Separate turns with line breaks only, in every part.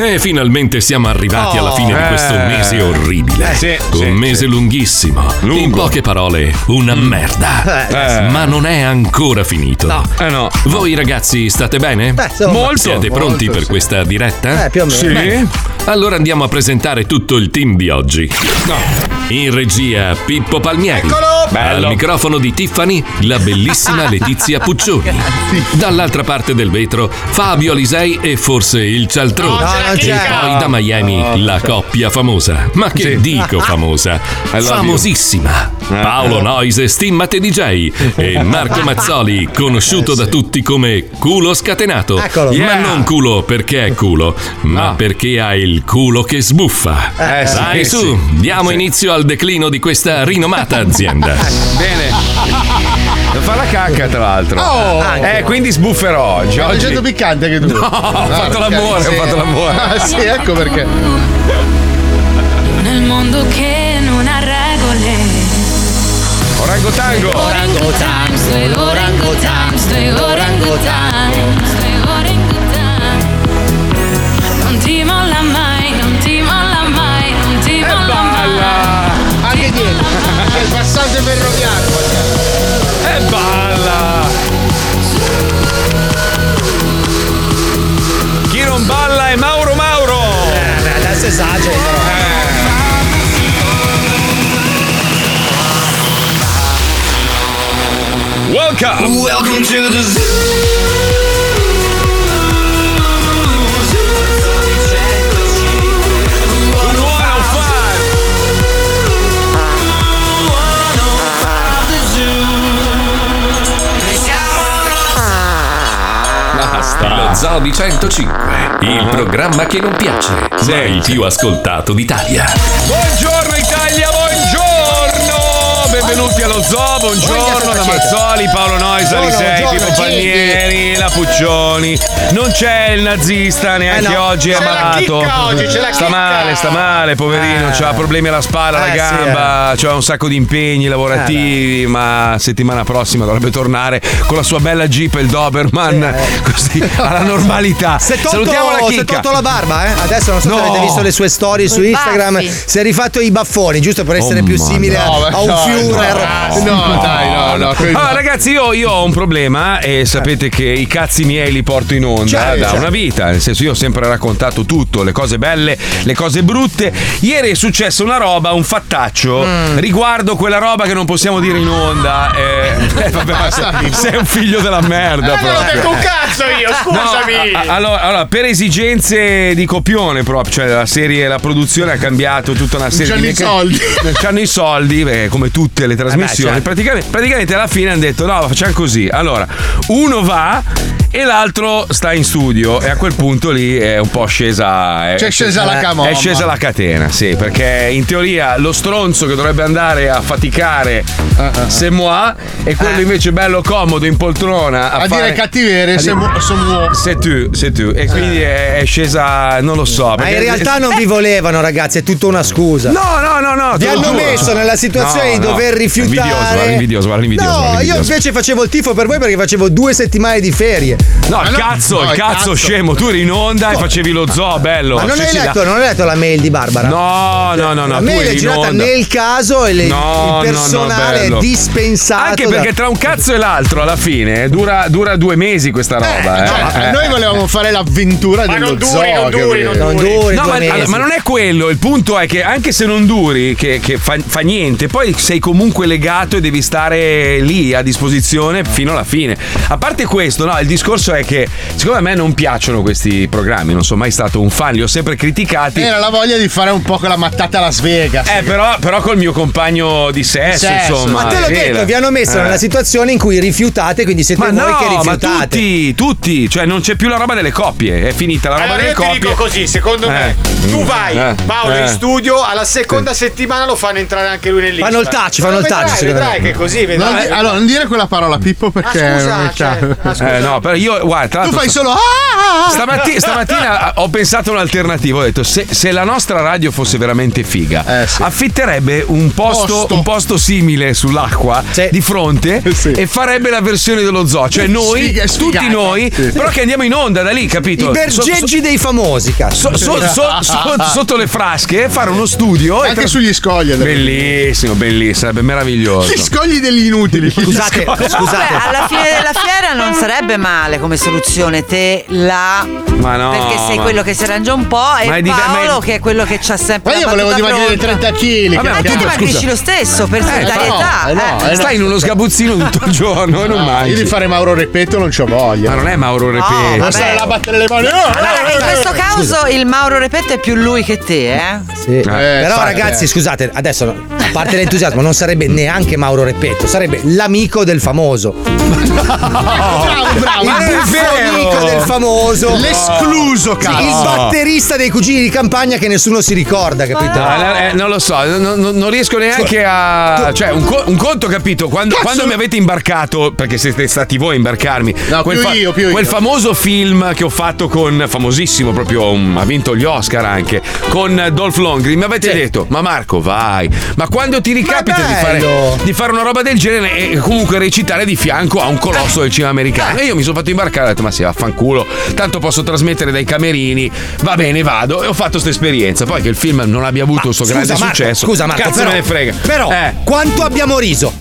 E finalmente siamo arrivati alla fine di questo
eh.
mese orribile.
Eh, sì,
un
sì, Mm.
mese lunghissimo. In poche parole, una merda.
Eh.
Ma non è ancora finito.
No. Eh, no.
Voi ragazzi state bene?
Beh, insomma. Molto.
Siete pronti
Molto,
per
sì.
questa diretta?
Eh, più o meno. Sì.
Bene. Allora andiamo a presentare tutto il team di oggi. In regia Pippo Palmieri.
Eccolo!
Al
Bello.
microfono di Tiffany, la bellissima Letizia Puccioni. Dall'altra parte del vetro Fabio Alisei e forse il Cialtrone.
No, non c'è.
e poi da Miami la coppia famosa. Ma che
cioè. Sì.
dico famosa?
I love you. Eh,
Famosissima. Paolo Noise, stimmate DJ. E Marco Mazzoli, conosciuto da tutti come culo scatenato.
Eh, Eccolo.
Ma
Yeah. Ah.
non culo perché è culo, ma perché ha il culo che sbuffa.
Eh, sì,
Dai
sì.
su, diamo inizio al declino di questa rinomata azienda.
Bene. Non fa la cacca, tra l'altro.
Oh!
eh, quindi sbufferò oggi.
Stai
oggi.
facendo piccante anche tu.
No, ho fatto
perché-
l'amore, ho
sì.
fatto l'amore.
Ah, sì, ecco perché.
Nel mondo che non ha regole.
Orangotango.
Orangotang, stai orangotang, stai orangotang, stai orangotang. Non ti molla mai, non ti molla mai, non ti molla mai.
Anche dietro. C'è il passaggio ferroviario.
E balla. Chi non balla è Mauro Mauro. Eh, beh, adesso esagero. Welcome.
Welcome to the zoo.
Basta. Lo Zoo di 105, il programma che non piace, ma il più ascoltato d'Italia.
Buongiorno Italia, buongiorno! Benvenuti allo zoo, buongiorno da Mazzoli, Paolo Nois,
Buongiorno,
Alisei,
buongiorno, Gigi.
Pippo Palmieri, la Puccioni. Non c'è il nazista neanche
Eh no.
oggi, è
C'è la
malato.
chicca oggi, c'è la
sta
chicca.
male, sta male, poverino, ha problemi alla spalla, alla
Eh, sì,
gamba, ha un sacco di impegni
Eh,
lavorativi, ma settimana prossima dovrebbe tornare con la sua bella Jeep e il Doberman, così alla normalità.
eh. Si è tolto-
Ah, Salutiamo la
si è
chicca.
tolto la barba, eh? Adesso non so se
No.
avete visto le sue storie su
I
Instagram.
baffi.
Si è rifatto i baffoni, giusto per
Oh,
essere più simile a- a un Führer.
Allora, ragazzi, io, io ho un problema e sapete che i cazzi miei li porto in onda
Certo,
da
certo.
una vita. Nel senso, io ho sempre raccontato tutto, le cose belle, le cose brutte. Ieri è successa una roba, un fattaccio riguardo quella roba che non possiamo dire in onda. Eh, eh, vabbè, ma sei, sei un figlio della merda.
Eh, non ho
proprio.
detto un cazzo io, scusami.
No, a- a- allora, allora, per esigenze di copione proprio, cioè la serie, la produzione ha cambiato tutta una serie
c'hanno
di
i soldi.
C'hanno i soldi, beh, come tutte le trasmissioni.
certo.
praticamente, praticamente alla fine hanno detto no, facciamo così. Allora, uno va e l'altro sta in studio e a quel punto lì è un po' scesa... È,
C'è scesa la camomma.
È scesa la catena, sì, perché in teoria lo stronzo che dovrebbe andare a faticare
Ah,
se moi e quello invece bello comodo in poltrona a,
Eh. A dire
fare-
cattiverie,
a
se
dire-
mu- se mu-
sei tu, sei tu. E quindi è, è scesa, non lo so.
Eh. Ma
perché-
in realtà non vi volevano, ragazzi, è tutta una scusa.
No, no, no, no.
Vi
te lo
hanno
giuro.
messo nella situazione di
No, no,
dover
è
rifiutare.
Invidioso, guarda, invidioso, guarda, invidioso.
No,
guarda,
io
invidioso.
invece facevo il tifo per voi perché facevo due settimane di ferie.
No, il cazzo, il cazzo, scemo. Tu eri in onda e facevi lo zoo, bello.
Ma non
Sì,
hai,
sì, la-
letto, non hai letto la mail di Barbara?
cioè, No, no, no, no.
La
tu
mail
eri
è
in
girata
onda.
nel caso e le-
No,
il personale
no, no, bello.
è dispensato.
Anche
da-
perché tra un cazzo e l'altro, alla fine, dura, dura due mesi questa roba. Eh,
Cioè,
Eh.
Noi volevamo fare l'avventura dello zoo. che-
No, ma, allora, ma non è quello. Il punto è che anche se non duri, che, che fa, fa niente, poi sei comunque legato e devi stare lì a disposizione fino alla fine. A parte questo, no, il discorso è che secondo me non piacciono questi programmi. Non sono mai stato un fan, li ho sempre criticati.
Era la voglia di fare un po' quella mattata a Las Vegas.
Eh, però, però col mio compagno di sesso,
Sesso.
insomma.
Ma te l'ho
sì,
detto,
la-
vi hanno messo
eh.
nella situazione in cui rifiutate, quindi siete
Ma
voi
no,
che
ma
rifiutate.
tutti, tutti, cioè non c'è più la roba delle coppie, è finita la roba
Allora
delle
io ti
coppie.
dico così, secondo me
Eh.
tu
Mm,
vai
eh,
Paolo
eh.
in studio, alla seconda settimana lo fanno entrare anche lui nel
Fanno il touch, fanno ballottaggio,
vedrai,
secondo
vedrai
me.
che così vedrai.
Non di- allora, non dire quella parola, Pippo, perché
Ah, scusa,
non è chiaro.
cioè, ah, scusa.
Eh, no, però io, guarda, tra
Tu
l'altro
fai
sta-
solo. "Ah!"
Stamattina, stamattina ho pensato a un'alternativa. Ho detto: se, se la nostra radio fosse veramente figa,
Eh, sì.
affitterebbe un posto,
Posto.
un posto simile sull'acqua
Sì.
di fronte
Eh, sì.
e farebbe la versione dello zoo. Cioè, noi,
Sfiga- sfigata.
tutti noi,
Sì.
però che andiamo in onda da lì, capito?
I bergeggi dei famosi, cazzo.
So- so- so- so- so- sotto le frasche, fare uno studio e
Anche
tra-
sugli scogli. allora.
Bellissimo, bellissimo, sarebbe meraviglioso.
Gli scogli degli inutili.
Scusate,
Beh,
scusate.
alla fine della fiera non sarebbe male come soluzione te la
Ma no,
perché sei
ma-
quello che si arrangia un po' e
Ma è diver- ma è-
Paolo che è quello che c'ha
Ma
sempre la
io volevo
battuta
dimagrire
pronta.
30 kg.
Vabbè,
ma tu
Scusa.
dimagrisci lo stesso per solidarietà
no, eh, no,
eh.
eh,
Stai in uno sgabuzzino tutto il giorno e non
io di
mangi.
fare Mauro Repetto non c'ho voglia.
Ma non è Mauro Repetto.
vabbè.
Stare là a battere le mani. Oh,
Guarda, in questo caso il Mauro Repetto è più lui che te eh
Sì. Però
fate.
ragazzi, scusate, adesso a parte l'entusiasmo, non sarebbe neanche Mauro Repetto, sarebbe l'amico del famoso. Ecco,
Oh,
Bravo, bravo.
Il
non è
buffo
vero!
amico del famoso.
L'escluso,
Sì,
cazzo.
il batterista dei cugini di campagna che nessuno si ricorda, capito?
Ah, la- eh, non lo so, non, non- non riesco neanche a. Cioè, un, co- un conto, capito? Quando, quando mi avete imbarcato, perché siete stati voi a imbarcarmi,
No, più io, più io.
quel famoso film che ho fatto con, famosissimo proprio, um, ha vinto gli Oscar anche, con Dolph Lundgren, mi avete detto, ma Marco, vai, ma quando ti ricapita di
bello!
fare, di fare una roba del genere e comunque recitare di fianco a un colosso del cinema
Eh.
americano? E io mi sono fatto imbarcare, ho detto, ma sì, vaffanculo, tanto posso trasmettere dai camerini, va bene, vado, e ho fatto questa esperienza. Poi che il film non abbia avuto questo
Scusa,
grande
Marco,
successo.
Scusa Marco,
Cazzo
però,
me ne frega.
Però
Eh,
quanto abbiamo riso?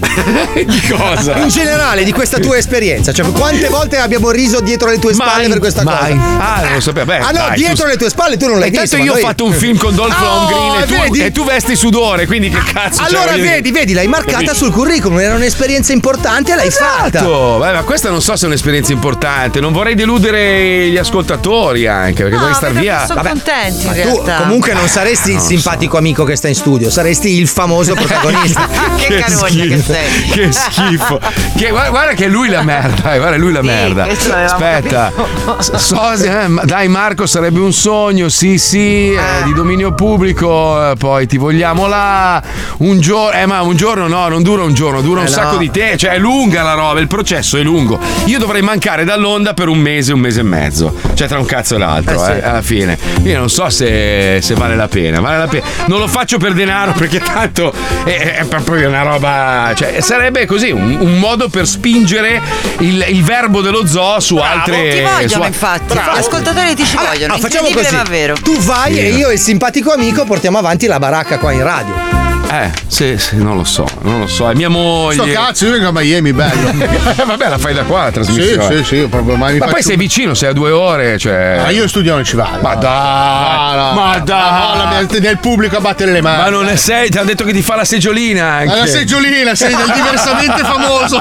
di cosa?
In generale di questa tua esperienza, cioè quante volte abbiamo riso dietro le tue spalle per questa
mai.
cosa?
Ah, non lo sapevo. Beh,
ah no,
dai,
dietro
tu-
le tue spalle tu non l'hai visto.
Intanto io
ma
ho
noi-
fatto un film con Dolph
Oh,
Lundgren e, tu,
vedi?
e tu vesti sudore, quindi che cazzo cioè,
Allora
voglio dire-
vedi, vedi, l'hai marcata
Capito?
sul curriculum, era un'esperienza importante e l'hai fatta.
Esatto. Beh, ma questa non so se è un'esperienza importante. Non vorrei deludere gli ascoltatori anche, perché dovrei star via.
sono contenti in
Ma tu
realtà
comunque non saresti il simpatico amico che sta in studio, saresti il famoso protagonista.
che, carogna che
schifo.
sei
Che schifo. Che- guarda, guarda che è lui la merda, eh, guarda è lui la merda.
questo l'avevamo
Aspetta.
capito.
So- eh, ma- dai Marco, sarebbe un sogno, sì, sì, eh, di dominio pubblico, eh, poi ti vogliamo là. Un giorno, eh, ma un giorno no, non dura un giorno, dura un sacco di te, cioè è lunga la roba, il processo è lungo. Io dovrei mancare dall'onda per un mese, un mese e mezzo, cioè tra un cazzo e l'altro, eh, alla fine. Io non so se, se vale la pena, vale la pena. Non lo faccio per denaro perché tanto è, è proprio una roba, cioè sarebbe così, un, un modo per spingere il, il verbo dello zoo su altre
ti
su
vogliono
al-
infatti gli ascoltatori ti ci vogliono
Ah, facciamo
incredibile
così.
ma vero
Tu vai e
Sì.
io e il simpatico amico portiamo avanti la baracca qua in radio.
Eh, sì, sì, non lo so, non lo so. È mia
Sto
moglie.
cazzo, io vengo a Miami, bello.
Eh, Vabbè, la fai da qua la
sì,
trasmissione.
sì, sì, proprio mai mi
Ma poi
faccio-
sei vicino, sei a due ore, cioè.
Ma io in studio non ci vado.
Ma dai,
No, no.
ma dai.
No, no, nel- nel pubblico a battere le mani.
Ma non è sei, ti hanno detto che ti fa la seggiolina anche. Esatto.
Ma la seggiolina, sei del diversamente famoso.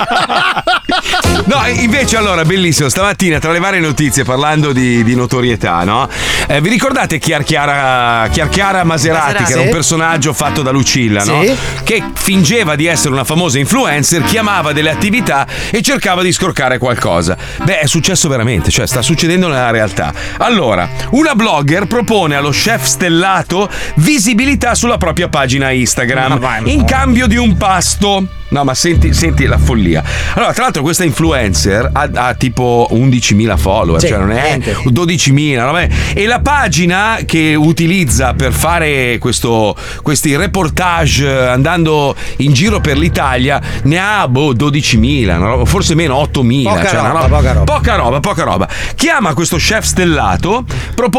No, invece allora, bellissimo, stamattina tra le varie notizie parlando di, di notorietà, no? Eh, vi ricordate Chiar Chiara, Chiar Chiara Maserati,
Maserati,
che era
sì.
un personaggio fatto da Lucilla, no?
Sì.
Che fingeva di essere una famosa influencer, chiamava delle attività e cercava di scorcare qualcosa. Beh, è successo veramente, cioè sta succedendo nella realtà. Allora, una blogger propone allo chef stellato visibilità sulla propria pagina Instagram in cambio di un pasto. No, ma senti, senti la follia. Allora, tra l'altro, questa influencer ha, ha tipo 11.000 follower,
Sì,
cioè non è
niente.
12.000. roba- E la pagina che utilizza per fare questo- questi reportage eh, andando in giro per l'Italia ne ha boh, 12.000, una roba- forse meno 8.000.
Poca
cioè, una
roba, poca roba.
Poca roba, poca roba. Chiama questo chef stellato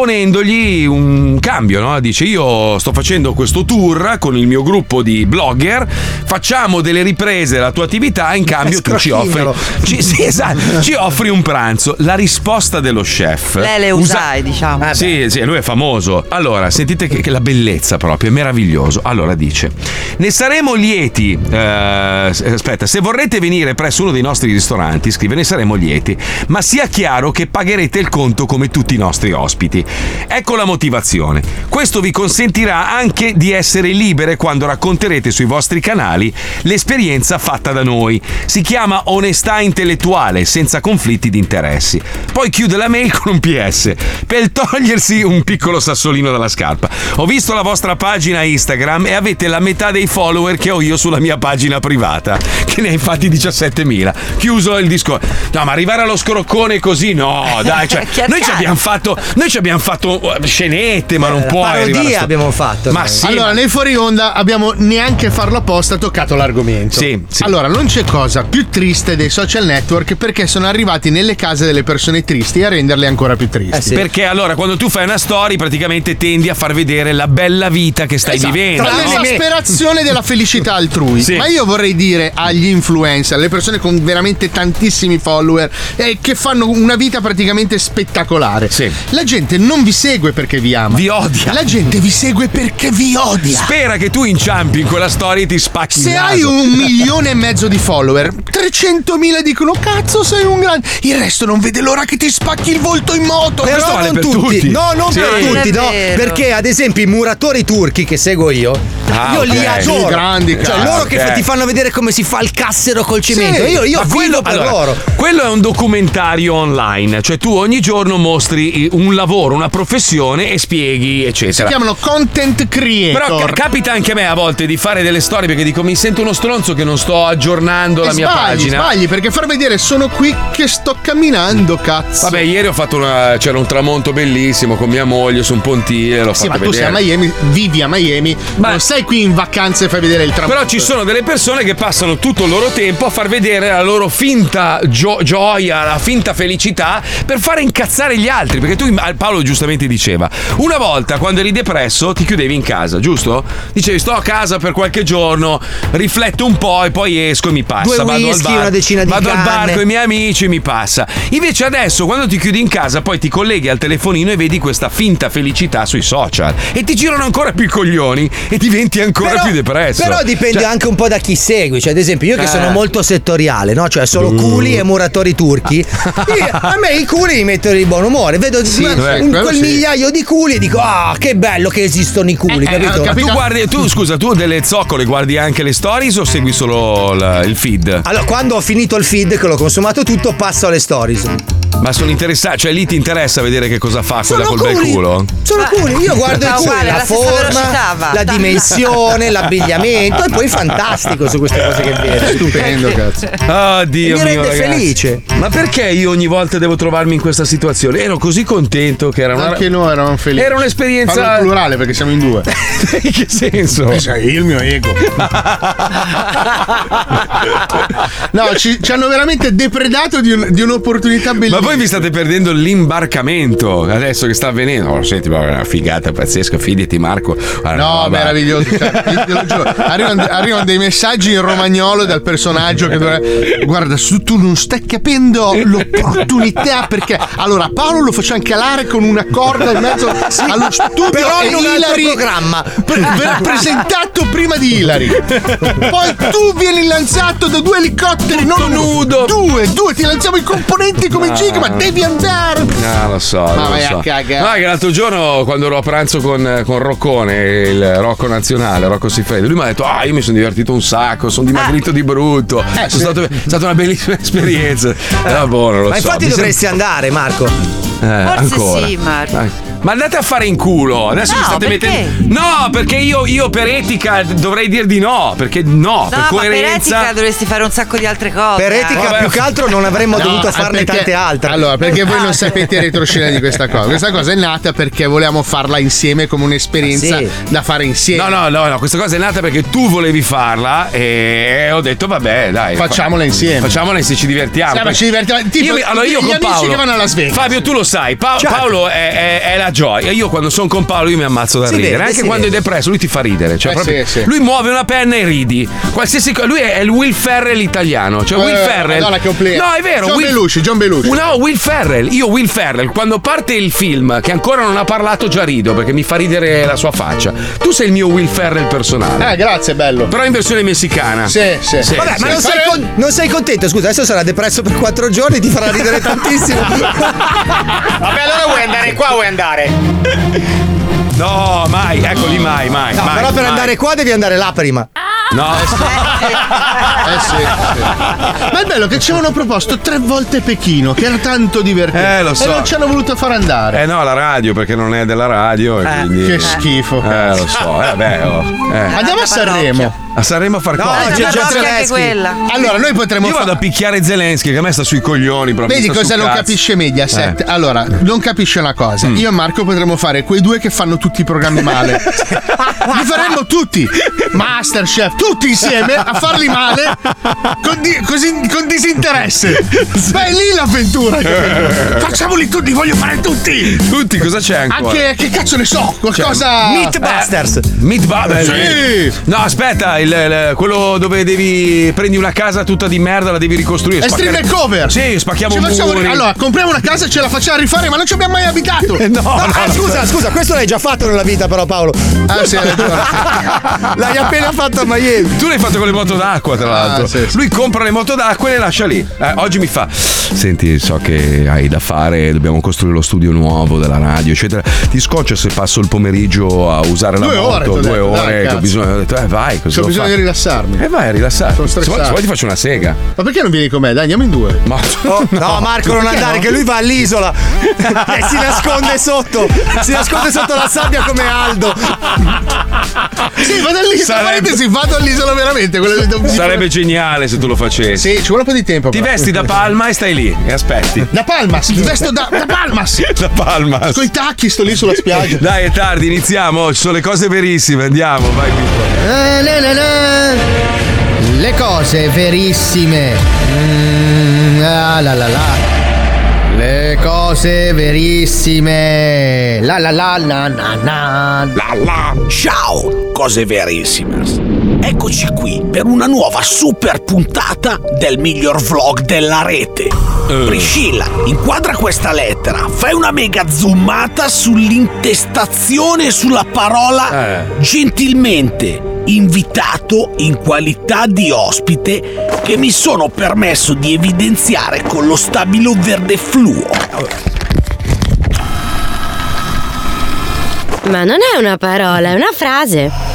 proponendogli un cambio, no? Dice io sto facendo questo tour con il mio gruppo di blogger, facciamo delle riprese della tua attività, in cambio tu ci offri,
scrofinalo.
ci, sì, esatto, ci offri un pranzo. La risposta dello chef...
lei le
usa-
usai diciamo
sì, sì, lui è famoso. Allora, sentite che, che la bellezza proprio, è meraviglioso. Allora dice: Ne saremo lieti. eh, s- aspetta, se vorrete venire presso uno dei nostri ristoranti, scrive: Ne saremo lieti. Ma sia chiaro che pagherete il conto come tutti i nostri ospiti. Ecco la motivazione. Questo vi consentirà anche di essere libere quando racconterete sui vostri canali l'esperienza esperienza fatta da noi. Si chiama onestà intellettuale, senza conflitti di interessi. Poi chiude la mail con un PS per togliersi un piccolo sassolino dalla scarpa. Ho visto la vostra pagina Instagram e avete la metà dei follower che ho io sulla mia pagina privata, che ne ha infatti 17.000. Chiuso il discorso. No, ma arrivare allo scroccone così, no, dai, cioè,
Chiaro,
noi ci
chiaro.
abbiamo fatto, noi ci abbiamo fatto eh, scenette, ma non
La
puoi
parodia
arrivare a sto-
abbiamo fatto,
Ma
noi.
sì,
allora,
ma-
nei fuori onda abbiamo neanche farlo apposta toccato l'argomento.
Sì, sì.
Allora, non c'è cosa più triste dei social network perché sono arrivati nelle case delle persone tristi a renderle ancora più tristi.
Perché allora quando tu fai una story praticamente tendi a far vedere la bella vita che stai vivendo.
Esatto. Tra
no?
l'esasperazione della felicità altrui.
Sì.
Ma io vorrei dire agli influencer, alle persone con veramente tantissimi follower eh, che fanno una vita praticamente spettacolare. La gente non vi segue perché vi ama. Vi
odia.
La gente vi segue perché vi odia.
Spera che tu inciampi in quella storia e ti spacchi il
Se
naso.
hai un milione e mezzo di follower, 300.000 dicono cazzo sei un grande. Il resto non vede l'ora che ti spacchi il volto in moto.
Però non tutti. No, non per tutti, no. Perché ad esempio i muratori turchi che seguo io,
Ah,
io
ok.
li adoro.
Sì, grandi,
cioè,
cazzo.
loro
Ok.
che ti fanno vedere come si fa il cassero col cemento.
Sì,
io io
ma
vivo per
allora,
loro.
Quello è un documentario online, cioè tu ogni giorno mostri eh, un lavoro, una professione e spieghi,
Si
eccetera.
chiamano content creator.
Però ca- capita anche a me a volte di fare delle storie perché dico mi sento uno stronzo che non sto aggiornando
E
la mia
sbagli,
pagina.
sbagli perché far vedere sono qui che sto camminando, cazzo.
Vabbè, ieri ho fatto una, c'era un tramonto bellissimo con mia moglie su un pontile. L'ho
Sì, ma
fatto
tu sei a
vedere.
Miami, vivi a Miami, non sei qui in vacanza e fai vedere il tramonto.
Però ci sono delle persone che passano tutto il loro tempo a far vedere la loro finta gio- gioia, la finta felicità per fare incazzare gli altri. Perché tu, Paolo, giustamente diceva: una volta quando eri depresso ti chiudevi in casa, giusto? Dicevi sto a casa per qualche giorno, rifletto un po' e poi esco e mi passa.
Due
vado
whisky,
al bar,
una decina di
Vado al bar
canne.
con i miei amici e mi passa. Invece adesso quando ti chiudi in casa poi ti colleghi al telefonino e vedi questa finta felicità sui social e ti girano ancora più i coglioni e diventi ancora più depresso.
Però dipende
Cioè-
anche un po' da chi segui. Cioè, ad esempio, io che
Eh. Uh.
sono molto settoriale, no? Cioè, solo culi e muratori turchi. io- a me i culi mi mettono di buon umore. Vedo ma-
vabbè,
un,
quello
quel
sì.
migliaio di culi e dico: Ah, che bello che esistono i
Cioè, Eh,
culi, capito?
Ma tu guardi, tu scusa, tu delle zoccole guardi anche le stories o segui solo la- il feed?
Allora, quando ho finito il feed, che l'ho consumato tutto, passo alle stories.
Ma sono interessato, cioè lì ti interessa vedere che cosa fa quella
Sono
col bel
culi.
culo?
Sono culi, io guardo i
Ma
culi,
uguale,
la
alla stessa velocità
forma,
va.
la dimensione, l'abbigliamento, e poi fantastico su queste cose che vedo.
Stupendo, cazzo.
Oddio
E mi
Oh, mio,
rende
ragazzi.
felice.
Ma perché io ogni volta devo trovarmi in questa situazione? Ero così contento che era una
Anche noi eravamo felici.
Era un'esperienza-
Parlo in plurale perché siamo in due. Cioè,
in che senso?
Sei il mio ego. no, ci, ci hanno veramente depredato di, un- di un'opportunità
Ma
bellissima.
voi vi state perdendo l'imbarcamento adesso che sta avvenendo. Oh, senti, ma è una figata pazzesca, fidati Marco. Guarda,
No,
vabbè.
meraviglioso. cioè, io te lo giuro. Arrivano, arrivano dei messaggi in romagnolo dal personaggio che dovrebbe. Guarda, su- tu non stai capendo l'opportunità perché. Allora, Paolo lo facciamo calare con una corda in mezzo allo studio
Però
e
in un altro
Ilari-
programma.
pre- pre- presentato prima di Ilari. Poi tu vieni lanziato da due elicotteri, non nudo. Due, due, ti lanciamo i componenti come in gig, ma devi andare.
No, Ah, lo so,
Ma
lo
vai a
so.
cagare.
No, è che l'altro giorno quando ero a pranzo con, con Roccone, il Rocco nazionale, Rocco Siffredi, lui mi ha detto: Ah, io mi sono divertito un sacco, sono dimagrito di brutto. sono
sì.
stato- è stata una bellissima esperienza. Era buono, lo
Ma
so.
infatti
Mi
dovresti andare, Marco.
sembra- eh,
Forse
ancora.
sì, Marco.
Dai. Ma andate a fare in culo. Adesso
No,
mi state
perché?
mettendo. No, perché io, io per etica dovrei dir di no. Perché no,
No,
Oh, per
ma per
coerenza.
etica dovresti fare un sacco di altre cose. eh.
Per etica,
Vabbè.
più che altro, non avremmo
No,
dovuto farne
perché-
tante altre.
Allora, perché voi
Ah,
non sapete il retroscena di questa cosa? Questa cosa è nata perché volevamo farla insieme come un'esperienza
Ah, sì.
da fare insieme.
No, no, no, no, questa cosa è nata perché tu volevi farla e ho detto vabbè, dai. fa-
Facciamola insieme.
Facciamola e se ci divertiamo.
Sì, ma
Poi-
ci divertiamo- tipo,
io, mi- allora io
gli
con
amici
Paolo.
che vanno alla Svezia.
Fabio, tu lo sai, Pa-
Certo.
Paolo è, è- è la gioia. Io quando sono con Paolo io mi ammazzo da
Si
ridere.
vede,
Anche
si
quando
vede.
è depresso lui ti fa ridere. Cioè,
Eh,
proprio-
sì, sì.
Lui muove una penna e ridi. Qualsiasi co- lui è il Will Ferrell italiano. Cioè,
Eh,
Will Ferrell.
Madonna, che complimenti.
no, è vero.
John
Will-
Belushi, John Belushi.
No, Will Ferrell. Io, Will Ferrell, quando parte il film, che ancora non ha parlato, già rido perché mi fa ridere la sua faccia. Tu sei il mio Will Ferrell personale.
Eh, grazie, bello.
Però in versione messicana.
Sì, sì.
Sì,
Vabbè,
sì.
ma non sei, con- non sei contento? Scusa, adesso sarà depresso per quattro giorni, ti farà ridere tantissimo.
Vabbè, allora vuoi andare qua o vuoi andare?
No, mai, eccoli mai, mai.
No,
mai, ecco
però per
mai.
andare qua devi andare là prima.
No,
Ah. Eh sì, sì. Ma è bello che ci avevano proposto tre volte Pechino, che era tanto divertente.
Eh, lo so.
E non ci hanno voluto far andare.
Eh no, la radio, perché non è della radio. e
Eh,
quindi-
che schifo.
Eh, lo so, eh, vabbè. oh, eh.
Andiamo a Sanremo.
A Sanremo a far cosa?
c'è già anche
Zelensky.
quella.
Allora, noi potremmo
Io
fare.
vado a picchiare Zelensky, che a me sta sui coglioni proprio.
Vedi
mi sta
cosa
sul
non
cazzo. Eh.
capisce Mediaset? Allora, non capisce una cosa.
Mm.
Io e Marco potremmo fare quei due che fanno tutti i programmi male. Li faremmo tutti, Masterchef, tutti insieme a farli male con, di- così- con disinteresse. Beh, è lì l'avventura. Facciamoli tutti, voglio fare tutti.
Tutti, cosa c'è ancora?
Anche che cazzo ne so, qualcosa.
Meatbusters.
Meatbusters.
Sì.
No, aspetta, il- il- quello dove devi prendi una casa tutta di merda, la devi ricostruire.
È stream
spaccare-
and cover.
Sì, spacchiamo
Ci
un
facciamo-
muri.
Allora, compriamo una casa e ce la facciamo rifare, ma non ci abbiamo mai abitato.
Eh, no, no,
Ah,
no.
scusa, scusa, questo l'hai già fatto nella vita, però, Paolo.
Ah, sì, hai ragione.
L'hai appena fatto a Miami.
Tu l'hai fatto con le moto d'acqua, tra l'altro.
Ah, sì, sì.
Lui compra le moto d'acqua e le lascia lì. Eh, oggi mi fa: Senti, so che hai da fare, dobbiamo costruire lo studio nuovo della radio, eccetera. Ti scoccio se passo il pomeriggio a usare la
Due
moto,
ore, t'ho
due
detto, dai,
ore. che ho
cazzo.
bisogno. Ho detto, eh, vai, così.
Ho bisogno di
rilassare.
rilassarmi.
E Eh, vai a rilassare.
Sono
Se vuoi,
stressato.
se vuoi ti faccio una sega.
Ma perché non vieni con me? Dai, andiamo in due.
Ma
Oh, No, Marco, non andare, che lui va all'isola
Eh,
e si nasconde sotto. Si nasconde sotto la sabbia come Aldo.
Sì, vado all'isola.
Sarebbe-
Parentesi, vado all'isola veramente. quello di-
Sarebbe geniale se tu lo facessi.
Sì, ci vuole un po' di tempo.
Ti
però.
vesti da palma e stai lì e aspetti.
Da Palmas, ti vesto da, da Palmas.
Da palma.
Con i tacchi sto lì sulla spiaggia.
Dai, è tardi, iniziamo. Ci sono le cose verissime. Andiamo, vai. Pippo.
Eh, na, na, na. Le cose verissime. Mm, ah, la, la, la. Le cose verissime. La la la la na, na.
Ciao, cose verissime. Eccoci qui per una nuova super puntata del miglior vlog della rete. Priscilla, inquadra questa lettera, fai una mega zoomata sull'intestazione e sulla parola
Eh.
gentilmente invitato in qualità di ospite che mi sono permesso di evidenziare con lo stabilo verde fluo.
Ma non è una parola, è una frase.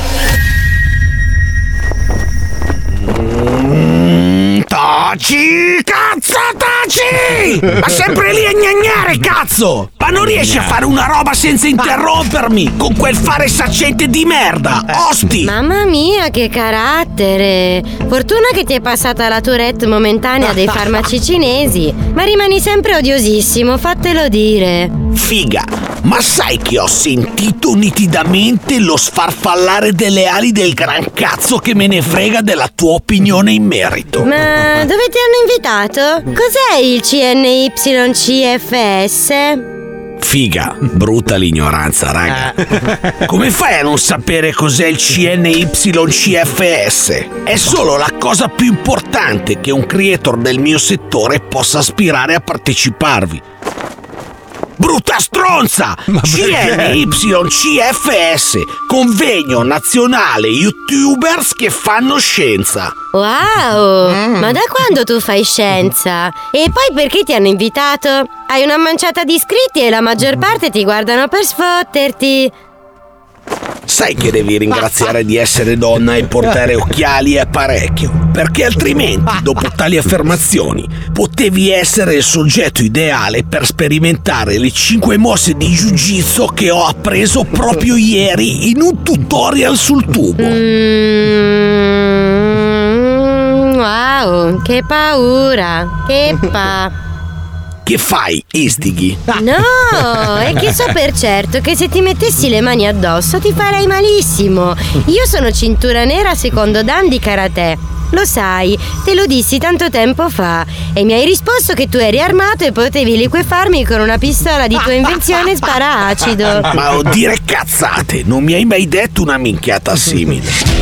Taci, cazzo, taci! Ma sempre lì a gnagnare, cazzo! Ma non riesci a fare una roba senza interrompermi con quel fare saccente di merda,
Eh.
osti!
Mamma mia, che carattere! Fortuna che ti è passata la tourette momentanea dei farmaci cinesi, ma rimani sempre odiosissimo, fatelo dire.
Figa, ma sai che ho sentito nitidamente lo sfarfallare delle ali del gran cazzo che me ne frega della tua opinione in merito?
Ma dove ti hanno invitato? Cos'è il CNYCFS?
Figa, brutta l'ignoranza, raga. Come fai a non sapere cos'è il CNYCFS? È solo la cosa più importante che un creator del mio settore possa aspirare a parteciparvi. Brutta stronza! CNYCFS, convegno nazionale youtubers che fanno scienza.
Wow! Ma da quando tu fai scienza? E poi perché ti hanno invitato? Hai una manciata di iscritti e la maggior parte ti guardano per sfotterti.
Sai che devi ringraziare di essere donna e portare occhiali e apparecchio, perché altrimenti, dopo tali affermazioni, potevi essere il soggetto ideale per sperimentare le 5 mosse di jiu-jitsu che ho appreso proprio ieri in un tutorial sul tubo.
Mm, wow, che paura! Che pa.
Che fai, istighi?
No, è che so per certo che se ti mettessi le mani addosso ti farei malissimo. Io sono cintura nera secondo Dan di karate. Lo sai, te lo dissi tanto tempo fa e mi hai risposto che tu eri armato e potevi liquefarmi con una pistola di tua invenzione spara acido.
Ma oh, dire cazzate, non mi hai mai detto una minchiata simile.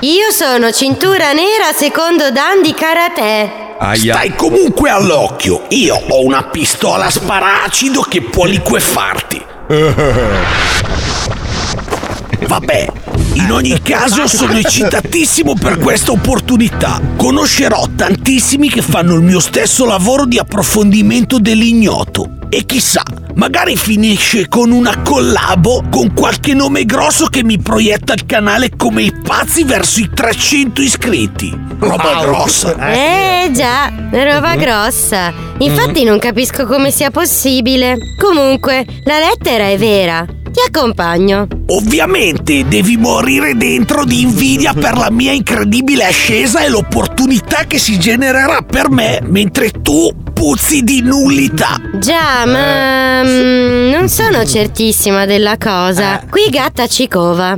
Io sono cintura nera secondo Dan di karate.
Aia.
Stai comunque all'occhio, io ho una pistola sparacido che può liquefarti. Vabbè, in ogni caso sono eccitatissimo per questa opportunità. Conoscerò tantissimi che fanno il mio stesso lavoro di approfondimento dell'ignoto. E chissà, magari finisce con una collabo con qualche nome grosso che mi proietta il canale come i pazzi verso i 300 iscritti. Roba
Wow.
grossa.
Eh già, roba grossa. Infatti non capisco come sia possibile. Comunque, la lettera è vera. Ti accompagno.
Ovviamente devi morire dentro di invidia per la mia incredibile ascesa e l'opportunità che si genererà per me mentre tu puzzi di nullità.
Già, ma mm, non sono certissima della cosa. Qui gatta ci cova.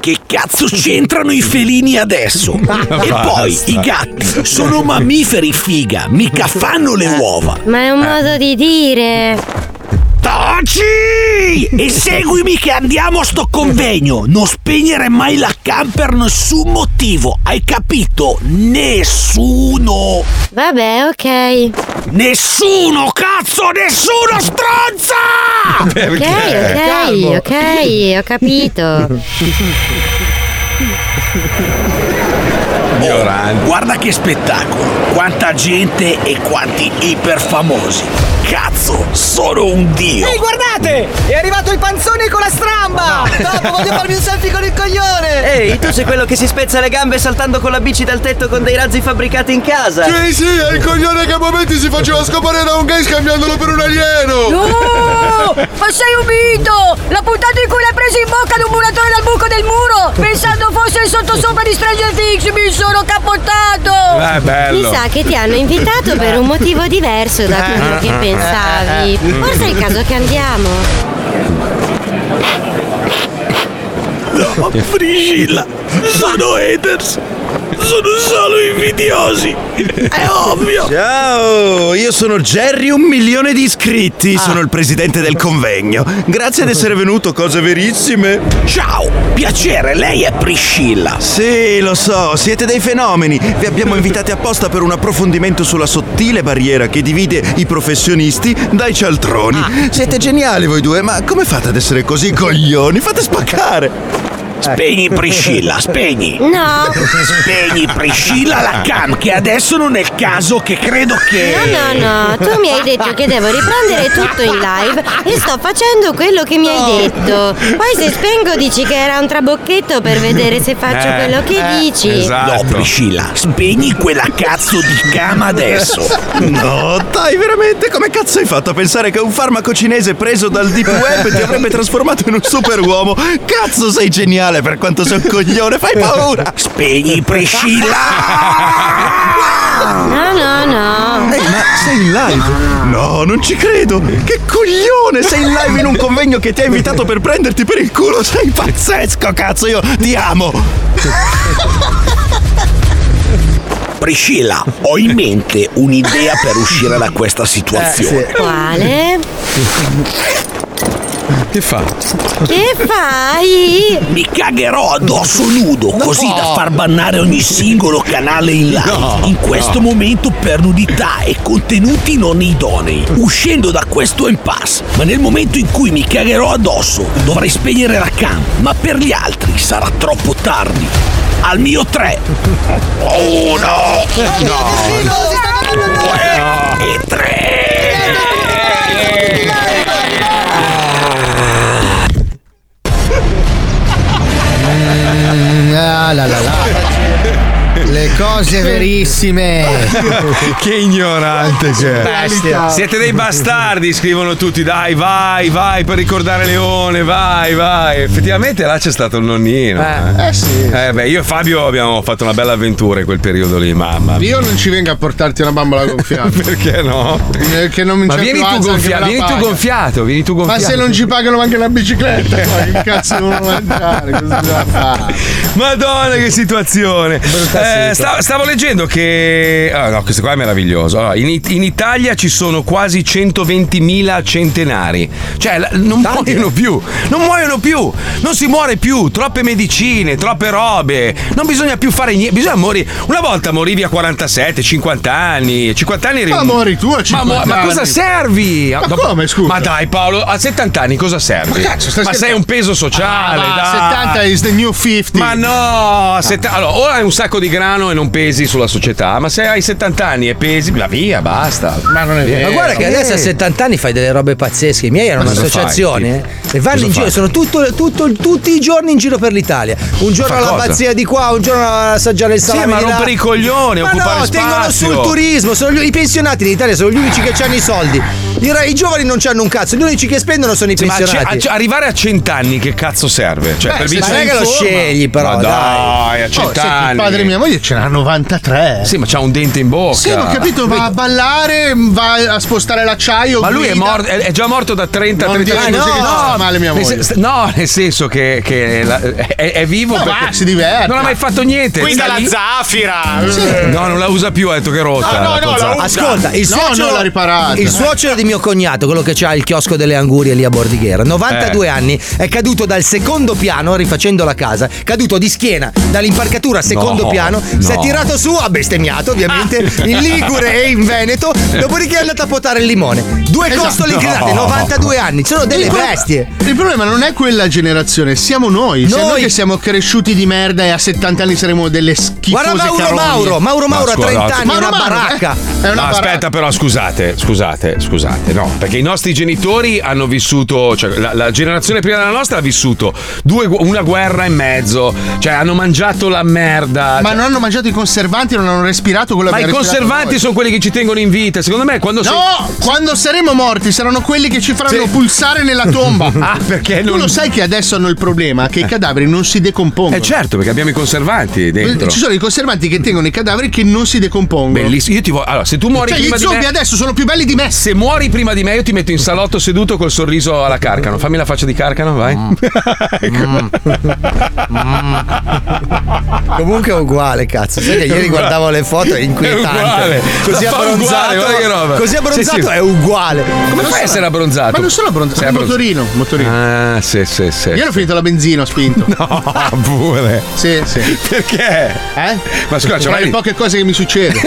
Che cazzo c'entrano i felini adesso? E poi
Basta.
i gatti sono mammiferi figa, mica fanno le uova.
Ma è un modo di dire.
Taci! E seguimi che andiamo a sto convegno. Non spegnere mai la cam per nessun motivo. Hai capito? Nessuno.
Vabbè, ok.
Nessuno, cazzo, nessuno stronza!
Ah! Ok,
Calmo.
ok, ok, ho capito.
Oh, guarda che spettacolo! Quanta gente e quanti iperfamosi! Cazzo, sono un dio!
Ehi, guardate! È arrivato il panzone con la stramba! Dopo voglio farmi un selfie con il coglione! Ehi, tu sei quello che si spezza le gambe saltando con la bici dal tetto con dei razzi fabbricati in casa!
Sì, sì, è il coglione che a momenti si faceva scopare da un gay scambiandolo per un alieno!
No! Ma sei un mito! La puntata in cui l'ha preso in bocca ad un muratore dal buco del muro! Pensando fosse il sottosopra di Stranger Things, mi sono capottato!
Eh, bello.
Oh, Mi sa che ti hanno invitato per un motivo diverso da
Eh.
quello che pensavi.
Mm.
Forse è il caso che andiamo.
No, Priscilla, sono haters! Sono solo invidiosi! È ovvio!
Ciao, io sono Jerry, un milione di iscritti.
Ah.
Sono il presidente del convegno. Grazie ad essere venuto, cose verissime.
Ciao, piacere, lei è Priscilla.
Sì, lo so, siete dei fenomeni. Vi abbiamo invitati apposta per un approfondimento sulla sottile barriera che divide i professionisti dai cialtroni.
Ah.
Siete geniali voi due, ma come fate ad essere così coglioni? Fate spaccare.
Spegni Priscilla, spegni!
No!
Spegni Priscilla la cam, che adesso non è il caso che credo che.
No, no, tu mi hai detto che devo riprendere tutto in live e sto facendo quello che mi hai detto. Poi se spengo dici che era un trabocchetto per vedere se faccio
Eh,
quello che
eh,
dici.
No, Priscilla, spegni quella cazzo di cam adesso.
No, dai, veramente? Come cazzo hai fatto a pensare che un farmaco cinese preso dal deep web ti avrebbe trasformato in un superuomo? Cazzo, sei geniale per quanto sei un coglione, fai paura!
Spegni Priscilla!
No, no, no.
Ehi, Eh, ma sei in live? No, non ci credo! Che coglione! Sei in live in un convegno che ti ha invitato per prenderti per il culo! Sei pazzesco, cazzo! Io ti amo!
Priscilla, ho in mente un'idea per uscire da questa situazione.
Quale?
Che fa?
Che fai?
Mi cagherò addosso nudo, così da far bannare ogni singolo canale in live.
No,
in questo
no.
momento per nudità e contenuti non idonei. Uscendo da questo impasse, ma nel momento in cui mi cagherò addosso, dovrei spegnere la cam, ma per gli altri sarà troppo tardi. Al mio Oh, 3. 1 e 3.
Mm, ah, la, la, la. Le cose verissime.
che ignorante che è.
Bestia.
Siete dei bastardi, scrivono tutti. Dai, vai, vai per ricordare Leone, vai, vai. Effettivamente là c'è stato il nonnino. Eh,
eh sì.
Eh, beh, io e Fabio abbiamo fatto una bella avventura in quel periodo lì, mamma. mia.
Io non ci vengo a portarti una bambola gonfiata.
Perché no?
Perché non mi
Ma
c'è
vieni
più
tu,
certo alza anche
gonfia-
me la
vieni tu
paga.
gonfiato, vieni tu
Ma
gonfiato.
se non ci pagano anche la bicicletta, poi che cazzo devono mangiare? Cosa devono fare?
Madonna, che situazione! Eh, sta- stavo leggendo che. Ah, no, questo qua è meraviglioso. Allora, in, It- in Italia ci sono quasi 120.0à centenari. Cioè, la- non muoiono più. Non muoiono più. Non si muore più. Troppe medicine, troppe robe. Non bisogna più fare niente. Bisogna morire. Una volta morivi a 47, 50 anni. 50 anni eri
Ma
un-
muori tu a
ma,
50
mu- ma cosa
anni.
servi?
Ma
Dopo-
come, scusa?
Ma dai, Paolo, a 70 anni cosa servi?
Ma cazzo, stai
sei
scherzando?
un peso sociale.
Ah, va,
dai.
70 is the new Ah. 50.
Ma no, No, setta- allora, o hai un sacco di grano e non pesi sulla società, ma se hai 70 anni e pesi, ma via, basta. Ma non è
Ma guarda che adesso a 70 anni fai delle robe pazzesche. I miei erano
Eh, Ma cosa
un'associazione
fai,
eh, e vanno
Cosa
in giro,
fai?
sono tutto- tutto- tutti i giorni in giro per l'Italia. Un giorno
Fa
alla
cosa?
pazzia di qua, un giorno a assaggiare il
Sì,
salame.
ma
di là.
rompere i coglioni,
ma
occupare
no,
spazio.
tengono sul turismo. Sono gli- I pensionati in Italia sono gli unici che hanno i soldi. I, ra- i giovani non hanno un cazzo, gli unici che spendono sono i
Ma a ce-
pensionati. Eh,
a- cioè, arrivare a 100 anni che cazzo serve? Cioè,
Beh,
per
se
vincere
sei
in
che lo
forma?
scegli, però,
Ma
dai.
dai, a 100
Oh, senti,
anni.
il padre e mia moglie ce n'ha 93.
Sì, ma c'ha un dente in bocca.
Sì, ma ho capito, va a ballare, va a spostare l'acciaio.
Ma lui è,
guida.
morto, è è già morto da 30
Non
30
dire così che ci sta male mia
nel
moglie.
sen- no, nel senso che, che la- è, è vivo
No,
perché
va, si diverte.
Non ha mai fatto niente.
Guida
sta
la
lì.
zafira.
No, non la usa più, ha detto che è rotta.
No, no, no,
tua
la
zafira.
usa.
Ascolta, il
No,
suocero,
no, l'ha riparata.
il suocero di mio cognato, quello che ha il chiosco delle angurie lì a Bordighera, 92
Eh.
anni, è caduto dal secondo piano rifacendo la casa, caduto di schiena dall'imparcatura al secondo
No,
piano, si è
no.
tirato su, ha bestemmiato ovviamente, in Ligure e in Veneto, dopodiché è andato a potare il limone. Due
Esatto.
costoli granate,
No.
92 anni, sono delle
Il pro-
bestie.
Il problema non è quella generazione, siamo noi. Cioè, Noi,
Noi.
noi che siamo cresciuti di merda e a 70 anni saremo delle schifose
Guarda Mauro
carogne.
Mauro, Mauro Mauro ha
scusa,
30 anni,
Mauro
una
Mauro, eh?
baracca.
È una
No,
baracca.
aspetta, però, scusate, scusate, scusate, no, perché i nostri genitori hanno vissuto, cioè la, la generazione prima della nostra ha vissuto due gu- una guerra e mezzo, cioè hanno mangiato la merda.
Ma
cioè-
non hanno mangiato i conservanti, non hanno respirato quello
ma
che
i
abbiamo respirato
conservanti
noi.
sono quelli che ci tengono in vita, secondo me quando sei-
No, quando saremo morti saranno quelli che ci faranno
Sì.
pulsare nella tomba.
Ah, perché
Tu
non-
lo sai che adesso hanno il problema che i cadaveri non si decompongono.
Eh certo, perché abbiamo i conservanti dentro.
Eh, Ci sono i conservanti che tengono i cadaveri che non si decompongono.
Bellissimo. Io ti voglio. Allora, se tu muori
Cioè, gli
prima di
zombie
me.
adesso sono più belli di me.
Se muori prima di me, io ti metto in salotto seduto col sorriso alla carcano. Fammi la faccia di carcano, vai.
Mm.
Mm. Comunque è uguale, cazzo. Sai che
È
ieri
uguale.
guardavo le foto, è
È
inquietante.
uguale.
Così
La fa uguale,
abbronzato,
guarda che roba.
così abbronzato
Sì, sì.
è uguale.
Come fai a essere abbronzato?
Ma non sono abbronzato,
Sei
sono motorino,
motorino. Ah, sì, sì, sì.
Io ho finito la benzina, ho spinto.
No, pure.
Sì, sì.
Perché?
Eh?
Ma scusa, c'è
Tra le
mai-
poche cose che mi succedono.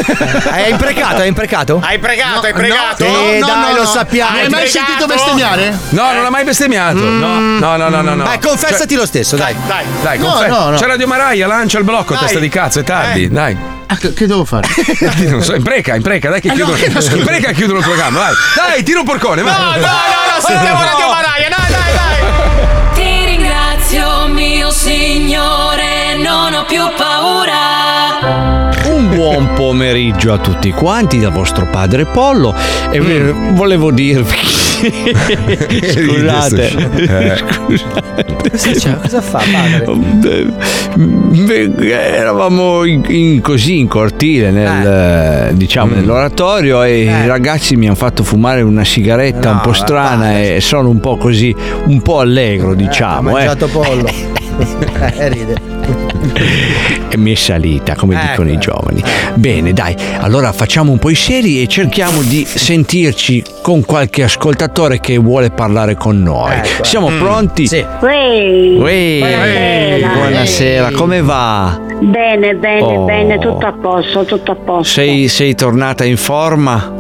Hai imprecato? Hai imprecato?
Hai pregato, hai pregato.
no, Eh, no, dai, no, lo no. sappiamo.
Hai
Hai
mai
pregato?
sentito bestemmiare?
No, non l'ha mai bestemmiato.
Mm.
No, no, no, no, no. no.
Beh, confessati lo stesso, dai.
Dai,
Dai,
No,
confè-
no, no.
C'è Radio Maraia, lancia il blocco,
Dai.
testa di cazzo, è tardi.
Eh.
Dai.
Ah, che che devo fare?
Dai, non so, impreca, impreca, dai che
Ah, no,
chiudono.
che non so.
Impreca e chiudono il programma, vai. Dai, tira un porcone, vai.
No, no, no, no, sentiamo Radio Maraia, no, dai, dai.
Ti ringrazio mio signore, non ho più paura.
Un buon pomeriggio a tutti quanti da vostro padre Pollo e eh, volevo dirvi scusate,
Eh.
scusate. Oh,
Cosa fa padre?
Beh, mm, beh, eravamo in, in- così in cortile nel, eh, diciamo, nell'oratorio e i ragazzi mi hanno fatto fumare una sigaretta un po' strana e sono un po' così un po' allegro
Ha
diciamo eh.
mangiato pollo. Eh, ride.
E mi è salita, come
Ecco,
dicono i giovani. Bene, dai, allora facciamo un po' i seri e cerchiamo di sentirci con qualche ascoltatore che vuole parlare con noi. Siamo
Mm.
pronti? Sì.
Buonasera.
Buonasera, come va?
Bene, bene,
Oh.
bene, tutto a posto, tutto a posto.
Sei, sei tornata in forma?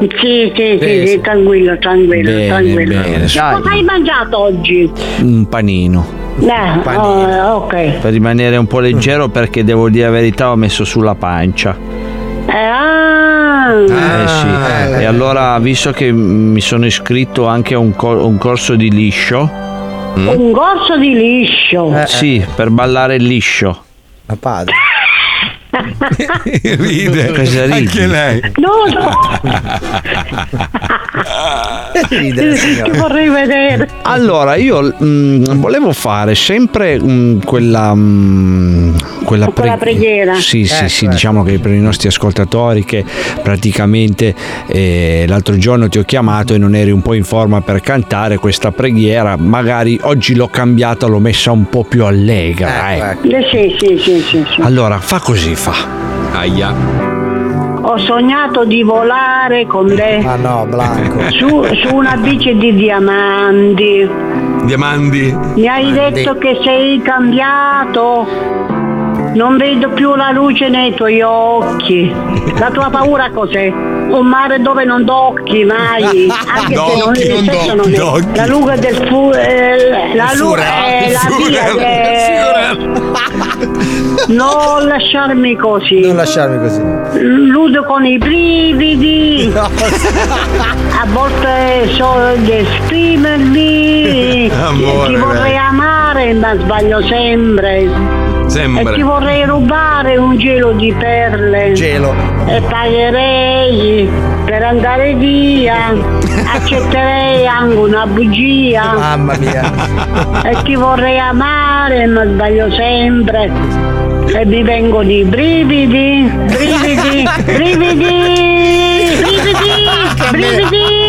Sì, sì, sì,
Bene.
sì, tranquillo, tranquillo,
Bene,
tranquillo.
bene, dai.
Cosa hai mangiato oggi?
Un panino.
Eh, oh, ok. Eh,
Per rimanere un po' leggero perché devo dire la verità ho messo sulla pancia.
Eh, ah.
Eh sì. E allora, visto che mi sono iscritto anche a un, co- un corso di liscio.
Un corso di liscio.
mm. Eh, Sì, per ballare liscio.
Ma padre.
Ride. Cosa ridi? Anche lei.
No, no,
Ridere,
ti
signore.
vorrei vedere.
Allora, io mm, volevo fare sempre mm, quella. mm, quella,
Quella preghiera.
Sì, sì,
Eh,
sì,
certo.
eh.
diciamo che per i nostri ascoltatori che praticamente eh, l'altro giorno ti ho chiamato e non eri un po' in forma per cantare questa preghiera, magari oggi l'ho cambiata, l'ho messa un po' più allegra. ecco.
Eh, Sì, sì, sì, sì, sì.
Allora, fa così, fa. Aia.
Ho sognato di volare con te
Ah no, Blanco.
su, su una bici di diamanti.
Diamanti.
Mi hai
Diamanti.
detto che sei cambiato. Non vedo più la luce nei tuoi occhi. La tua paura cos'è? un mare dove non docchi mai, anche se non
Docchi, non
questo non è.
docchi.
La luga del fu... eh, la
Il
luga...
Furel,
eh,
il
la via
Furel,
del- Non lasciarmi così. Non
lasciarmi così.
Ludo con i brividi. A volte so di esprimermi.
Amore,
ti vorrei
dai.
amare, ma sbaglio sempre. E ti vorrei rubare un gelo di perle.
Gelo.
E pagherei per andare via. Accetterei anche una bugia.
Mamma mia.
E ti vorrei amare, ma sbaglio sempre. E mi vengono i brividi, brividi, brividi, brividi, brividi.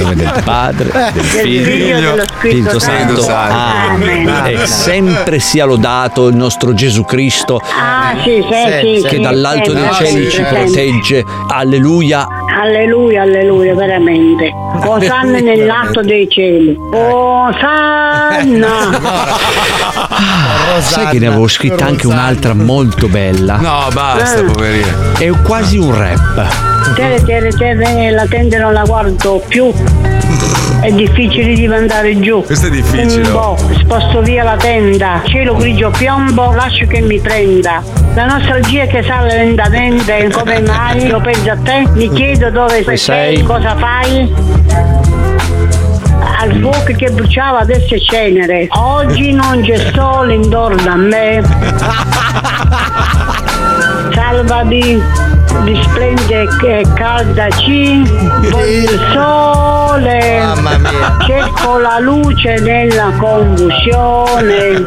nome del padre, Eh, del
Del figlio,
figlio,
dello Spirito
Spirito Santo. Ah,
Santo.
Amen.
Amen.
E sempre sia lodato il nostro Gesù Cristo
Ah, sì, sì, sì,
che
sì, esatto.
dall'alto
sempre,
dei cieli
sempre,
ci
sempre.
protegge. Alleluia.
Alleluia, alleluia, veramente. Osanna nell'atto dei cieli. Osanna.
Ah, Sai che ne avevo scritta anche un'altra molto bella.
No, basta,
Eh.
poverina.
È quasi un rap.
Tere, tere, tere, la tende non la guardo più. È difficile di mandare giù.
Questo è difficile.
Tembo, sposto via la tenda. Cielo grigio piombo, lascio che mi prenda. La nostalgia che sale lentamente, come mai? Lo penso a te, mi chiedo dove sei,
sei?
cosa fai. Al fuoco che bruciava adesso è cenere. Oggi non c'è sole intorno a me. Salvami, mi splende e caldaci. Voglio il sole.
Mamma mia.
Cerco la luce nella confusione.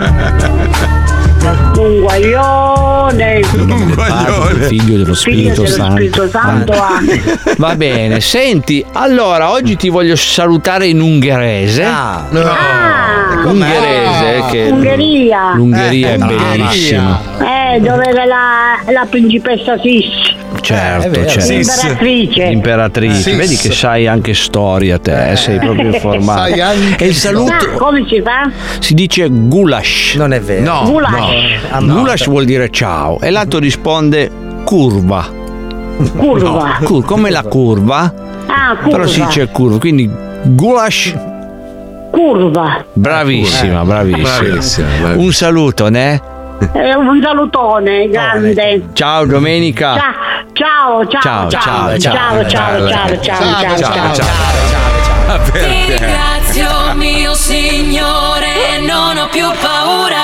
Un guaglione.
Un
Padre, Ah, figlio
Figlio
dello Spirito
dello Spirito
Santo.
Santo. ah. amen.
Va bene, senti, allora oggi ti voglio salutare in ungherese.
Ah,
Ungherese, che
Ungheria.
l'Ungheria è
Eh,
bellissima.
Eh, dove era la, la principessa Sissi.
Certo,
È vero.
certo.
L'imperatrice.
Imperatrice.
Sì.
Vedi che sai anche storia te, eh, sei proprio informato.
Sai anche
e il saluto
Ma come si fa?
si dice gulash. Non è vero. Eh, No,
Goulash.
no. Goulash vuol dire ciao e l'altro risponde curva.
Curva.
No, cur- come la curva,
Ah, curva.
però si dice curva, quindi gulash
Curva.
Bravissima, Eh, bravissima.
Bravissima, bravissima.
Un saluto, ne?
Eh, un salutone grande.
Ciao Domenica.
Ciao, ciao, ciao,
Ciao, ciao,
ciao, ciao, ciao, ciao, ciao, ciao, ciao,
Ti
Perché?
ringrazio mio signore, non ho più paura.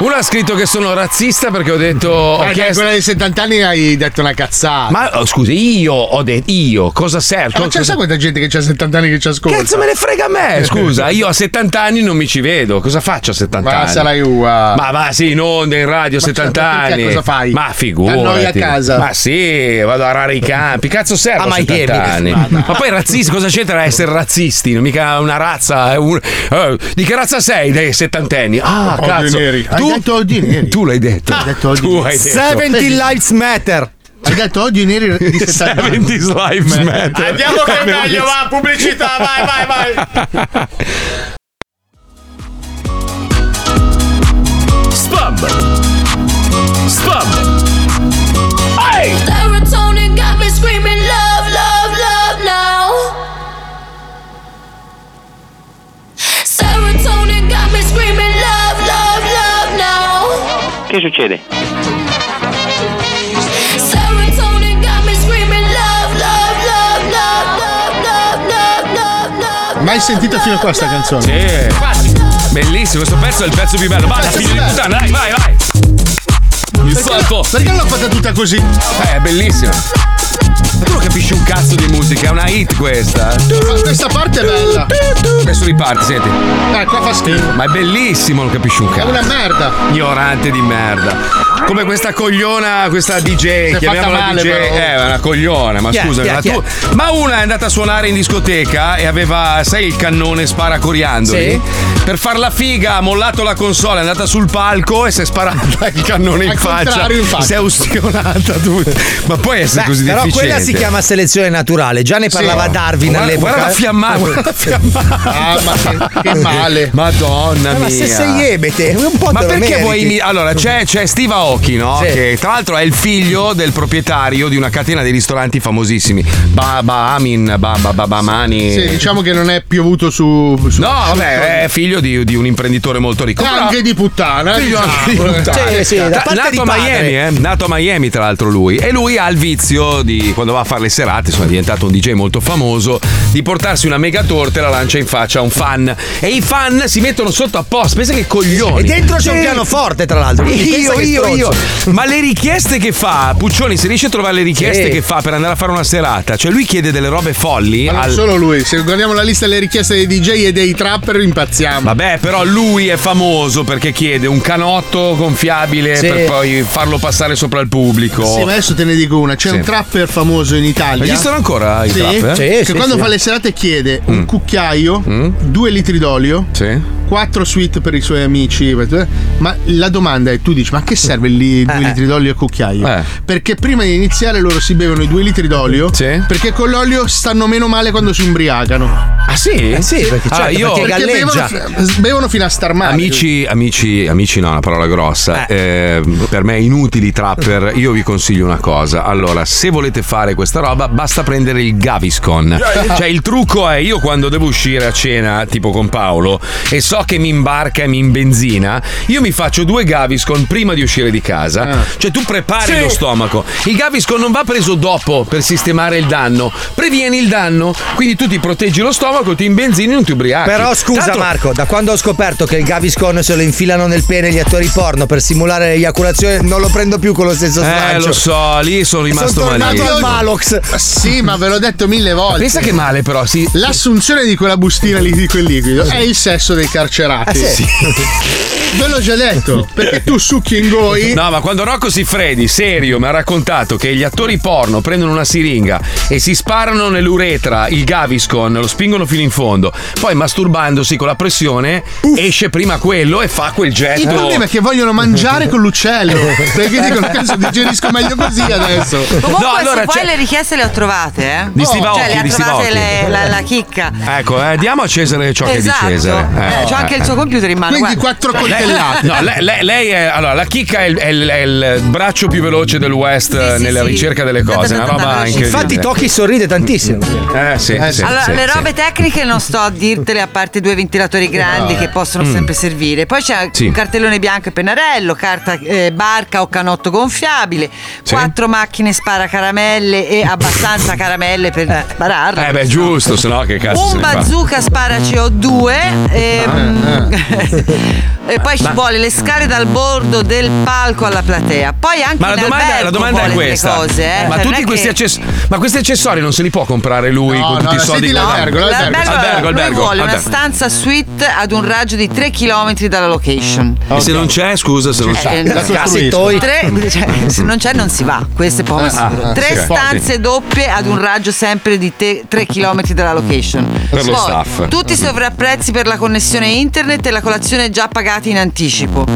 Uno ha scritto che sono razzista perché ho detto. Ho
Eh, dai,
chiesto-
quella dei 70 anni hai detto una cazzata. Eh,
Ma oh, scusi, io ho detto. Io cosa serve?
ma c'è
Cosa-
sai quanta gente che c'ha 70 anni che ci ascolta?
Cazzo me ne frega a
Eh,
me, scusa, io a 70 anni non mi ci vedo. Cosa faccio a 70
Ma
anni?
sarai ua.
Ma va, sì, in onda, in radio,
Ma
70
cioè, ma perché
anni.
cosa fai?
Ma figurati.
T'annoi a casa?
Ma sì, vado a arare i campi. Cazzo serve
A
a, 70
Miami.
anni? Ma poi razzisti, cosa c'entra essere razzisti? Non mica una razza. è un- eh, di che razza sei dei settantenni? Ah,
Oddio
cazzo.
neri. Hai detto
Tu, Ah, tu l'hai detto. tu hai detto.
70 Lives Matter. Hai detto oggi i neri di 70 anni.
70 Lives Matter.
Andiamo che è meglio, va, pubblicità, vai, vai, vai.
Spam! Spam! Hey! Serotonin got me screaming love, love, love now. Serotonin got me screaming love, love, love now.
Che succede?
Serotonin got me screaming love, love, love, love, love, love, love, love, love.
Mai sentita fino a qua sta canzone?
Sì. Bellissimo, questo pezzo è il pezzo più bello. Vada,
Pezzo
figlio di
più bello.
puttana, dai, vai, vai. Il fuoco.
Perché l'ho fatta tutta così?
Eh, è bellissima. Ma tu non capisci un cazzo di musica, è una hit questa.
Ma questa parte è bella.
Adesso riparte, senti.
Eh, qua fa schifo.
Ma è bellissimo, non capisci un
È
cazzo.
una merda.
Ignorante di merda. Come questa cogliona, questa DJ,
fatta
chiamiamola
male,
DJ.
però. oh.
Eh, è una cogliona, ma
Chi è?
scusami,
Chi è?
ma
Chi è?
tu. Ma una è andata a suonare in discoteca e aveva, sai, il cannone spara coriandoli. Per far la figa ha mollato la console, è andata sul palco e si è sparata il cannone in
Al
faccia.
contrario, in faccia.
Si è ustionata tutta. Ma può essere
Beh,
così
però
difficile.
quella si chiama selezione naturale, già ne
Sì.
parlava Darwin
Guarda-
all'epoca.
guarda la fiammata, guarda la fiammata.
male.
Madonna
Eh,
mia.
ma se sei ebete, un po'
Ma
te lo
perché
meriti.
vuoi imi- Allora, c'è, c'è Steve Aoki, no? Che tra l'altro è il figlio del proprietario di una catena di ristoranti famosissimi. Baba Amin, Baba Babamani.
Sì, diciamo che non è piovuto su. su-
No,
su-
vabbè, eh, è figlio di, di un imprenditore molto ricco. Però-
Anche di puttana.
Figlio
diciamo.
anche di puttane.
Sì, sì, da
Tra-
parte di
nato a
padre.
Miami, eh? nato a Miami tra l'altro lui e lui ha il vizio di quando va a fare le serate, insomma è diventato un DJ molto famoso, di portarsi una mega torta e la lancia in faccia a un fan e i fan si mettono sotto apposta, pensa che coglioni.
E dentro c'è un
Sì.
pianoforte, tra l'altro. Quindi pensa
Io,
che
io,
stronzo.
io. Ma le richieste che fa, Puccioni, se riesci a trovare le richieste
Sì.
che fa per andare a fare una serata, cioè lui chiede delle robe folli
Ma non
al-
solo lui, se guardiamo la lista delle richieste dei DJ e dei trapper impazziamo.
Vabbè, però lui è famoso perché chiede un canotto gonfiabile
Sì.
per poi farlo passare sopra il pubblico.
Sì, ma adesso te ne dico una. C'è
Oh. Sì.
un trapper famoso in Italia.
Esistono ancora i
Sì,
trapper? Mm. Sì,
che
sì,
quando
sì.
fa le serate chiede un cucchiaio,
Mm?
due litri d'olio, quattro suite per i suoi amici. eh. Ma la domanda è: tu dici, ma a che serve lì due
Eh.
litri d'olio e cucchiaio?
Eh.
Perché prima di iniziare loro si bevono i due litri d'olio. Perché con l'olio stanno meno male quando si imbriacano.
Ah, sì?
Eh
sì, perché certo, Allora, io- perché
bevono,
galleggia.
fi- bevono fino a star male.
Amici, amici, amici, no, una parola grossa. Eh, per me inutili trapper. Io vi consiglio una cosa. Allora, se volete fare questa roba, basta prendere il Gaviscon.
eh.
Cioè, il trucco è io quando devo uscire a cena, tipo con Paolo, e so che mi imbarca e mi imbenzina, io mi faccio due Gaviscon prima di uscire di
Eh.
casa. Cioè, tu prepari lo stomaco. Il Gaviscon non va preso dopo per sistemare il danno, previeni il danno. Quindi tu ti proteggi lo stomaco, ti imbenzini e non ti ubriachi.
Però scusa
Tanto-
Marco, da quando ho scoperto che il Gaviscon se lo infilano nel pene gli attori porno per simulare l'eiaculazione, non lo prendo più con lo stesso slancio.
Eh, lo so, lì sono rimasto
Sono tornato
malissimo.
al Malox.
Sì, ma ve l'ho detto mille volte.
Pensa che male, però, sì.
L'assunzione di quella bustina lì di quel liquido è il sesso dei carcerati.
Eh, sì.
Ve l'ho già detto, perché tu succhi in goi.
No, ma quando Rocco Siffredi, serio, mi ha raccontato che gli attori porno prendono una siringa e si sparano nell'uretra il Gaviscon, lo spingono fino in fondo, poi masturbandosi con la pressione esce prima quello e fa quel getto.
Il problema è che vogliono mangiare con l'uccello. Perché dicono, cazzo, digerisco meglio così adesso.
Comunque,
No, allora,
se poi
c'è-
le richieste le ho trovate, eh?
Di Stivao,
cioè, le ha
di Stivao.
trovate le- la, la chicca.
Ecco, eh, diamo a Cesare ciò che
Esatto.
è di Cesare.
Eh, c'ho anche il suo computer in mano.
Quindi quattro coltellate.
No, lei, lei- lei è. Allora, la chicca è il, è il- è il braccio più veloce del West eh, nella ricerca delle cose. Una roba incredibile.
Infatti Tocchi sorride tantissimo.
Eh, sì, sì,
allora,
sì,
le
sì.
robe tecniche non sto a dirtele, a parte i due ventilatori grandi
No.
che possono
Mm.
sempre servire. Poi c'è
Sì.
un cartellone bianco e pennarello, carta eh, barca o canotto gonfiabile, quattro macchine sparacaramelle e abbastanza caramelle per spararle.
Eh beh, giusto, se no che cazzo se
Un
ne fa? Eh.
bazooka spara
Ah,
CO2
eh,
ehm, e poi ci
Ah. Ma-
vuole le scale dal bordo del palco alla platea. Poi anche
Ma la
in
domanda,
albergo
la domanda è
vuole delle
questa:
cose,
ma
eh. Cioè, non
tutti
è
questi
che-
accessori, ma questi accessori non se li può comprare lui
No,
con
no,
tutti i
no,
soldi
senti
che
l'albergo,
guarda?
l'albergo.
albergo, albergo,
lui vuole una
albergo.
stanza suite ad un raggio di 3 km dalla location.
E se non c'è, scusa, se non c'è,
Eh, tre- cioè, se non c'è non si va, questo è poco
Ah,
sicuro.
ah,
Tre
sì.
stanze doppie ad un raggio sempre di 3 km dalla location.
Per lo
Poi,
staff. Mm.
Tutti i sovrapprezzi per la connessione internet e la colazione già pagati in anticipo.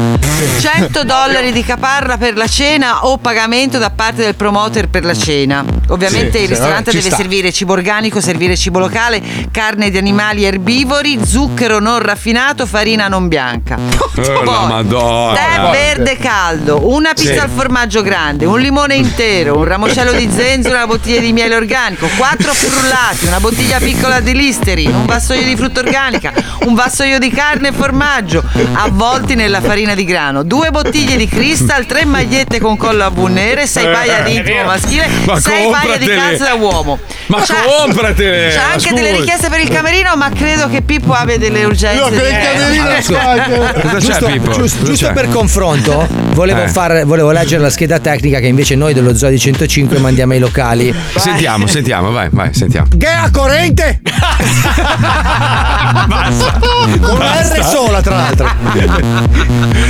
100 dollari di caparra per la cena o pagamento da parte del promoter per la cena. Ovviamente
Sì,
il
sì, vabbè,
ristorante
ci
deve
sta.
servire cibo organico, servire cibo locale, carne di animali erbivori, zucchero non raffinato, farina non bianca.
Eh, la
Poi, Tè
madonna.
verde caldo, una pizza
Sì.
al formaggio grande, un limone intero, un ramocello di zenzero, una bottiglia di miele organico, quattro frullati, una bottiglia piccola di listerin, un vassoio di frutta organica, un vassoio di carne e formaggio avvolti nella farina di grano, due bottiglie di cristal, tre magliette con collo a bu nere, sei paia di
Eh,
intimo maschile,
ma
sei paia di
compratele.
calze da uomo.
Ma
C'ha-
compratele,
C'ha
ma
anche
scusa.
delle richieste per il camerino, ma credo che Pippo abbia delle urgenze.
No, per il
diverse.
camerino
Eh, Cosa c'è,
giusto,
Pippo?
giusto-
Cosa
giusto
c'è?
per confronto, volevo,
Eh.
far- volevo leggere la scheda tecnica che invece noi dello Zoo di 105 mandiamo ai locali.
Sentiamo, sentiamo, vai, vai, sentiamo.
Che a Ah, corrente! Con una R sola, tra l'altro.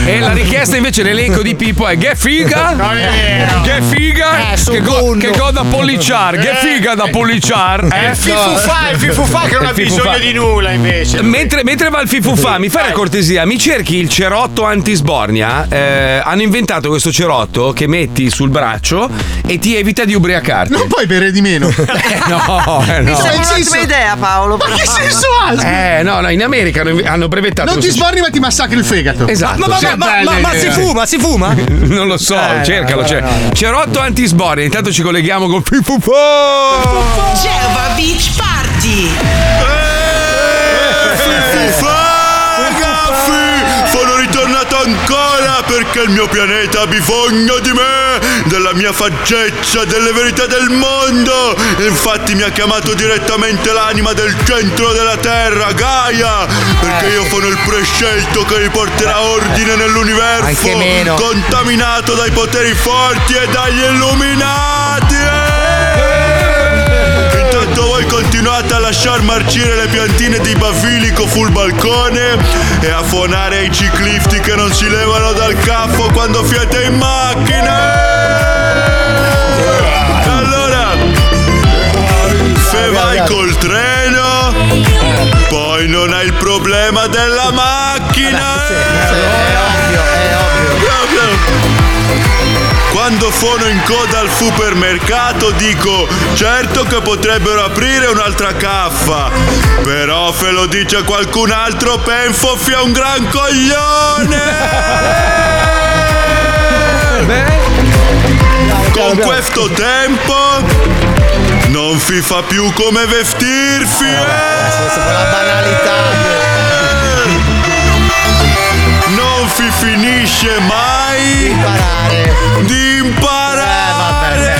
E la richiesta invece l'elenco di Pippo è che figa,
Non è vero.
che figa,
Eh,
che, go,
secondo.
che go da polliciar, che
Eh.
figa da polliciar. Eh,
È il fifufà, è il fifufà che non ha
Il fifufà.
bisogno di nulla, invece.
Mentre, mentre va il fifufà, mi fai la cortesia, mi cerchi il cerotto antisbornia. Eh, hanno inventato questo cerotto che metti sul braccio e ti evita di ubriacarti.
Non puoi bere di meno.
no, eh,
Mi
no.
sembra un'ottima idea, Paolo.
Ma che senso ha?
Eh, no, no, in America hanno inve- hanno hanno brevettato.
Non ti
questo-
sborni ma ti massacri il fegato.
Esatto. sì.
si fuma?
Non lo so,
Eh,
cercalo.
no,
c'è.
no, no.
Cerotto antisborni. Intanto ci colleghiamo con Fifufo.
Oh.
Geova Beach Party.
Ragazzi, sono ritornato ancora perché il mio pianeta ha bisogno di me, della mia faccezza, delle verità del mondo. Infatti mi ha chiamato direttamente l'anima del centro della Terra, Gaia, perché io sono il prescelto che riporterà ordine nell'universo,
Anche meno.
contaminato dai poteri forti e dagli illuminati. Intanto voi continuate a lasciar marcire le piantine di basilico sul balcone e a fonare i ciclisti che non si levano dal capo quando fiate in macchina. Allora, se vai col treno, poi non hai il problema della macchina. Quando sono in coda al supermercato dico certo che potrebbero aprire un'altra caffa, però se lo dice qualcun altro penso sia un gran coglione! Con questo tempo non si fa più come vestirsi! eh. La banalità! Non si finisce mai di imparare! Eh, Di imparare!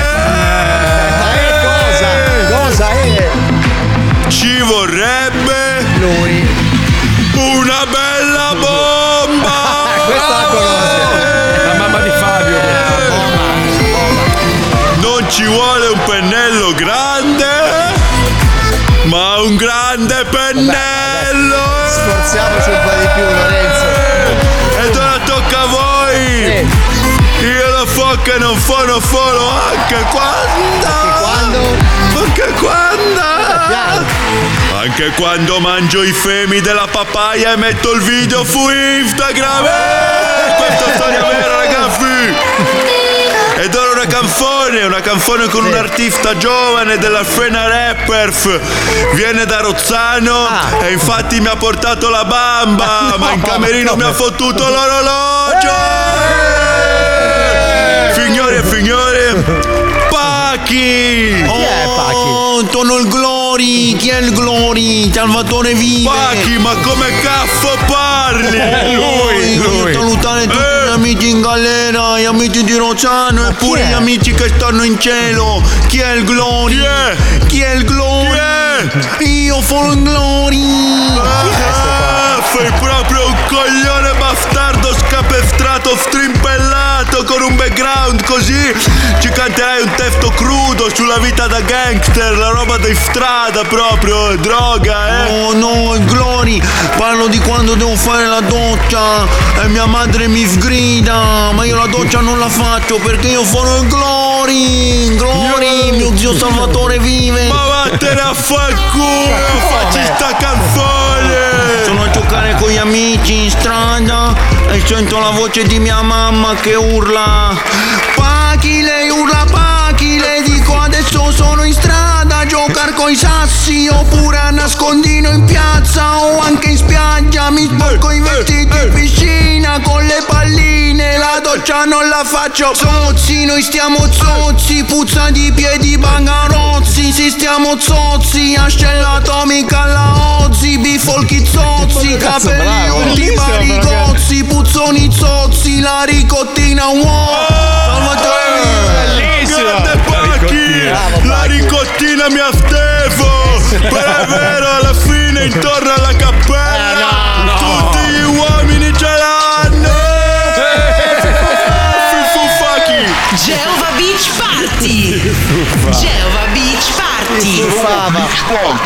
Eh, cosa? Cosa è? Ci vorrebbe lui una bella bomba! Eh, Questa la conosco! La mamma di Fabio! Non ci vuole un pennello grande, ma un grande pennello! Sforziamoci un po' di più, Lorenzo! Ed ora tocca a voi! Io lo so che non sono solo anche quando! Anche quando! Anche quando mangio i femi della papaya e metto il video su Instagram! Eh, Questa è storia vera, ragazzi! Ed ora una canzone, una canzone con un artista giovane della scena rappers. Viene da Rozzano e infatti mi ha portato la bamba, ma in camerino mi ha fottuto l'orologio. Eh. Signore e signore,
Chi
Pacchi!
è
Pacchi? Sono Oh, il Glory! Chi è il Glory? Salvatore Vive! Pacchi, ma come cazzo parli? Eh.
Eh, lui,
Voglio
lui.
salutare tutti gli amici in galera, gli amici di Rozzano e pure gli amici che stanno in cielo! Chi è il Glory? Chi è? il Glory? Io sono il Glory! Ah, sei proprio un coglione bastardo scapestrato, strimpellato con un background così ci canterai un testo crudo sulla vita da gangster, la roba di strada proprio, eh, droga, eh! No, no, Glory, parlo di quando devo fare la doccia e mia madre mi sgrida, ma io la doccia non la faccio perché io sono il Glory! Glory, mio zio Salvatore vive! Ma vattene a far culo, facci sta canzone! Sono a giocare con gli amici in strada e sento la voce di mia mamma che urla. Pachi, lei urla Pachi, le dico adesso sono in strada a giocare coi sassi oppure a nascondino in piazza o anche in spiaggia. Mi sporco i vestiti in piscina con le palline, la doccia non la faccio. Zozzi, noi stiamo zozzi, puzza di piedi bangarozzi, si stiamo zozzi, ascella atomica alla Ozzi, bifolchi zozzi,
Cazzo,
capelli
bravo.
ultimi
Bellissimo, però,
barigozzi, puzzoni zozzi, la ricottina uomo. Salvatore Grande Pacchi! La ricottina mi affevo! Però è vero, alla fine intorno alla cappella! Tutti gli uomini ce l'hanno! Fifufaki!
Geova Beach Party. Geova Beach Party.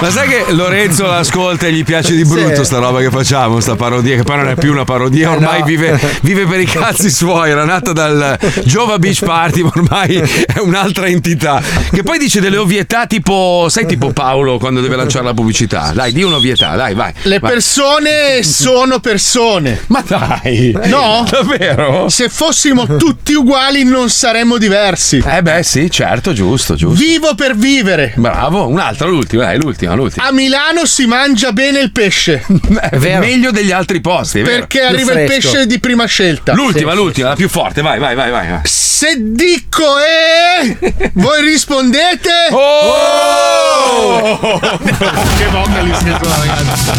Ma sai che Lorenzo l'ascolta e gli piace di brutto sta roba che facciamo, sta parodia, che poi non è più una
Eh,
parodia, ormai vive, vive per i cazzi suoi, era nata dal Giova Beach Party, ma ormai è un'altra entità. Che poi dice delle ovvietà tipo, sai tipo Paolo quando deve lanciare la pubblicità, dai, di un'ovvietà, dai, vai.
Le
vai.
persone sono persone.
Ma dai!
No?
Davvero?
Se fossimo tutti uguali non saremmo diversi.
Eh beh, sì, certo, giusto, giusto.
Vivo per vivere.
Bravo, un altro, l'ultima, dai, l'ultima, l'ultima.
A Milano si mangia bene il pesce.
Meglio degli altri posti, è vero.
Perché arriva il pesce di prima scelta.
L'ultima, l'ultima, la più forte, vai, vai, vai, vai. vai.
Se dico e voi rispondete
Oh!
Che vocalist che sono, ragazzi.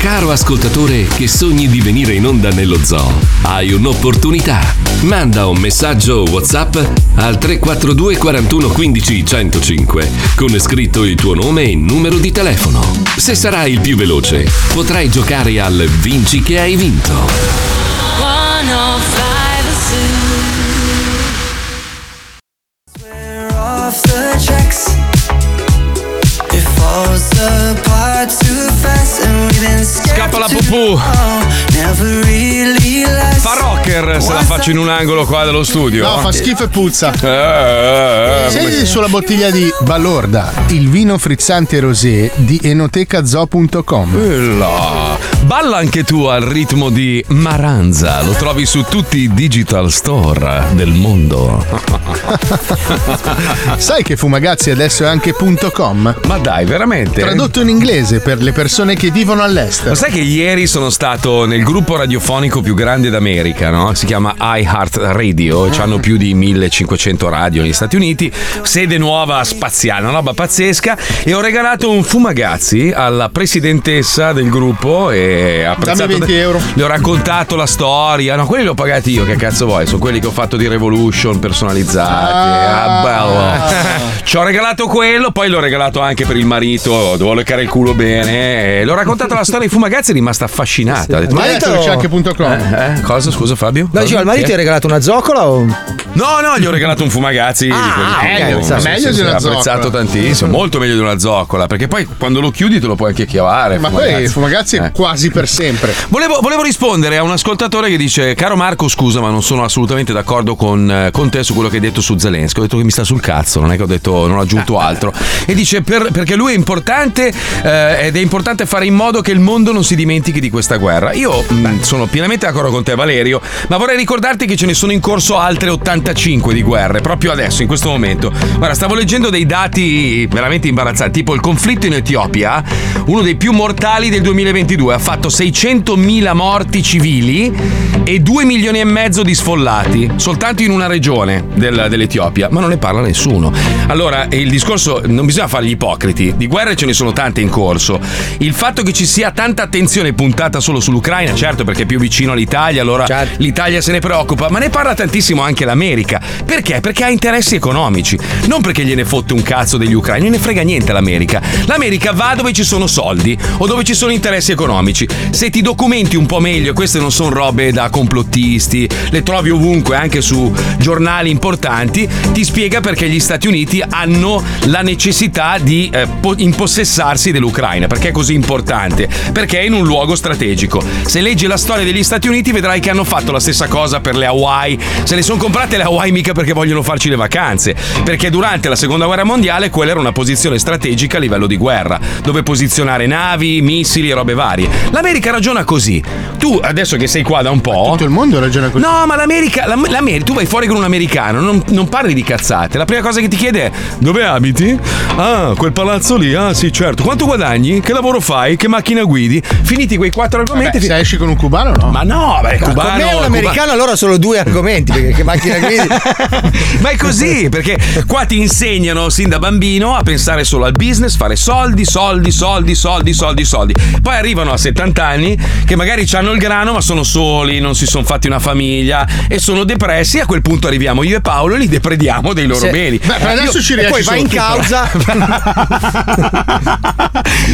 Caro ascoltatore che sogni di venire in onda nello zoo, hai un'opportunità. Manda un messaggio WhatsApp al 342 41 15 105 con scritto il tuo nome e numero di telefono. Se sarai il più veloce, potrai giocare al Vinci che hai vinto.
105
off the tracks. It falls apart too fast, and we've been scared
Scappa la
to
pupù.
know. Never really left.
Fa rocker se la faccio in un angolo qua dello studio.
No, fa schifo e puzza.
Eh, eh, eh, come-
Sei sulla bottiglia di Balorda, il vino frizzante rosé di enotecazo.com.
Eh Bella. Balla anche tu al ritmo di Maranza, lo trovi su tutti i digital store del mondo.
Sai che Fumagazzi adesso è anche .com?
Ma dai, veramente?
Tradotto in inglese per le persone che vivono all'estero.
Lo sai che ieri sono stato nel gruppo radiofonico più grande d'America, no? Si chiama iHeart Radio, ci hanno più di 1500 radio negli Stati Uniti, sede nuova spaziale, una roba pazzesca e ho regalato un fumagazzi alla presidentessa del gruppo e ha apprezzato
20 euro.
Le ho raccontato la storia, no, quelli li ho pagati io, che cazzo vuoi? Sono quelli che ho fatto di Revolution personalizzati. Ah, bello. Ci ho regalato quello, poi l'ho regalato anche per il marito, devo leccare il culo bene. eh, e L'ho raccontata la storia di Fumagazzi, è rimasta affascinata. Ha detto,
Il marito-
"Eh,
c'è anche punto com."
Eh, eh, cosa, scusa Fabio?
No, dicevo, al marito
Che?
ti hai regalato una zoccola o.
No, no, gli ho regalato un fumagazzi. di quelli
ah,
che-
meglio,
sì, sì,
meglio
sì,
di una
sì, Ho apprezzato
zoccola.
tantissimo, molto meglio di una zoccola, perché poi quando lo chiudi te lo puoi anche chiavare.
Ma poi
Fumagazzi.
Fumagazzi è quasi per sempre.
Volevo, volevo rispondere a un ascoltatore che dice: Caro Marco, scusa, ma non sono assolutamente d'accordo con, eh, con te su quello che hai detto su Zelensky. Ho detto che mi sta sul cazzo, non è che ho detto, non ho aggiunto altro. E dice: "Per- Perché lui è importante eh, ed è importante fare in modo che il mondo non si dimentichi di questa guerra. Io mh, sono pienamente d'accordo con te, Valerio, ma vorrei ricordarti che ce ne sono in corso altre 85 di guerre, proprio adesso, in questo momento. Guarda, stavo leggendo dei dati veramente imbarazzanti, tipo il conflitto in Etiopia, uno dei più mortali del 2022, ha fatto 600.000 morti civili e 2 milioni e mezzo di sfollati, soltanto in una regione del- dell'Etiopia, ma non ne parla nessuno. Allora, il discorso, non bisogna fare gli ipocriti, di guerre ce ne sono tante in corso. Il fatto che ci sia tanta attenzione puntata solo sull'Ucraina, certo perché è più vicino all'Italia, allora l'Italia se ne preoccupa, ma ne parla tantissimo anche l'America. Perché? Perché ha interessi economici, non perché gliene fotte un cazzo degli ucraini, non ne frega niente l'America. L'America va dove ci sono soldi o dove ci sono interessi economici. Se ti documenti un po' meglio, e queste non sono robe da complottisti, le trovi ovunque, anche su giornali importanti, ti spiega perché gli Stati Uniti hanno la necessità di eh, po- impossessarsi dell'Ucraina, perché è così importante, perché è in un luogo strategico. Se leggi la storia degli Stati Uniti vedrai che hanno fatto la stessa cosa per le Hawaii, se le sono comprate le Hawaii mica perché vogliono farci le vacanze, perché durante la seconda guerra mondiale quella era una posizione strategica a livello di guerra, dove posizionare navi, missili e robe varie. L'America ragiona così. Tu adesso che sei qua da un po'... tutto
il mondo ragiona così.
No, ma l'America, l'Am- l'Amer- tu vai fuori con un americano, non, non parli di cazzate. La prima cosa che ti chiede è dove abiti? Ah, quel palazzo lì, ah sì certo. Quanto guadagni? Che lavoro fai? Che macchina guidi? Finiti quei quattro argomenti...
Vabbè, se esci con un cubano no?
Ma no, beh,
Ma
cubano...
con me è un
cubano-
americano, allora solo due argomenti. Perché che macchina guidi?
Ma è così, perché qua ti insegnano sin da bambino a pensare solo al business, fare soldi, soldi, soldi, soldi, soldi, soldi. Poi arrivano a 70 anni che magari hanno il grano, ma sono soli, non si sono fatti una famiglia e sono depressi. A quel punto arriviamo io e Paolo e li deprediamo dei loro
Sì.
beni.
Beh, ma adesso
Eh, Io-
ci
e
riesci
Poi vai in
solo tu,
causa.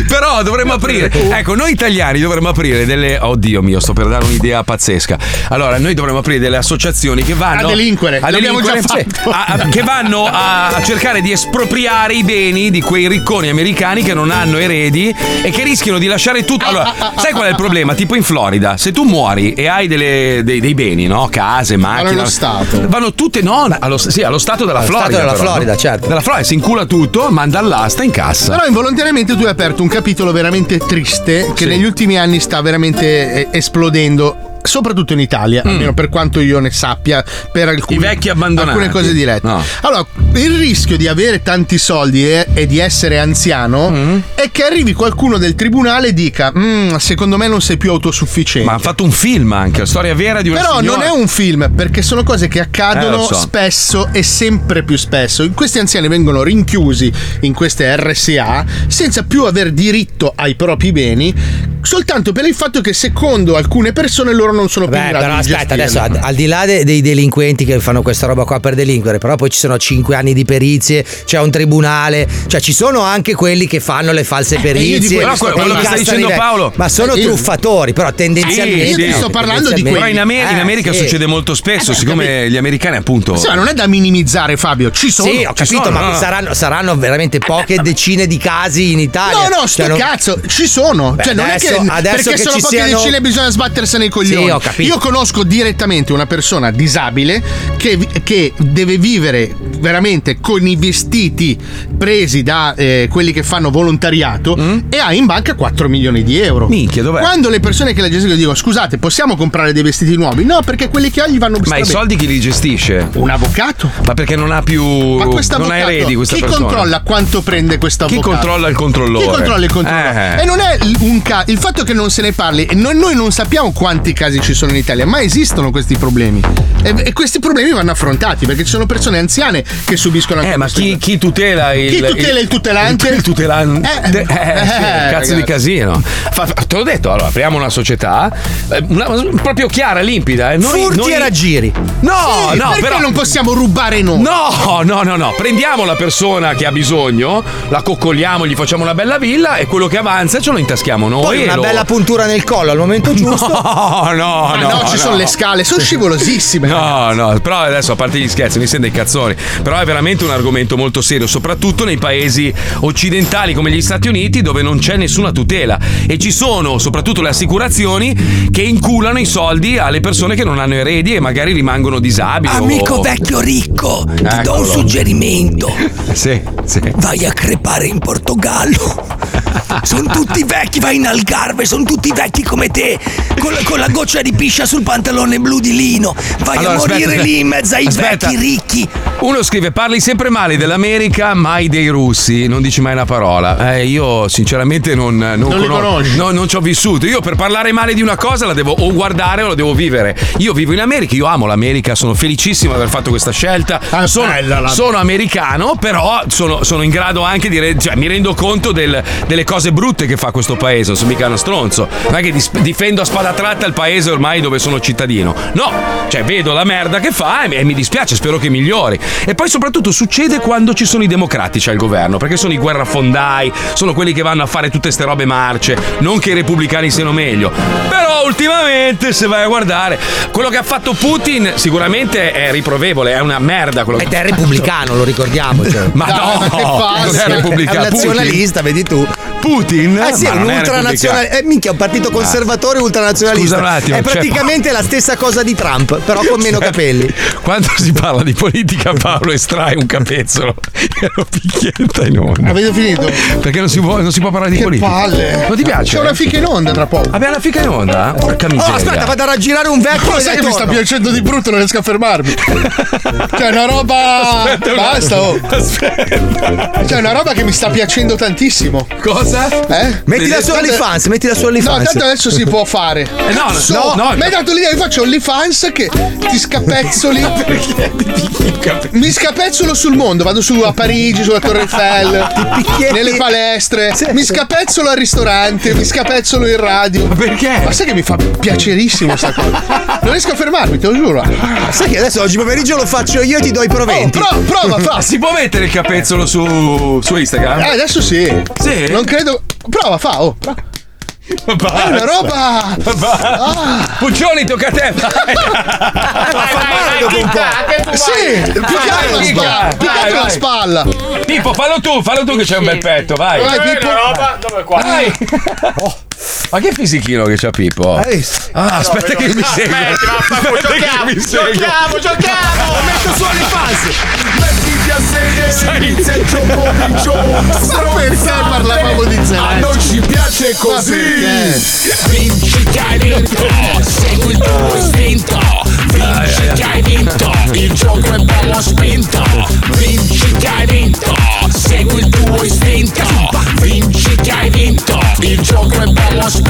Però dovremmo aprire. Ecco, noi italiani dovremmo aprire delle. Oddio mio, sto per dare un'idea pazzesca. Allora, noi dovremmo aprire delle associazioni che vanno.
A delinquere, l'abbiamo già
sì,
fatto.
Cioè, a- a- Ah, che vanno a, a cercare di espropriare i beni di quei ricconi americani che non hanno eredi e che rischiano di lasciare tutto. Allora, sai qual è il problema? Tipo in Florida, se tu muori e hai delle- dei, dei beni, no? Case, macchine.
allo Stato.
Vanno tutte, no, allo, sì, allo Stato della
Allo Stato
Florida.
della
però,
Florida,
no?
certo.
Della Florida, si incula tutto, manda all'asta in cassa.
Però involontariamente tu hai aperto un capitolo veramente triste che negli ultimi anni sta veramente eh, esplodendo soprattutto in Italia, almeno per quanto io ne sappia, per alcuni,
Mm. I vecchi abbandonati.
alcune cose dirette.
No.
Allora, il rischio di avere tanti soldi e, e di essere anziano
Mm.
è che arrivi qualcuno del tribunale e dica: "Mm, secondo me non sei più autosufficiente.
Ma ha fatto un film anche, la storia vera di una
Però
signora.
non è un film, perché sono cose che
Eh,
accadono
lo so.
spesso e sempre più spesso. Questi anziani vengono rinchiusi in queste RSA senza più aver diritto ai propri beni, soltanto per il fatto che secondo alcune persone loro non sono più in
Beh,
grado
però
di
aspetta, adesso
gestirla.
ad- al di là de- dei delinquenti che fanno questa roba qua per delinquere, però poi ci sono 5 anni di perizie, c'è un tribunale, cioè ci sono anche quelli che fanno le false
Eh, io di
perizie.
quello-
e
quello
i
che sta
castani
dicendo
vecchi.
Paolo.
Ma sono
Eh, io-
truffatori, però tendenzialmente.
Io ti sto parlando di
Però in,
quelli.
Amer- in
Eh,
America
sì. Eh,
succede molto spesso, siccome gli americani appunto...
Sì, ma non è da minimizzare, Fabio. Ci sono.
Sì, ho
ci
capito,
sono,
ma
no? Eh,
saranno, saranno veramente poche decine di casi in Italia.
No, no, sto
Cioè, non-
cazzo, ci sono.
Beh,
cioè, non è
adesso-
che
adesso
perché
che
sono
ci
poche
siano-
decine bisogna sbattersene i coglioni.
Sì, ho capito.
Io conosco direttamente una persona disabile che, vi- che deve vivere veramente con i vestiti presi da eh, quelli che fanno volontariato e ha in banca 4 milioni di euro.
Mm? Minchia, dov'è?
Quando le persone che la gestiscono dicono "Scusate, possiamo comprare dei vestiti nuovi?" No, perché quelli che ho gli vanno
Ma i
strabe-
soldi chi li gestisce?
Un avvocato.
Ma perché non ha più.
Ma questo
non ha
avvocato,
eredi questa
chi
persona.
controlla quanto prende questo
Chi
avvocato?
controlla il controllore?
Chi controlla il controllore?
Eh.
E non è l- un caso. Il fatto che non se ne parli, e noi, noi non sappiamo quanti casi ci sono in Italia, ma esistono questi problemi. E, e questi problemi vanno affrontati perché ci sono persone anziane che subiscono anche
Eh, ma
queste
chi, chi tutela il.
Chi tutela il tutelante?
Il tutelante.
Eh,
Eh, sì,
eh,
cazzo
ragazzi.
di casino. Fa- fa- te l'ho detto, allora apriamo una società eh, una- proprio chiara, limpida. eh, Noi,
Furti
noi-
e raggiri.
No,
Sì,
no,
perché
però.
non possiamo rubare noi?
No, no, no, no. Prendiamo la persona che ha bisogno, la coccoliamo, gli facciamo una bella villa e quello che avanza ce lo intaschiamo noi.
Poi
e
una
lo-
bella puntura nel collo al momento giusto.
No, no,
Ah,
no,
no, ci sono le scale, sono scivolosissime.
No, no, però adesso a parte gli scherzi, mi sento dei cazzoni. Però è veramente un argomento molto serio, soprattutto nei paesi occidentali come gli Stati Uniti, dove non c'è nessuna tutela. E ci sono soprattutto le assicurazioni che inculano i soldi alle persone che non hanno eredi e magari rimangono disabili. o-
Amico vecchio ricco, ti do
Eccolo.
un suggerimento.
Sì, sì.
Vai a crepare in Portogallo. Sono tutti vecchi, vai in Algarve, sono tutti vecchi come te, con la, con la goccia di piscia sul pantalone blu di lino. Vai
Allora,
a morire
aspetta,
lì in mezzo ai
aspetta.
vecchi ricchi.
Uno scrive: Parli sempre male dell'America, mai dei russi. Non dici mai una parola. Eh, io, sinceramente, non, eh, non,
Non li
conos-
conosci.
no, non ci ho vissuto. Io, per parlare male di una cosa, la devo o guardare o la devo vivere. Io vivo in America, io amo l'America, sono felicissimo di aver fatto questa scelta. Sono,
bella la-
sono americano, però sono, sono in grado anche di. re- cioè, mi rendo conto del- delle cose brutte che fa questo paese. Non sono mica uno stronzo. Non è che dis- difendo a spada tratta il paese ormai dove sono cittadino. No, cioè, vedo la merda che fa e mi- e mi dispiace, spero che migliori. E poi, soprattutto, succede quando ci sono i democratici al governo, perché sono i guerrafondai, sono quelli che vanno a fare tutte ste robe marce. Non che i repubblicani siano meglio, però ultimamente, se vai a guardare, quello che ha fatto Putin sicuramente è riprovevole, è una merda quello che
Ed è repubblicano, lo ricordiamo. cioè.
Ma no,
ma che
non
falso.
è repubblicano,
È un nazionalista, vedi tu.
Putin?
Eh sì,
Ma
è un
non è
ultranazionalista.
repubblicano.
Eh, minchia, un partito conservatore ultranazionalista.
Scusa un attimo,
è
cioè-
praticamente la stessa cosa di Trump, però con meno capelli.
Quando si parla di politica, Paolo estrae un capezzolo e lo picchietta in onda.
Avete finito?
Perché non si può, non si può parlare di
Che
politica.
palle.
Non ti piace?
C'è una fica in onda tra poco.
Abbiamo la fica in onda? Porca
Oh,
miseria.
aspetta, vado
a raggirare un vecchio.
Ma
e
sai
dai,
che mi sta
torno.
piacendo di brutto, non riesco a fermarmi. C'è una roba.
Aspetta un
Basta, oh.
attimo.
C'è una roba che mi sta piacendo tantissimo.
Cosa?
Eh?
Mettila su
Tanto-
OnlyFans, mettila su OnlyFans.
No, tanto adesso si può fare.
Eh, no, no,
So-
no, no.
Mi hai dato l'idea che faccio OnlyFans che ti scapezzoli. mi scapezzolo sul mondo, vado su a Parigi, sulla Torre Eiffel, nelle palestre, mi scapezzolo al ristorante, mi scapezzolo in radio. Ma
perché?
Ma sai che mi fa piacerissimo sta cosa? Non riesco a fermarmi, te lo giuro.
Sai che adesso oggi pomeriggio lo faccio io e ti do i proventi.
Oh, pro- prova, fa.
Ah, Si può mettere il capezzolo su, su Instagram?
Eh, adesso sì.
Sì?
Non credo. Prova, fa. Oh.
Basta.
È una roba. Ah.
Basta. Puccioni, tocca a te.
Sì, più che altro la spalla. Più che altro la spalla.
Tipo, fallo tu, fallo tu che c'è un bel petto, vai.
Dov'è Pippo? la roba? Dov'è qua?
Vai. Oh. Ma che fisichino che c'ha Pippo?
Eh,
Ah, aspetta che mi segua. Aspetta che mi segua.
Giochiamo, giochiamo! Metto su le fasi! Mettiti a sedere, inizia il gioco di gioco!
Ma perché parlavamo di Zelensky?
A noi ci piace è così.
Vinci che hai vinto, segui il tuo istinto. Vinci che hai vinto, il gioco è bello spinto. Vinci che hai vinto, segui il tuo istinto. Vinci che hai vinto, il gioco è bello spinto.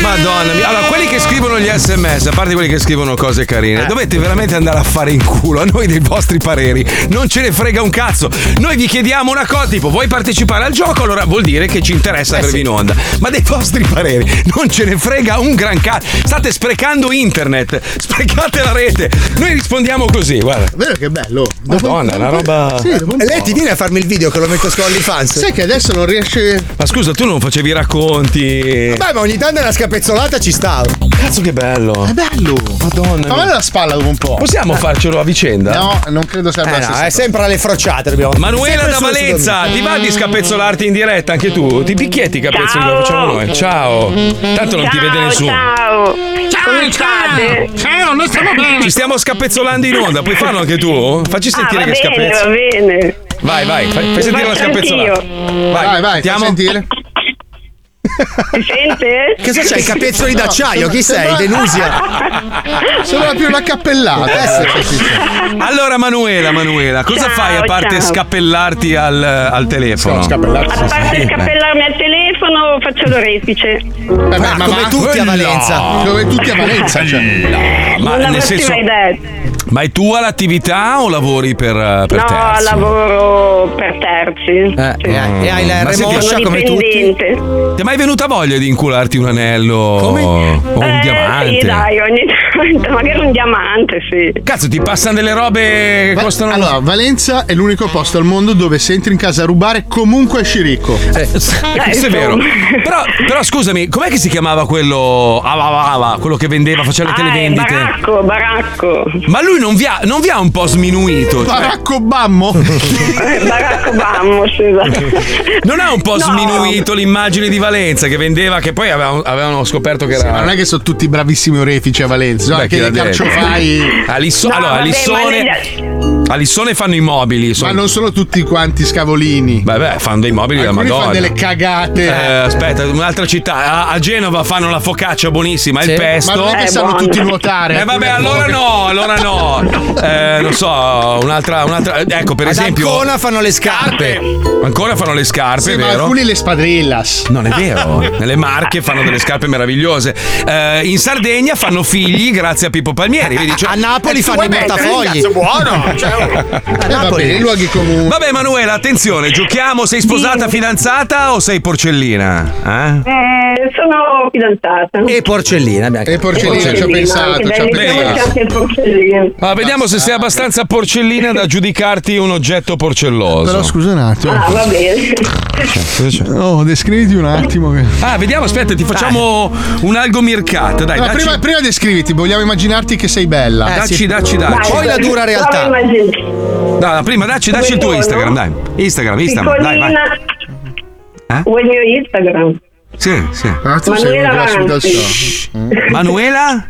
Madonna mia, allora quelli che scrivono gli sms, a parte quelli che scrivono cose carine, dovete veramente andare a fare in culo a noi dei vostri pareri. Non ce ne frega un cazzo. Noi vi chiediamo una cosa, tipo vuoi partecipare al gioco? Allora vuol dire che ci interessa avervi in onda. Ma dei vostri pareri non ce ne frega un gran cazzo. State sprecando internet, sprecate la rete. Noi rispondiamo così, guarda.
Vero che bello.
Madonna, una roba. Eh,
Sì, dopo un
E lei ti viene a farmi il video che lo metto su OnlyFans.
Sai che adesso non riesce.
Ma scusa, tu non facevi racconti.
Vabbè, ma ogni tanto una scapezzolata ci stava.
Cazzo che bello.
È bello.
Madonna.
Fammi la spalla dopo un po'. Eh.
Possiamo farcelo a vicenda?
No, non credo serva
Eh
la
no,
stessa
è sempre alle frociate. Dobbiamo...
Manuela
Sempre
da
solo su
Valenza,
dormire.
ti va di scapezzolarti in diretta anche tu? Ti picchietti i capezzoli come facciamo noi? Ciao. Tanto non ti vede nessuno.
Ciao. Come state? Ciao, noi stiamo
Ci stiamo scapezzolando in onda, puoi farlo anche tu? Facci sentire
ah, va
che
bene,
scapezzo.
va bene.
Vai, vai, fai, fai sentire la
Faccio
scapezzolata.
anch'io.
Vai,
Vai, vai,
sentiamo.
fai sentire.
Si sente?
Cosa c'hai, i capezzoli d'acciaio? Chi sei? Denusia?
Sembra più una cappellata. eh, se- se- se-
Allora Manuela, Manuela, cosa
Ciao,
fai a parte
ciao.
scappellarti al, al telefono?
A parte scappellarmi al telefono, faccio l'orefice.
Vabbè, Eh ma
come tutti a Valenza.
Come tutti a Valenza, cioè.
Ma
non
nel
avresti
senso-
mai detto.
Ma è tua l'attività o lavori per, per
no,
terzi?
lavoro per terzi.
eh, e hai la
Mm.
Ma
remoscia
senti,
come tutti?
dipendente.
Ti è mai venuta voglia di incularti un anello o Oh, un
eh,
diamante?
Sì, dai, ogni tanto, magari un diamante, sì.
Cazzo, ti passano delle robe che
Va-
costano.
Allora, Valenza è l'unico posto al mondo dove se entri in casa a rubare comunque esci ricco.
Eh, questo è vero. Però, Ah, però scusami, com'è che si chiamava quello. ah, Ava, Ava, Ava, quello che vendeva, faceva le televendite?
Ah, Baracco, baracco.
Ma lui non vi ha, non vi ha un po' sminuito? Cioè,
Barack Obama.
Eh, baracco Bammo, sì. esatto.
non ha un po' sminuito l'immagine di Valenza che vendeva, che poi avevano, avevano scoperto che era.
Ma non è che sono tutti bravissimi orefici a Valenza, sono
Beh,
anche
chi l'ha
dei
detto?
carciofai.
Alisso-
No,
allora,
Ah, vabbè,
Alissone. Eh,
ma negli-
Alissone Ah, fanno i mobili.
Ma
sono-
non sono tutti quanti scavolini.
Beh, beh, fanno dei mobili della
Alcuni
Madonna.
fanno delle cagate.
Eh, aspetta, un'altra città. A, a Genova fanno la focaccia buonissima,
Sì.
il pesto.
Ma non è che
Eh,
sanno
buono.
tutti nuotare.
Eh vabbè,
alcune
allora
cose.
no, allora no. Eh, non so, un'altra, un'altra. Ecco, per
Ad
esempio.
Ancona fanno le scarpe.
Ancora fanno le scarpe,
Sì, ma
vero?
alcuni le spadrillas.
Non è vero. Nelle Marche fanno delle scarpe meravigliose. Eh, in Sardegna fanno figli grazie a Pippo Palmieri. Vedi, cioè-
A Napoli fanno i portafogli.
Eh, va bene, i luoghi comuni.
Vabbè, Manuela, attenzione, giochiamo. Sei sposata, fidanzata o sei porcellina? Eh?
Eh, sono fidanzata.
E porcellina. abbiamo-
E porcellina, ci ho pensato.
Che
Ci ho
belli, siamo
pensato.
anche il porcellino.
Ah, vediamo se sei abbastanza porcellina da giudicarti un oggetto porcelloso.
Però scusa un
Ah,
attimo.
va bene.
Oh, descriviti un attimo. che-
Ah, vediamo, aspetta, ti facciamo un algo mircat. Dai,
Allora,
dacci, Eh,
prima, Eh, prima descriviti, vogliamo immaginarti che sei bella.
dacci, dacci, dacci.
Poi la dura realtà.
Brava immagine.
No, no, prima dacci, dacci il tuo Instagram, dai. Instagram, Instagram, dai, vai.
Piccolina.
Eh?
Vuoi il mio Instagram?
Sì, sì.
Cazzo, Ah, sei
Manuela
un grasso dal
Avanti.
so.
Manuela?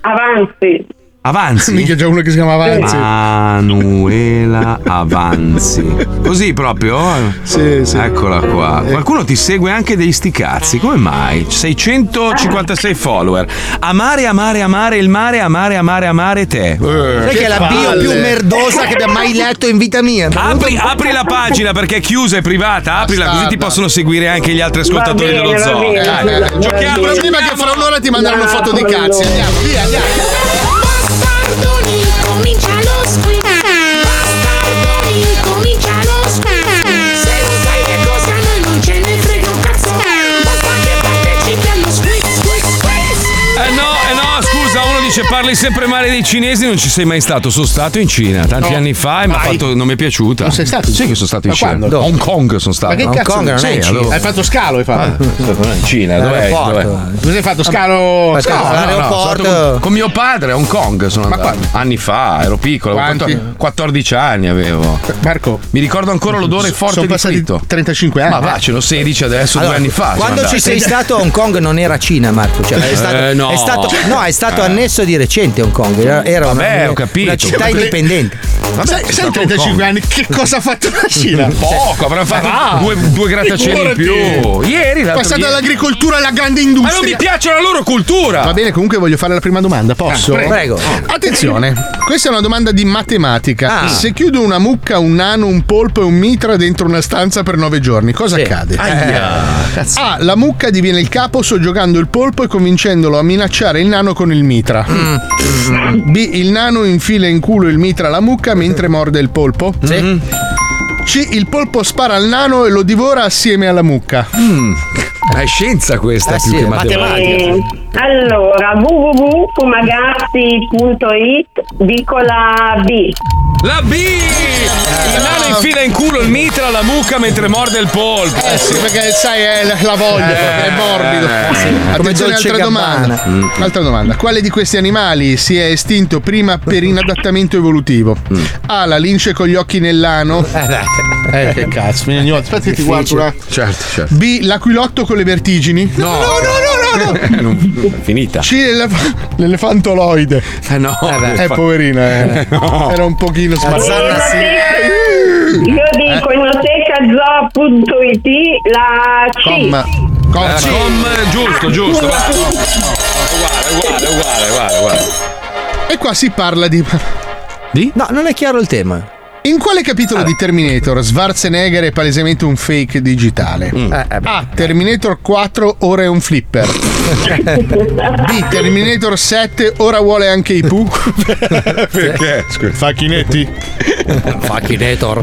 Avanti.
Avanzi.
Mica c'è uno che si chiama Avanzi.
Manuela Avanzi. Così proprio?
Sì, sì.
Eccola qua. Qualcuno ti segue anche degli sticazzi, come mai? 656 follower. Amare, amare, amare il mare, amare, amare, amare te.
Sai che è la bio più merdosa che abbia mai letto in vita mia.
Apri, apri la pagina perché è chiusa, è privata. Aprila così ti possono seguire anche gli altri ascoltatori
bene,
dello
va
zoo.
bene.
Dai,
Eh,
dai.
eh, Giochiamo,
Dai.
prima che fra un'ora ti mandano una foto di
Dai.
cazzi. Andiamo, via, andiamo.
Bastardoni, comincia lo squid. Bastardoni, comincia lo squid. Se non sai che cosa a noi non ce ne frega un cazzo. Basta che partecipi allo squid, squid, squid.
Eh no, eh no, scusa, uno dice parli sempre male dei cinesi, non ci sei mai stato. Sono stato in Cina tanti
No,
anni fa e mi ha
vai.
fatto- non mi è piaciuta.
Non sei stato in
Sì,
Cina?
che sono stato in
Ma
Cina.
quando?
Hong Kong sono stato.
Ma che
Hong
cazzo
Kong,
non
sì,
sei in Cina?
allora-
Hai fatto scalo, hai
Ah.
fatto.
Non è in Cina, dov'è?
All'aeroporto.
Dov'è?
Cosa hai fatto? Scalo?
No, no, no,
all'aeroporto.
sono andato con, con mio padre a Hong Kong sono
Ma
andato. Anni fa, ero piccolo, avevo
Quanti?
14, 14 anni avevo.
Marco,
Mi ricordo ancora l'odore
so-
forte
sono
di
passati Eh,
fritto.
35 anni.
Ma va, ce l'ho 16 adesso,
Allora,
due anni fa. sono
Quando ci
andato.
sei stato a Hong Kong non era Cina, Marco. Cioè, è stato,
Eh, no.
è stato, no, è stato
Eh.
annesso di recente Hong Kong. Era, era
Vabbè,
una,
ho
una
capito. Cioè,
città
Vabbè.
indipendente.
Vabbè, sai, sai
Hong
35 anni che cosa ha fatto la Cina?
Poco, avrà fatto due, due grattacieli in più. Ieri l'altro
Passata
ieri.
dall'agricoltura alla grande industria.
Ma non mi piace la loro cultura.
Va bene, comunque voglio fare la prima domanda, posso?
Ah, prego.
Attenzione, questa è una domanda di matematica.
Ah.
Se chiudo una mucca, un nano, un polpo e un mitra dentro una stanza per nove giorni, cosa accade?
Aia.
A. Ah, La mucca diviene il capo soggiogando il polpo e convincendolo a minacciare il nano con il mitra.
Mm.
B. Il nano infila in culo il mitra alla mucca mentre morde il polpo. Mm-hmm. C. Il polpo spara al nano e lo divora assieme alla mucca.
Mm. Ma È scienza questa
Eh
più
sì,
che
è
matematica.
matematica.
Eh, allora, www.fumagazzi.it dico la B.
La B! Il nano infila in culo il mitra alla mucca mentre morde il polpo.
Eh sì, perché sai, è la- la voglia,
Eh,
è morbido.
eh, sì. Come
Attenzione,
Dolce
altra
Gabbana. Mm.
domanda. Altra domanda. Quale di questi animali si è estinto prima per inadattamento evolutivo?
Mm.
A. La lince con gli occhi nell'ano. Eh, che cazzo. mi- ogni volta- Aspetta che ti guardo. eh. un attimo.
Certo, certo.
B. L'aquilotto con le vertigini. No, no, no, no,
Eh,
no.
Non- Finita.
C. l'elef- l'elefantoloide.
Eh no.
Eh, poverina, eh.
No.
Era un pochino sbagliato.
Io dico inotecazo.it la C.
Comma.
Eh, com-
Ah,
giusto, giusto. va. Uguale, uguale, uguale, uguale, uguale.
E qua si parla di.
Di?
No, non è chiaro il tema. In quale capitolo di Terminator Schwarzenegger è palesemente un fake digitale?
Mm.
A. Terminator 4 ora è un flipper. B. Terminator 7 ora vuole anche i Pooh. Eh,
Perché?
Facchinetti.
Facchinator.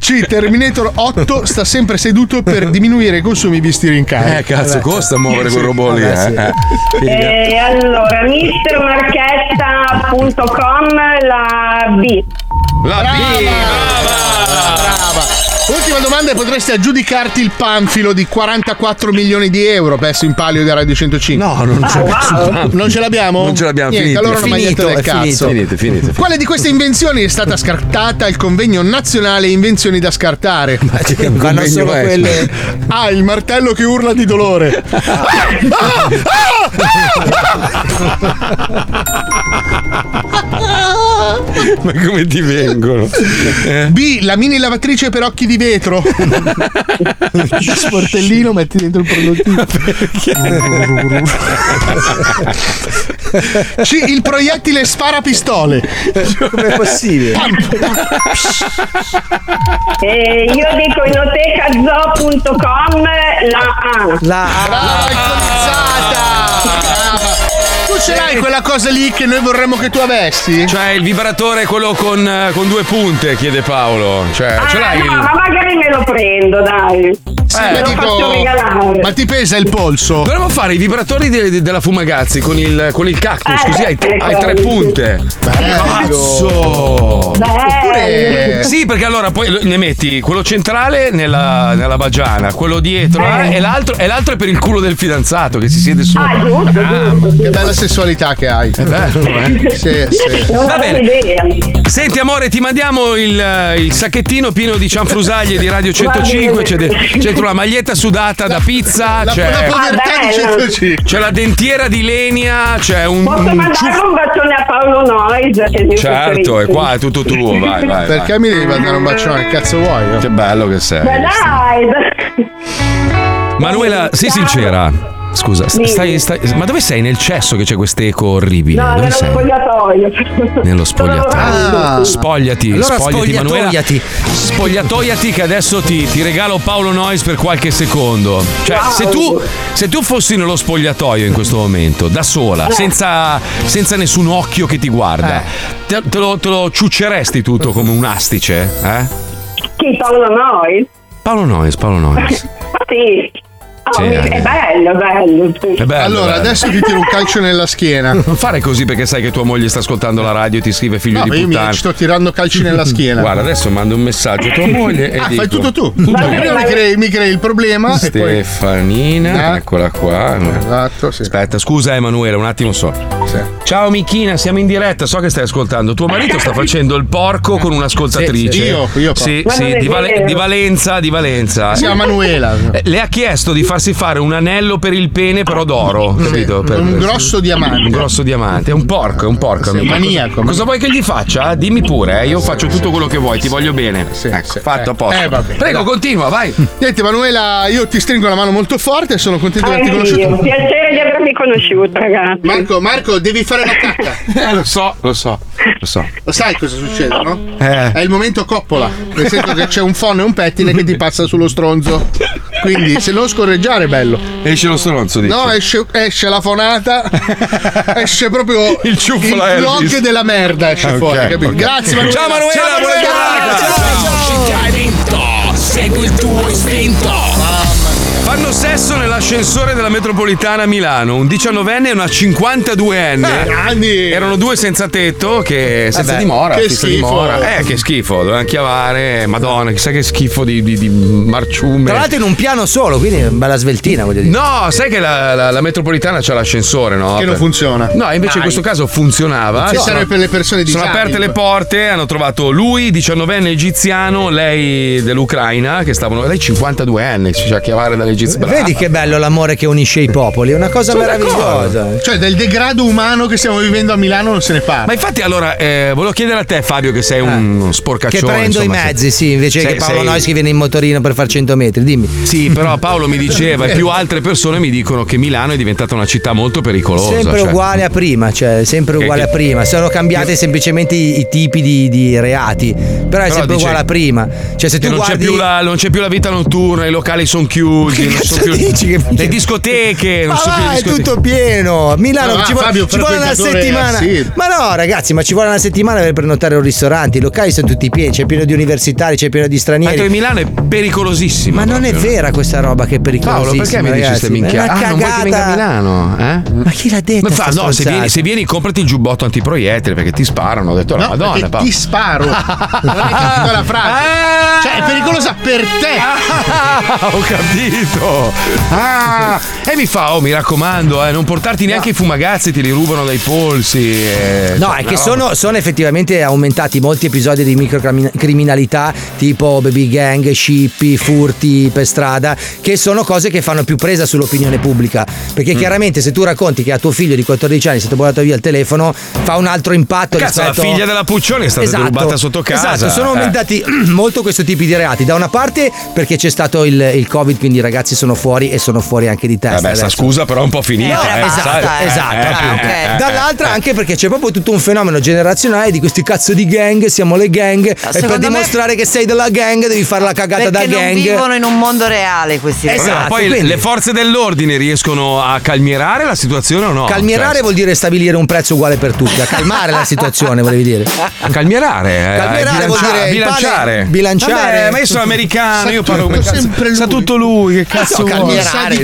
C. Terminator 8 sta sempre seduto per diminuire i consumi visti rincari.
Eh, cazzo, costa muovere quel robot lì,
Vabbè,
eh.
sì.
Eh.
E Eh, allora, mistermarchetta.com la B.
La
B, brava! Ultima domanda, e potresti aggiudicarti il panfilo di 44 milioni di euro perso in palio da Radio 105? No,
non c'è Ah, nessun wow. panfilo.
Non ce l'abbiamo?
Non ce l'abbiamo,
Niente,
finito.
allora
È
una maglietta
finito,
del
è finito.
cazzo.
Finito, finito, finito.
Quale di queste invenzioni è stata scartata al convegno nazionale Invenzioni da scartare? Ma
Vanno solo quelle.
Ah, il martello che urla di dolore. Ah, ah,
Ma come ti vengono?
B, la mini lavatrice per occhi di vetro. Sportellino, metti dentro il prodottino. C, il proiettile spara pistole. Com'è
possibile? E Eh, io dico inotecazo.com la A.
La A.
Ah,
Tu ce l'hai quella cosa lì che noi vorremmo che tu avessi?
Cioè, il vibratore è quello con, eh, con due punte, chiede Paolo. Cioè, ce l'hai? Eh,
No, ma magari me lo prendo, dai. me lo faccio regalare.
Ma ti pesa il polso?
Dovremmo fare i vibratori de- de- della Fumagazzi con il, con il cactus,
Eh,
così hai, hai tre punte. Cazzo!
Bello.
Sì, perché allora poi lo- ne metti quello centrale nella, nella bagiana, quello dietro eh, e, l'altro, e l'altro è per il culo del fidanzato che si siede su.
Ah, giusto, giusto.
Che bella sessualità che hai. È
bello, eh?
Sì, sì.
Non
Va Mm,
avevo idea.
Senti amore, ti mandiamo il, eh, il sacchettino pieno di cianfrusaglie di Radio 105, c'è, de- c'è dentro la maglietta sudata da pizza,
la-
c'è,
la povertà di Ah, bello. 105.
c'è la dentiera di Lenia, c'è un...
Posso
un
mandare un bacione a Paolo Noyes? che è il mio
Certo,
preferito.
e qua è tutto tuo, vai, vai.
Perché mi devi mandare un bacione? Che cazzo vuoi? eh?
Che bello che sei.
Ma dai, dai.
Manuela, sei sincera. Scusa, st-
Dimmi.
stai, stai- ma dove sei? Nel cesso che c'è quest'eco orribile?
No,
dove
nello
sei?
spogliatoio.
Nello spogliatoio.
Ah.
Spogliati,
Allora
spogliati, Manuela.
spogliatoiati.
Spogliatoiati che adesso ti, ti regalo Paolo Nois per qualche secondo. Cioè,
Wow.
se, tu, se tu fossi nello spogliatoio in questo momento, da sola,
Eh.
senza, senza nessun occhio che ti guarda, te, te lo, te lo ciucceresti tutto come un astice? Eh?
Chi Paolo Noyes? Ah,
Paolo Nois, Paolo Nois.
Sì. Oh,
Sì,
mi-
eh.
è bello, bello. sì.
È bello,
Allora,
bello.
adesso ti tiro un calcio nella schiena.
Non fare così perché sai che tua moglie sta ascoltando la radio e ti scrive figlio
No, ma
di
io mi
puttana.
ci sto tirando calci nella schiena.
Guarda, adesso mando un messaggio a tua moglie e
Ah,
dico-
fai tutto tu.
Tutto
Vabbè,
io.
prima mi crei, mi crei il problema e poi.
Stefanina, eccola qua.
Esatto, sì.
Aspetta, scusa Emanuele, un attimo so. Ciao Michina, siamo in diretta, so che stai ascoltando. Tuo marito sta facendo il porco con un'ascoltatrice.
Sì, sì. Io, io,
Sì, sì,
proprio. Ma non è
di, Vale-
vero.
di Valenza, di Valenza.
Si chiama Manuela.
Eh, Le ha chiesto di far farsi fare un anello per il pene, però d'oro. Capito? Per-
Mm. un grosso diamante.
Un grosso diamante. È un porco, è un porco.
Sì,
amico.
maniaco.
Cosa, cosa vuoi che gli faccia? Dimmi pure, eh, io faccio tutto quello che vuoi, ti voglio bene. Ecco, fatto a posto.
Eh, vabbè.
Prego, continua, vai.
Niente, Manuela, io ti stringo la mano molto forte e sono contento di averti
Anch'io.
conosciuto.
Piacere di avermi conosciuto, ragazzi.
Marco, Marco, devi fare la cacca.
Eh, lo so, lo so, lo so.
Lo sai cosa succede, no?
Eh.
È il momento coppola, nel senso che c'è un phon e un pettine che ti passa sullo stronzo. Quindi se non scorreggiare è bello.
Esce lo stronzo, dici.
No, esce, esce la fonata, esce proprio il
ciuffolo
il
Elvis.
blog della merda esce
Ah, ok,
fuori, capito?
ok.
Grazie Manuela.
Ciao, Manuela, buona giornata.
Ciao, ci hai vinto, segui il tuo istinto.
Fanno sesso nell'ascensore della metropolitana a Milano. Un 19enne e una 52enne. Erano due senza tetto
Eh
che senza
Vabbè,
dimora.
che
senza
schifo.
dimora. Eh, che schifo, dovevano chiavare. Madonna, chissà che schifo di, di, di marciume.
Tra l'altro in un piano solo, quindi è una bella sveltina, voglio dire.
No, sai che la, la- la metropolitana c'ha l'ascensore, no?
Che non
Per-
funziona.
No, invece
Dai.
in questo caso funzionava.
Ci
Sono-
serve per le persone
Sono
disabili.
aperte le porte, hanno trovato lui, 19enne egiziano, lei dell'Ucraina, che stavano. Lei 52enne, si sa chiamare dall'Egizia.
Vedi che bello l'amore che unisce i popoli, è una cosa
Sono
meravigliosa.
d'accordo.
Cioè, del degrado umano che stiamo vivendo a Milano non se ne parla.
Ma infatti, allora, eh, volevo chiedere a te, Fabio, che sei un
Eh.
sporcaccione.
Che prendo
insomma,
i
se-
mezzi, sì, invece
sei-
che Paolo
sei-
Noischi viene in motorino per fare 100 metri, dimmi.
Sì, però Paolo mi diceva, e più altre persone mi dicono che Milano è diventata una città molto pericolosa.
Sempre
cioè.
uguale a prima, cioè sempre
Che-
uguale a
che-
prima, sono cambiati semplicemente i, i tipi di, di reati, però è
Però
sempre
dice
uguale a prima. Cioè se
Che
tu
non,
guardi
c'è più la, non c'è più la vita notturna, i locali sono chiusi, non
cazzo
sono più
dici che-
le discoteche, non
Ma
sono più le
va, è
discoteche.
tutto pieno. Milano
Ma va,
ci, vuole-
Fabio,
ci vuole una
frequentatore,
settimana.
sì.
Ma no, ragazzi, ma ci vuole una settimana per prenotare un ristorante. I locali sono tutti pieni, c'è pieno di universitari, c'è pieno di
Ma detto che
stranieri.
Milano è pericolosissimo.
Ma non è
proprio.
vera questa roba che è pericolosissima
Paolo, perché mi dici
ragazzi?
queste minchiate?
È una
Ah, non vuoi che venga a
cagata.
Milano, eh?
Ma chi l'ha detto?
Ma fa,
sta
no, se
stronzata?
vieni, se vieni, comprati il giubbotto antiproiettile perché ti sparano. Ho detto, la
No,
madonna,
perché
Paolo.
ti sparo. Non hai capito la frase. Cioè, è pericolosa per te.
Ah, ho capito. Ah, e mi fa, oh, mi raccomando, eh, non portarti neanche i fumagazzi, ti li rubano dai polsi. eh,
No, è
cioè, una
che
roba-
sono, sono effettivamente aumentati molti episodi di microcriminalità tipo baby gang, scippi, furti per strada, che sono cose che fanno più presa sull'opinione pubblica. Perché
Mm.
chiaramente se tu racconti che a tuo figlio di 14 anni è stato buttato via il telefono, fa un altro impatto
Cazzo, la
rispetto
figlia della Puccioni è stata
Esatto.
derubata sotto casa.
Esatto, sono
Eh.
aumentati molto questo tipo di reati. Da una parte perché c'è stato il, il Covid, quindi i ragazzi sono fuori e sono fuori anche di testa.
Vabbè, sta
adesso.
scusa, però è un po' finita.
No,
eh,
esatto,
sai?
esatto,
Ah,
Eh,
appunto.
eh, eh,
Dall'altra anche perché c'è proprio tutto un fenomeno generazionale di questi cazzo di gang, siamo le gang e per
secondo me-
dimostrare che sei della gang devi fare la cagata da
Perché non
gang.
vivono in un mondo reale questi
Esatto,
Allora, poi
quindi-
le forze dell'ordine riescono a calmierare la situazione o no? Cioè, certo.
Calmierare vuol dire stabilire un prezzo uguale per tutti, a calmare la situazione, volevi dire.
Cioè, calmierare, eh,
Calmierare vuol
bilancia-
dire il
bilanciare.
pane- bilanciare.
Vabbè, ma io sono americano,
Sa
io parlo
tutto,
come cazzo.
sempre
Sa tutto lui, che cazzo
Cazzo,
vuoi?
calmierare.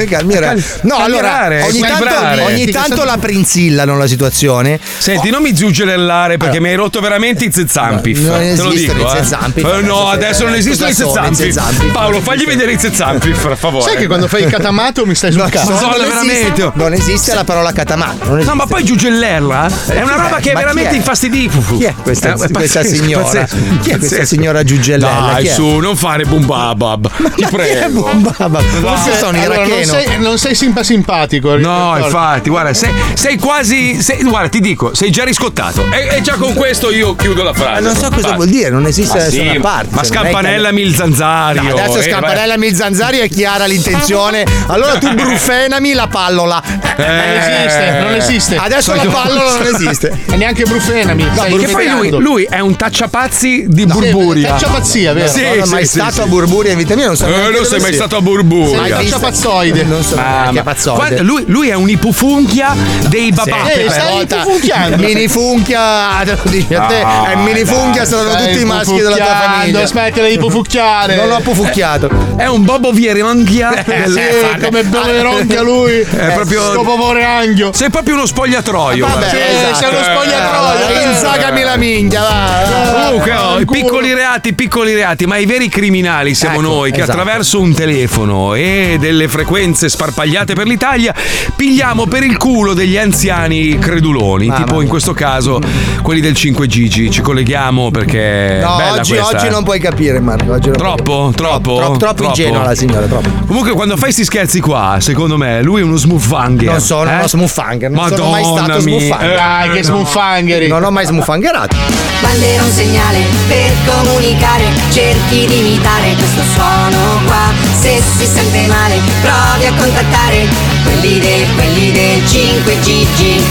Eh, calmierare. No,
Calmierare,
allora, ogni
equilibrare.
tanto, ogni tanto la prinzillano la situazione.
Senti, non mi zuggellare perché mi hai rotto veramente i zezzampi.
No, non
Te lo
esistono
dico.
i
eh.
Zezzampi.
Eh, no,
Cosa
adesso non
sono?
esistono i
Cosa sono i
zezzampi.
Zezzampi?
Paolo, fagli vedere i zezzampi, per favore.
Sai che quando fai il catamato mi stai sul cazzo?
Madonna, veramente.
Non esiste la parola catamarro. non
No,
esiste.
ma poi Giugellerla è una
Chi è?
roba che è
Ma chi
veramente
è?
infastidita.
Chi è questa,
Eh, pazzesco,
questa signora?
pazzesco,
Chi è questa
pazzesco.
signora Giugellella?
Dai,
Chi è?
su, non fare bumbabab. Ti prego.
Bumbaba. Forse sono
Allora, non,
iracheno.
sei, non sei simpa simpatico.
No, infatti, guarda, sei, sei quasi. sei- guarda, ti dico, sei già riscottato. E, e già con questo io chiudo la frase.
Ma Ah, non so cosa vuol dire, non esiste
Ma
da nessuna parte, cioè, non è
Ma
che-
scampanellami il zanzario.
No, adesso
eh,
scampanella mi zanzari è chiara l'intenzione. Allora tu brufenami la pallola.
Eh,
Non esiste, non esiste.
Adesso la pallola non esiste.
E neanche Brufenami.
vai.
stai
No, che poi lui,
inventando.
lui è un tacciapazzi di Burburia.
Cacciapazzia, vero?
Sì,
non sono
sì,
mai
sì,
stato
sì.
a Burburia in vita mia, non so.
Eh,
neanche
non
dove
sei mai
sia.
stato a Burburia.
Sei cacciapazzoide.
Non sono neanche
Guarda,
pazzoide.
lui, lui è un ipufunchia dei babà.
Eh, stai funchiando.
Mini funchia, te lo dici a te,
Ah,
e mini funchia saranno
Stai
tutti i maschi della tua
pufucchiando,
famiglia.
Smettila di pufucchiare.
Non l'ho pufucchiato.
È un Bobo Vieronghia.
Eh, sì, come Beveronghia lui. È
Ah, proprio-
Sto poveranghio.
Sei proprio uno spogliatroio. guarda.
Sì, sei
esatto.
uno
Eh,
spogliatroio.
Inzagami la minchia, va.
Comunque, oh, i piccoli reati, piccoli reati, ma i veri criminali siamo
Ecco,
noi che
esatto.
attraverso un telefono e delle frequenze influenze sparpagliate per l'Italia, pigliamo per il culo degli anziani creduloni, tipo in questo caso quelli del 5 Gigi. Ci colleghiamo perché
No,
è bella
oggi,
questa,
oggi
eh.
non puoi capire, Marco. Oggi non puoi
Troppo, troppo,
Troppo, troppo ingenua la signora, troppo.
Comunque, quando fai sti scherzi qua, secondo me, lui è uno smuffanger.
Non sono
eh?
uno smuffanger, non sono mai
Madonna
stato
mia. Eh,
smuffanger.
Dai, che
smuffangeri. Non ho mai smuffangerato.
Bandiera un segnale per comunicare, cerchi di imitare questo suono qua. Se si sente male, provi a contattare quelli del, quelli del 5 Gigi.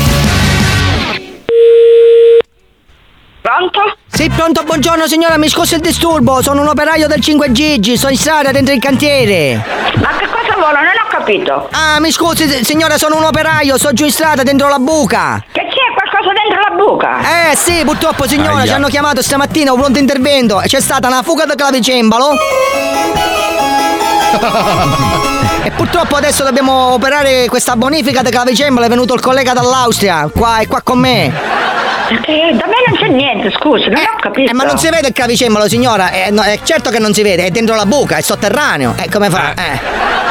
Pronto? Sì, pronto, buongiorno signora, mi scusi il disturbo, sono un operaio del 5 Gigi, sono in strada dentro il cantiere. Ma che cosa vuole? Non ho capito. Ah, mi scusi se- signora, sono un operaio, sono giù in strada dentro la buca. Che c'è qualcosa dentro la buca? Eh sì, purtroppo signora,
Aia.
ci hanno chiamato stamattina un pronto intervento e c'è stata una fuga da clavicembalo. E purtroppo adesso dobbiamo operare questa bonifica da clavicembalo, è venuto il collega dall'Austria, qua e qua con me.
Eh,
da me non c'è niente, scusa, non ho capito. ma non si vede il clavicembalo, signora. Eh, no, eh, certo che non si vede, è dentro la buca, è sotterraneo. E come fa? Eh.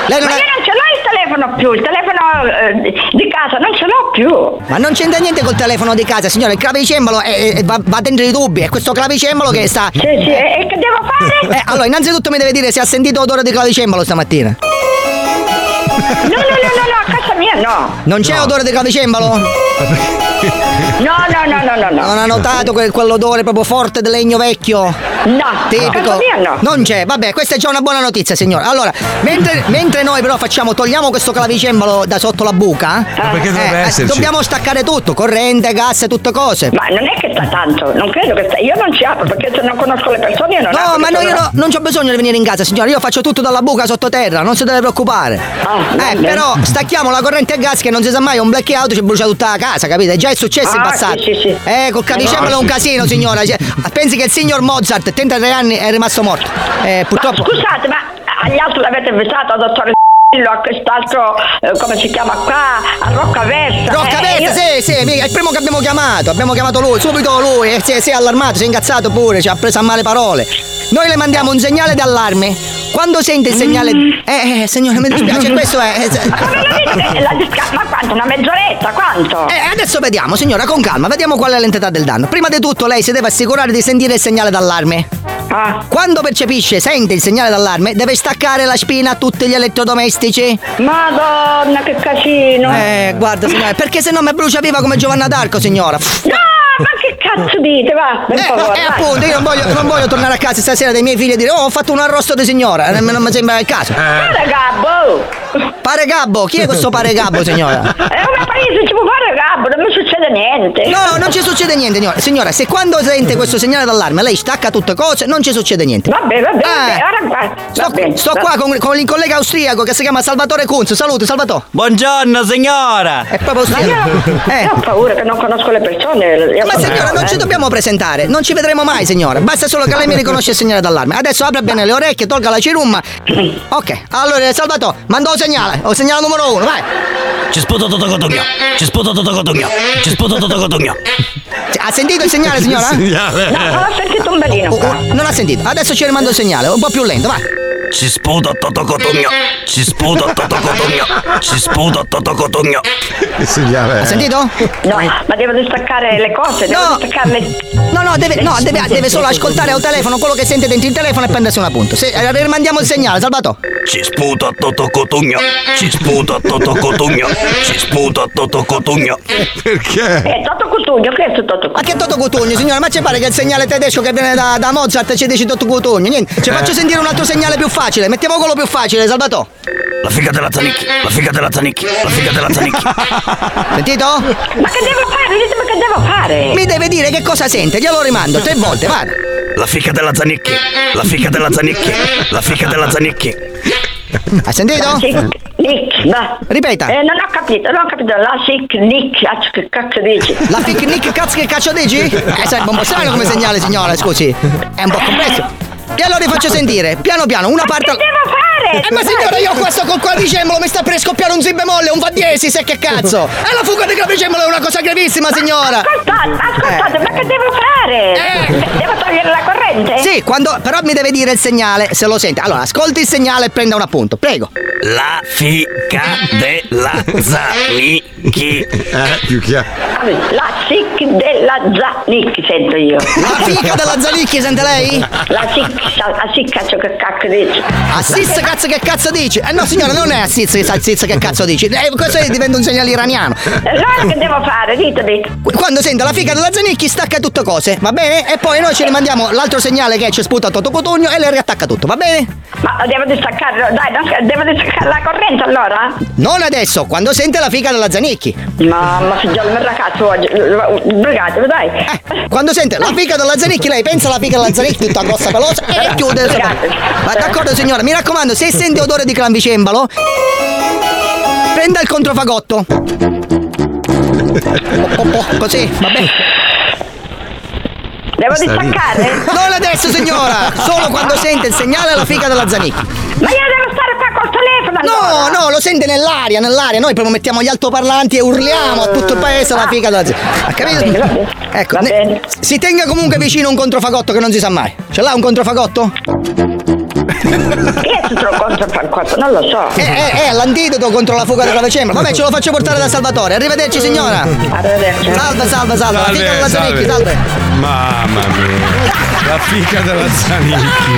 Lei non
Ma
ha-
io non ce l'ho il telefono più, il telefono eh, di casa non ce l'ho più.
Ma non c'entra niente col telefono di casa, signora. Il clavicembalo è- è- va, va dentro i tubi, è questo clavicembalo che sta. Sì, sì, e, che devo fare? allora, innanzitutto mi deve dire se ha sentito odore di clavicembalo stamattina.
No, no, no, no, no, a casa mia no.
Non c'è odore di clavicembalo?
No, no, no, no, no, no.
Non ha notato que- quell'odore proprio forte del legno vecchio? No,
a
tipico.
casa mia no.
Non c'è, vabbè, questa è già una buona notizia, signora. Allora, mentre, mentre noi però facciamo, togliamo questo clavicembalo da sotto la buca. eh,
Ma perché dovrebbe esserci?
Dobbiamo staccare tutto, corrente, gas, tutte cose.
Ma non è che sta tanto, non credo che sta. Io non ci apro perché se non conosco le persone io non apro.
No, ma no,
perché
io
sono-
no- non c'ho bisogno di venire in casa, signora. Io faccio tutto dalla buca sottoterra, non si deve preoccupare. eh,
Ah, bene.
però stacchiamo la corrente a gas che non si sa mai, un blackout ci brucia tutta la casa, capite? Già è successo in
Ah,
passato.
sì, sì, sì. Ah,
Eh, col clavicembalo è un
sì.
casino, signora. Cioè, pensi che il signor Mozart, 33 anni, è rimasto morto. Eh, purtroppo.
Scusate, ma agli altri l'avete invitato a dottore Zillo, a quest'altro, eh, come si chiama qua, a Roccaversa.
Roccaversa, sì, sì, mica, è il primo che abbiamo chiamato. Abbiamo chiamato lui, subito lui. eh, Si è, si è allarmato, si è ingazzato pure, ci ha preso a male parole. Noi le mandiamo un segnale d'allarme. Quando sente il segnale. Eh, eh, signore, mi dispiace, questo è. eh,
Ma come lo dite? La disca- ma quanto? Una mezz'oretta? Quanto?
Eh, adesso vediamo, signora, con calma, vediamo qual è l'entità del danno. Prima di tutto, lei si deve assicurare di sentire il segnale d'allarme.
Ah.
Quando percepisce, sente il segnale d'allarme, deve staccare la spina a tutti gli elettrodomestici.
Madonna, che casino!
Eh, guarda, signora, perché se no mi brucia viva come Giovanna d'Arco, signora. No,
ma che cazzo dite, va? per
eh,
favore,
eh,
vai.
appunto, io non voglio, non voglio tornare a casa stasera dei miei figli e dire oh, ho fatto un arrosto di signora, eh, non mi sembra il caso.
Pare Gabbo!
Pare Gabbo, chi è questo pare Gabbo,
È
signora?
un paese, ci può fare Gabbo, non mi succede niente.
No, non ci succede niente, signora. Signora, se quando sente questo segnale d'allarme lei stacca tutte cose, non ci succede niente.
Vabbè, vabbè,
Eh.
vabbè, ora va.
Sto, sto qua con, con il collega austriaco che si chiama Salvatore Kunz. Saluto, Salvatore.
Buongiorno signora!
È proprio
Ma
austriaco. Eh.
io, io ho paura che non conosco le persone. io
Ma
ho
signora,
paura,
non
eh.
ci dobbiamo presentare, non ci vedremo mai, signora. Basta solo che lei mi riconosce il segnale d'allarme. Adesso apra bene le orecchie, tolga la cirumma. Ok, allora Salvatore, manda un segnale, ho il segnale numero uno, vai.
Ci sputo tutto cotto gnocco. Ci sputo tutto cotto gnocco. Ci sputo tutto cotto gnocco.
Ha sentito il segnale, signora?
Il segnale. No, non
l'ho sentito un belino. non l'ha sentito. Adesso ci rimando il segnale, un po' più lento, vai.
Ci sputo tutto cotto gnocco. Ci sputo tutto cotto gnocco. Ci sputo tutto cotto gnocco.
Ha
Eh.
sentito?
No, ma devo distaccare le cose, devo distaccare le...
No, no, deve, no, deve, deve solo ascoltare al telefono quello che sente dentro il telefono e prendersi un appunto. Se, eh, rimandiamo il segnale, Salvatore.
Ci sputo tutto cotto gnocco. Ci sputo tutto cotto gnocco. Ci sputo tutto cotto gnocco.
Eh, Toto Cutugno, che è questo Toto
Ma che Toto Cotugno, signora? Ma ci pare che il segnale tedesco che viene da, da Mozart ci dice Toto Cotugno? Niente, ci
Eh.
faccio sentire un altro segnale più facile. Mettiamo quello più facile, Salvatore.
La figa della Zanicchi. La figa della Zanicchi. La figa della Zanicchi.
Sentito? Ma che devo fare? Ditemi che devo fare. Mi deve dire che cosa sente, glielo rimando tre volte, vai.
La fica della Zanicchi. La fica della Zanicchi. La fica della Zanicchi.
Hai sentito?
Nick, va.
Ripeta.
Eh, non ho capito, non ho capito. La sic, nick, cazzo, che cazzo dici?
La fic nick cazzo che caccia dici? Eh, sai, è un po' strano come segnale, signora, scusi. È un po' complesso. E allora rifaccio sentire, piano piano, una parte. Ma che devo
fare?
Eh, ma signora, io questo col quadricemolo mi sta per scoppiare un si bemolle, un fa diesis, se che cazzo! E la fuga di quadricemolo è una cosa gravissima, signora!
Ascoltate, ma che devo fare? Devo togliere la corrente?
Sì, quando. però mi deve dire il segnale, se lo sente. Allora, ascolti il segnale e prenda un appunto, prego.
la fica della Zanicchi.
Più chiaro.
La sic della Zanicchi sento io.
La fica della Zanicchi sente lei?
La sic, la sic cazzo che cacchio dici.
Assiz Ah, cazzo che cazzo dici? Eh no signora non è assiz che assiz che cazzo dici Eh, Questo è- diventa un segnale iraniano
E allora Eh, che devo fare? Ditemi.
Qu- Quando sento la figa della Zanicchi stacca tutto cose va bene? E poi noi ci rimandiamo l'altro segnale che ci sputa Toto Cotugno e lei riattacca tutto va bene?
Ma devo distaccare, dai, non- devo distaccare la corrente allora?
Non adesso quando sente la figa della Zanicchi
Mamma figliolo, ma ragazzo oggi, brigatevi dai.
Eh, Quando sente la figa della Zanicchi, lei pensa alla figa della Zanicchi tutta grossa veloce
Eh,
e chiude il sopracciglio. Ma d'accordo signora, mi raccomando, se sente odore di clavicembalo, prenda il controfagotto. Po- po- po- Oh, Così, va bene.
Devo
Sta lì.
distaccare?
Non adesso signora, solo quando sente il segnale alla figa della Zanicchi.
Ma io devo stare qua col telefono
No, no, lo sente nell'aria, nell'aria. Noi proprio mettiamo gli altoparlanti e urliamo a tutto il paese la figa della Zanicchi. Ha capito? Ecco, ne- si tenga comunque vicino un controfagotto che non si sa mai. Ce l'ha un controfagotto?
Che è tutto contro per questo? cioè, Non lo so.
Eh, eh, eh, l'antidoto contro la fuga della vicenda. Vabbè, ce lo faccio portare da Salvatore. Arrivederci, signora.
Arrivederci.
Salve, salve, salve. La figa della Zanicchi, salve.
Mamma mia. La fica della Zanicchi.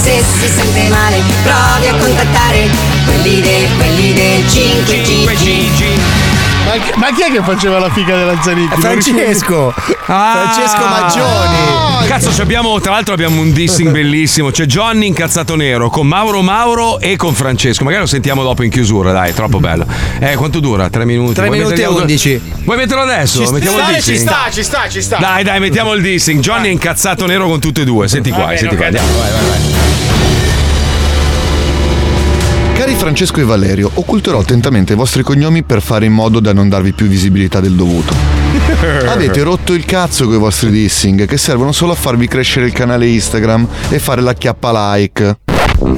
Se si sente male, provi a contattare quelli dei quelli del 5 Gigi.
Ma, chi- ma chi è che faceva la figa della Zanicchi?
Francesco.
Francesco Maggioni.
Cazzo, ci abbiamo, tra l'altro abbiamo un dissing bellissimo. C'è Johnny incazzato nero con Mauro Mauro e con Francesco. Magari lo sentiamo dopo in chiusura, dai, è troppo bello. Eh, quanto dura? Tre minuti?
Tre
Vuoi
minuti
mettergli
e
auto-
11.
Vuoi metterlo adesso?
Ci sta,
Mettiamo il
dai, ci
dissing?
sta, ci sta, ci sta.
Dai, dai, mettiamo il dissing. Johnny è incazzato nero con tutte e due. Senti qua,
Va bene,
senti qua.
ok,
Andiamo, vai, vai, vai.
Cari Francesco e Valerio, occulterò attentamente i vostri cognomi per fare in modo da non darvi più visibilità del dovuto. Avete rotto il cazzo con i vostri dissing che servono solo a farvi crescere il canale Instagram e fare la chiappa like.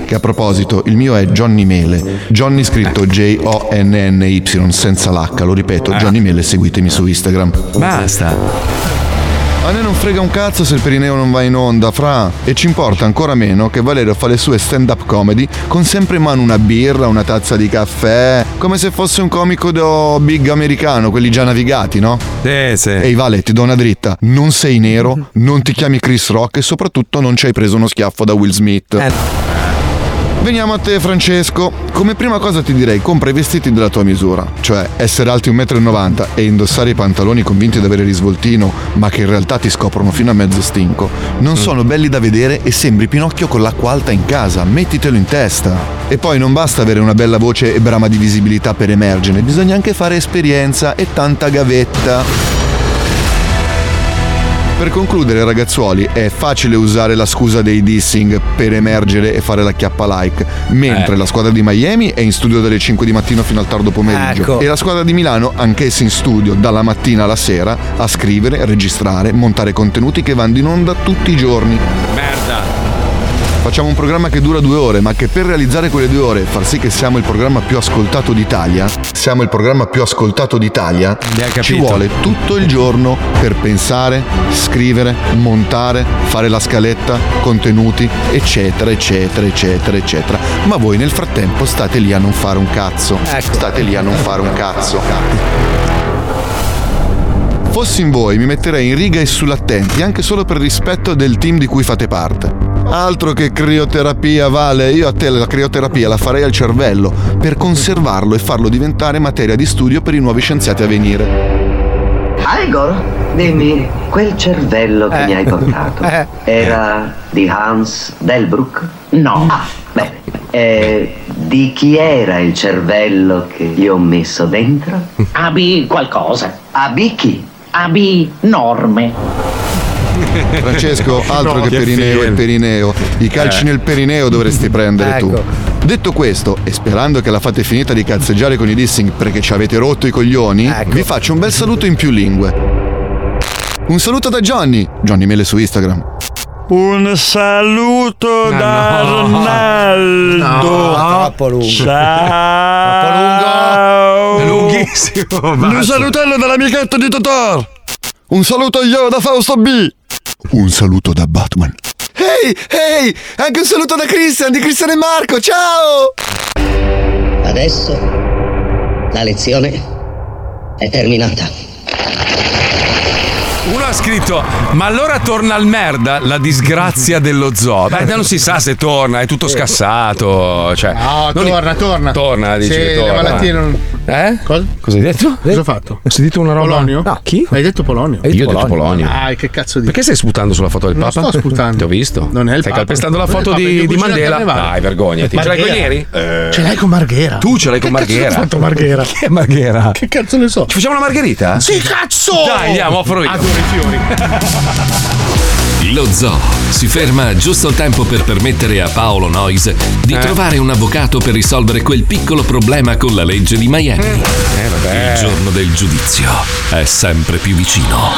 Che a proposito, il mio è Johnny Mele. Johnny scritto J-O-N-N-Y senza l'H, lo ripeto, Johnny Mele, seguitemi su Instagram.
Basta.
A noi non frega un cazzo se il Pirineo non va in onda, fra. E ci importa ancora meno che Valerio fa le sue stand-up comedy con sempre in mano una birra, una tazza di caffè, come se fosse un comico do big americano, quelli già navigati, no?
Sì, sì.
Ehi Vale, ti do una dritta. Non sei nero, non ti chiami Chris Rock e soprattutto non ci hai preso uno schiaffo da Will Smith.
Eh,
Veniamo a te Francesco. Come prima cosa ti direi compra i vestiti della tua misura, cioè essere alti 1,90 m e indossare i pantaloni convinti di avere risvoltino, ma che in realtà ti scoprono fino a mezzo stinco. Non sono belli da vedere e sembri Pinocchio con l'acqua alta in casa, mettitelo in testa. E poi non basta avere una bella voce e brama di visibilità per emergere, bisogna anche fare esperienza e tanta gavetta. Per concludere ragazzuoli, è facile usare la scusa dei dissing per emergere e fare la chiappa like, mentre la squadra di Miami è in studio dalle 5 di mattino fino al tardo pomeriggio
Ecco.
e la squadra di Milano anch'essa in studio dalla mattina alla sera a scrivere, registrare, montare contenuti che vanno in onda tutti i giorni.
Merda.
Facciamo un programma che dura due ore, ma che per realizzare quelle due ore, e far sì che siamo il programma più ascoltato d'Italia, siamo il programma più ascoltato d'Italia, ci vuole tutto il giorno per pensare, scrivere, montare, fare la scaletta, contenuti, eccetera, eccetera, eccetera, eccetera. Ma voi nel frattempo state lì a non fare un cazzo. State lì a non fare un cazzo. Fossi in voi mi metterei in riga e sull'attenti anche solo per rispetto del team di cui fate parte. Altro che crioterapia, Vale, io a te la crioterapia la farei al cervello per conservarlo e farlo diventare materia di studio per i nuovi scienziati a venire.
Igor, dimmi, quel cervello
Eh.
che mi hai portato era di Hans Delbruck? No. Ah, bene. Eh, di chi era il cervello che gli ho messo dentro? Abi qualcosa. Abi chi? Abi norme.
Francesco, altro che perineo e perineo, i calci
Eh.
nel perineo dovresti prendere tu. Detto questo, e sperando che la fate finita di cazzeggiare con i dissing perché ci avete rotto i coglioni, vi faccio un bel saluto in più lingue. Un saluto da Johnny, Johnny Mele su Instagram.
Un saluto da Arnaldo. Ciao. È lunghissimo.
basta.
Un salutello dall'amichetto di Totor.
Un saluto io da Fausto B. Un saluto da Batman.
Ehi, ehi, anche un saluto da Christian, di Christian e Marco, ciao!
Adesso la lezione è terminata.
Uno ha scritto: Ma allora torna al merda la disgrazia dello zoo. Beh, non si sa se torna, è tutto scassato. Cioè,
No,
non-
torna, torna.
Torna, dici
Sì,
che torna.
le malattie non.
Eh?
Cosa?
Cosa hai detto?
Cosa ho fatto?
Ho sentito una roba.
Polonio? No,
chi?
Hai detto Polonio?
Io ho detto Polonio.
Ah, che cazzo dici?
Perché stai sputando sulla foto del
Non
Papa?
sto sputando.
Ti ho visto.
Non è il
stai
Papa.
calpestando la
Non è il
foto
Papa, è
di,
mio
di
cugino
Mandela.
al carnevale.
Dai, vergognati. Ce l'hai con
Marghera.
ieri?
Ce l'hai con Marghera.
Tu ce l'hai con Marghera.
Che cazzo ho fatto Marghera?
Che Marghera?
Che cazzo ne so? Ci
facciamo una margherita?
Sì, cazzo!
Dai, andiamo, offro io.
Adoro i fiori.
Lo zoo si ferma a giusto a tempo per permettere a Paolo Noyes
Eh.
di trovare un avvocato per risolvere quel piccolo problema con la legge di Miami.
Eh,
Il giorno del giudizio è sempre più vicino.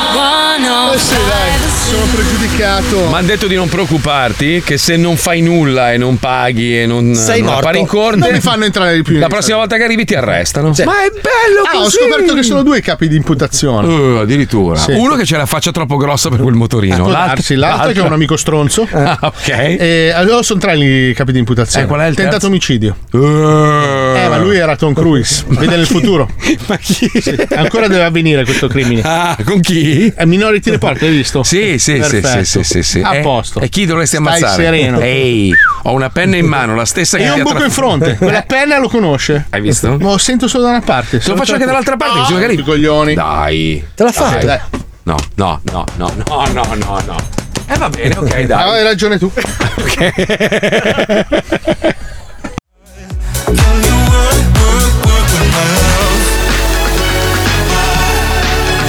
Eh sì, dai, sono pregiudicato.
Mi hanno detto di non preoccuparti, che se non fai nulla e non paghi e non,
Sei
non
morto.
appari in corte,
Non mi fanno entrare di più.
La prossima volta che arrivi ti arrestano. Ma è bello
Ah,
così.
ho scoperto che sono due i capi di imputazione.
Eh, addirittura.
Sì.
Uno che c'è la faccia troppo grossa per quel motorino.
Può
l'altro,
darsi, l'altro che è un amico stronzo.
Ah, ok.
E allora sono tre i capi di imputazione.
Eh, qual è il
Tentato
terzo?
omicidio.
Uh.
Eh, ma lui era Tom Cruise. Vede nel futuro.
Ma chi?
Ancora deve avvenire questo crimine. Eh,
Ah, con chi?
È Minority Report, l'hai visto?
Sì, sì, sì,
Perfetto. Ah,
sì, sì, sì, sì.
A
Eh,
posto.
E chi dovresti
Stai
ammazzare?
sereno.
Ehi, ho una penna in mano, la stessa che
E
ti
un
ha
buco
tra-
in fronte. Quella penna lo conosce.
Hai visto?
Ma lo sento solo da una parte.
Te lo faccio anche dall'altra parte, così
No,
magari-
i coglioni.
Dai.
Te l'ha
Dai,
fatto.
Ah, dai. No, no, no, no, no, no, no, no. Eh va bene, ok, dai.
Ah, hai ragione tu.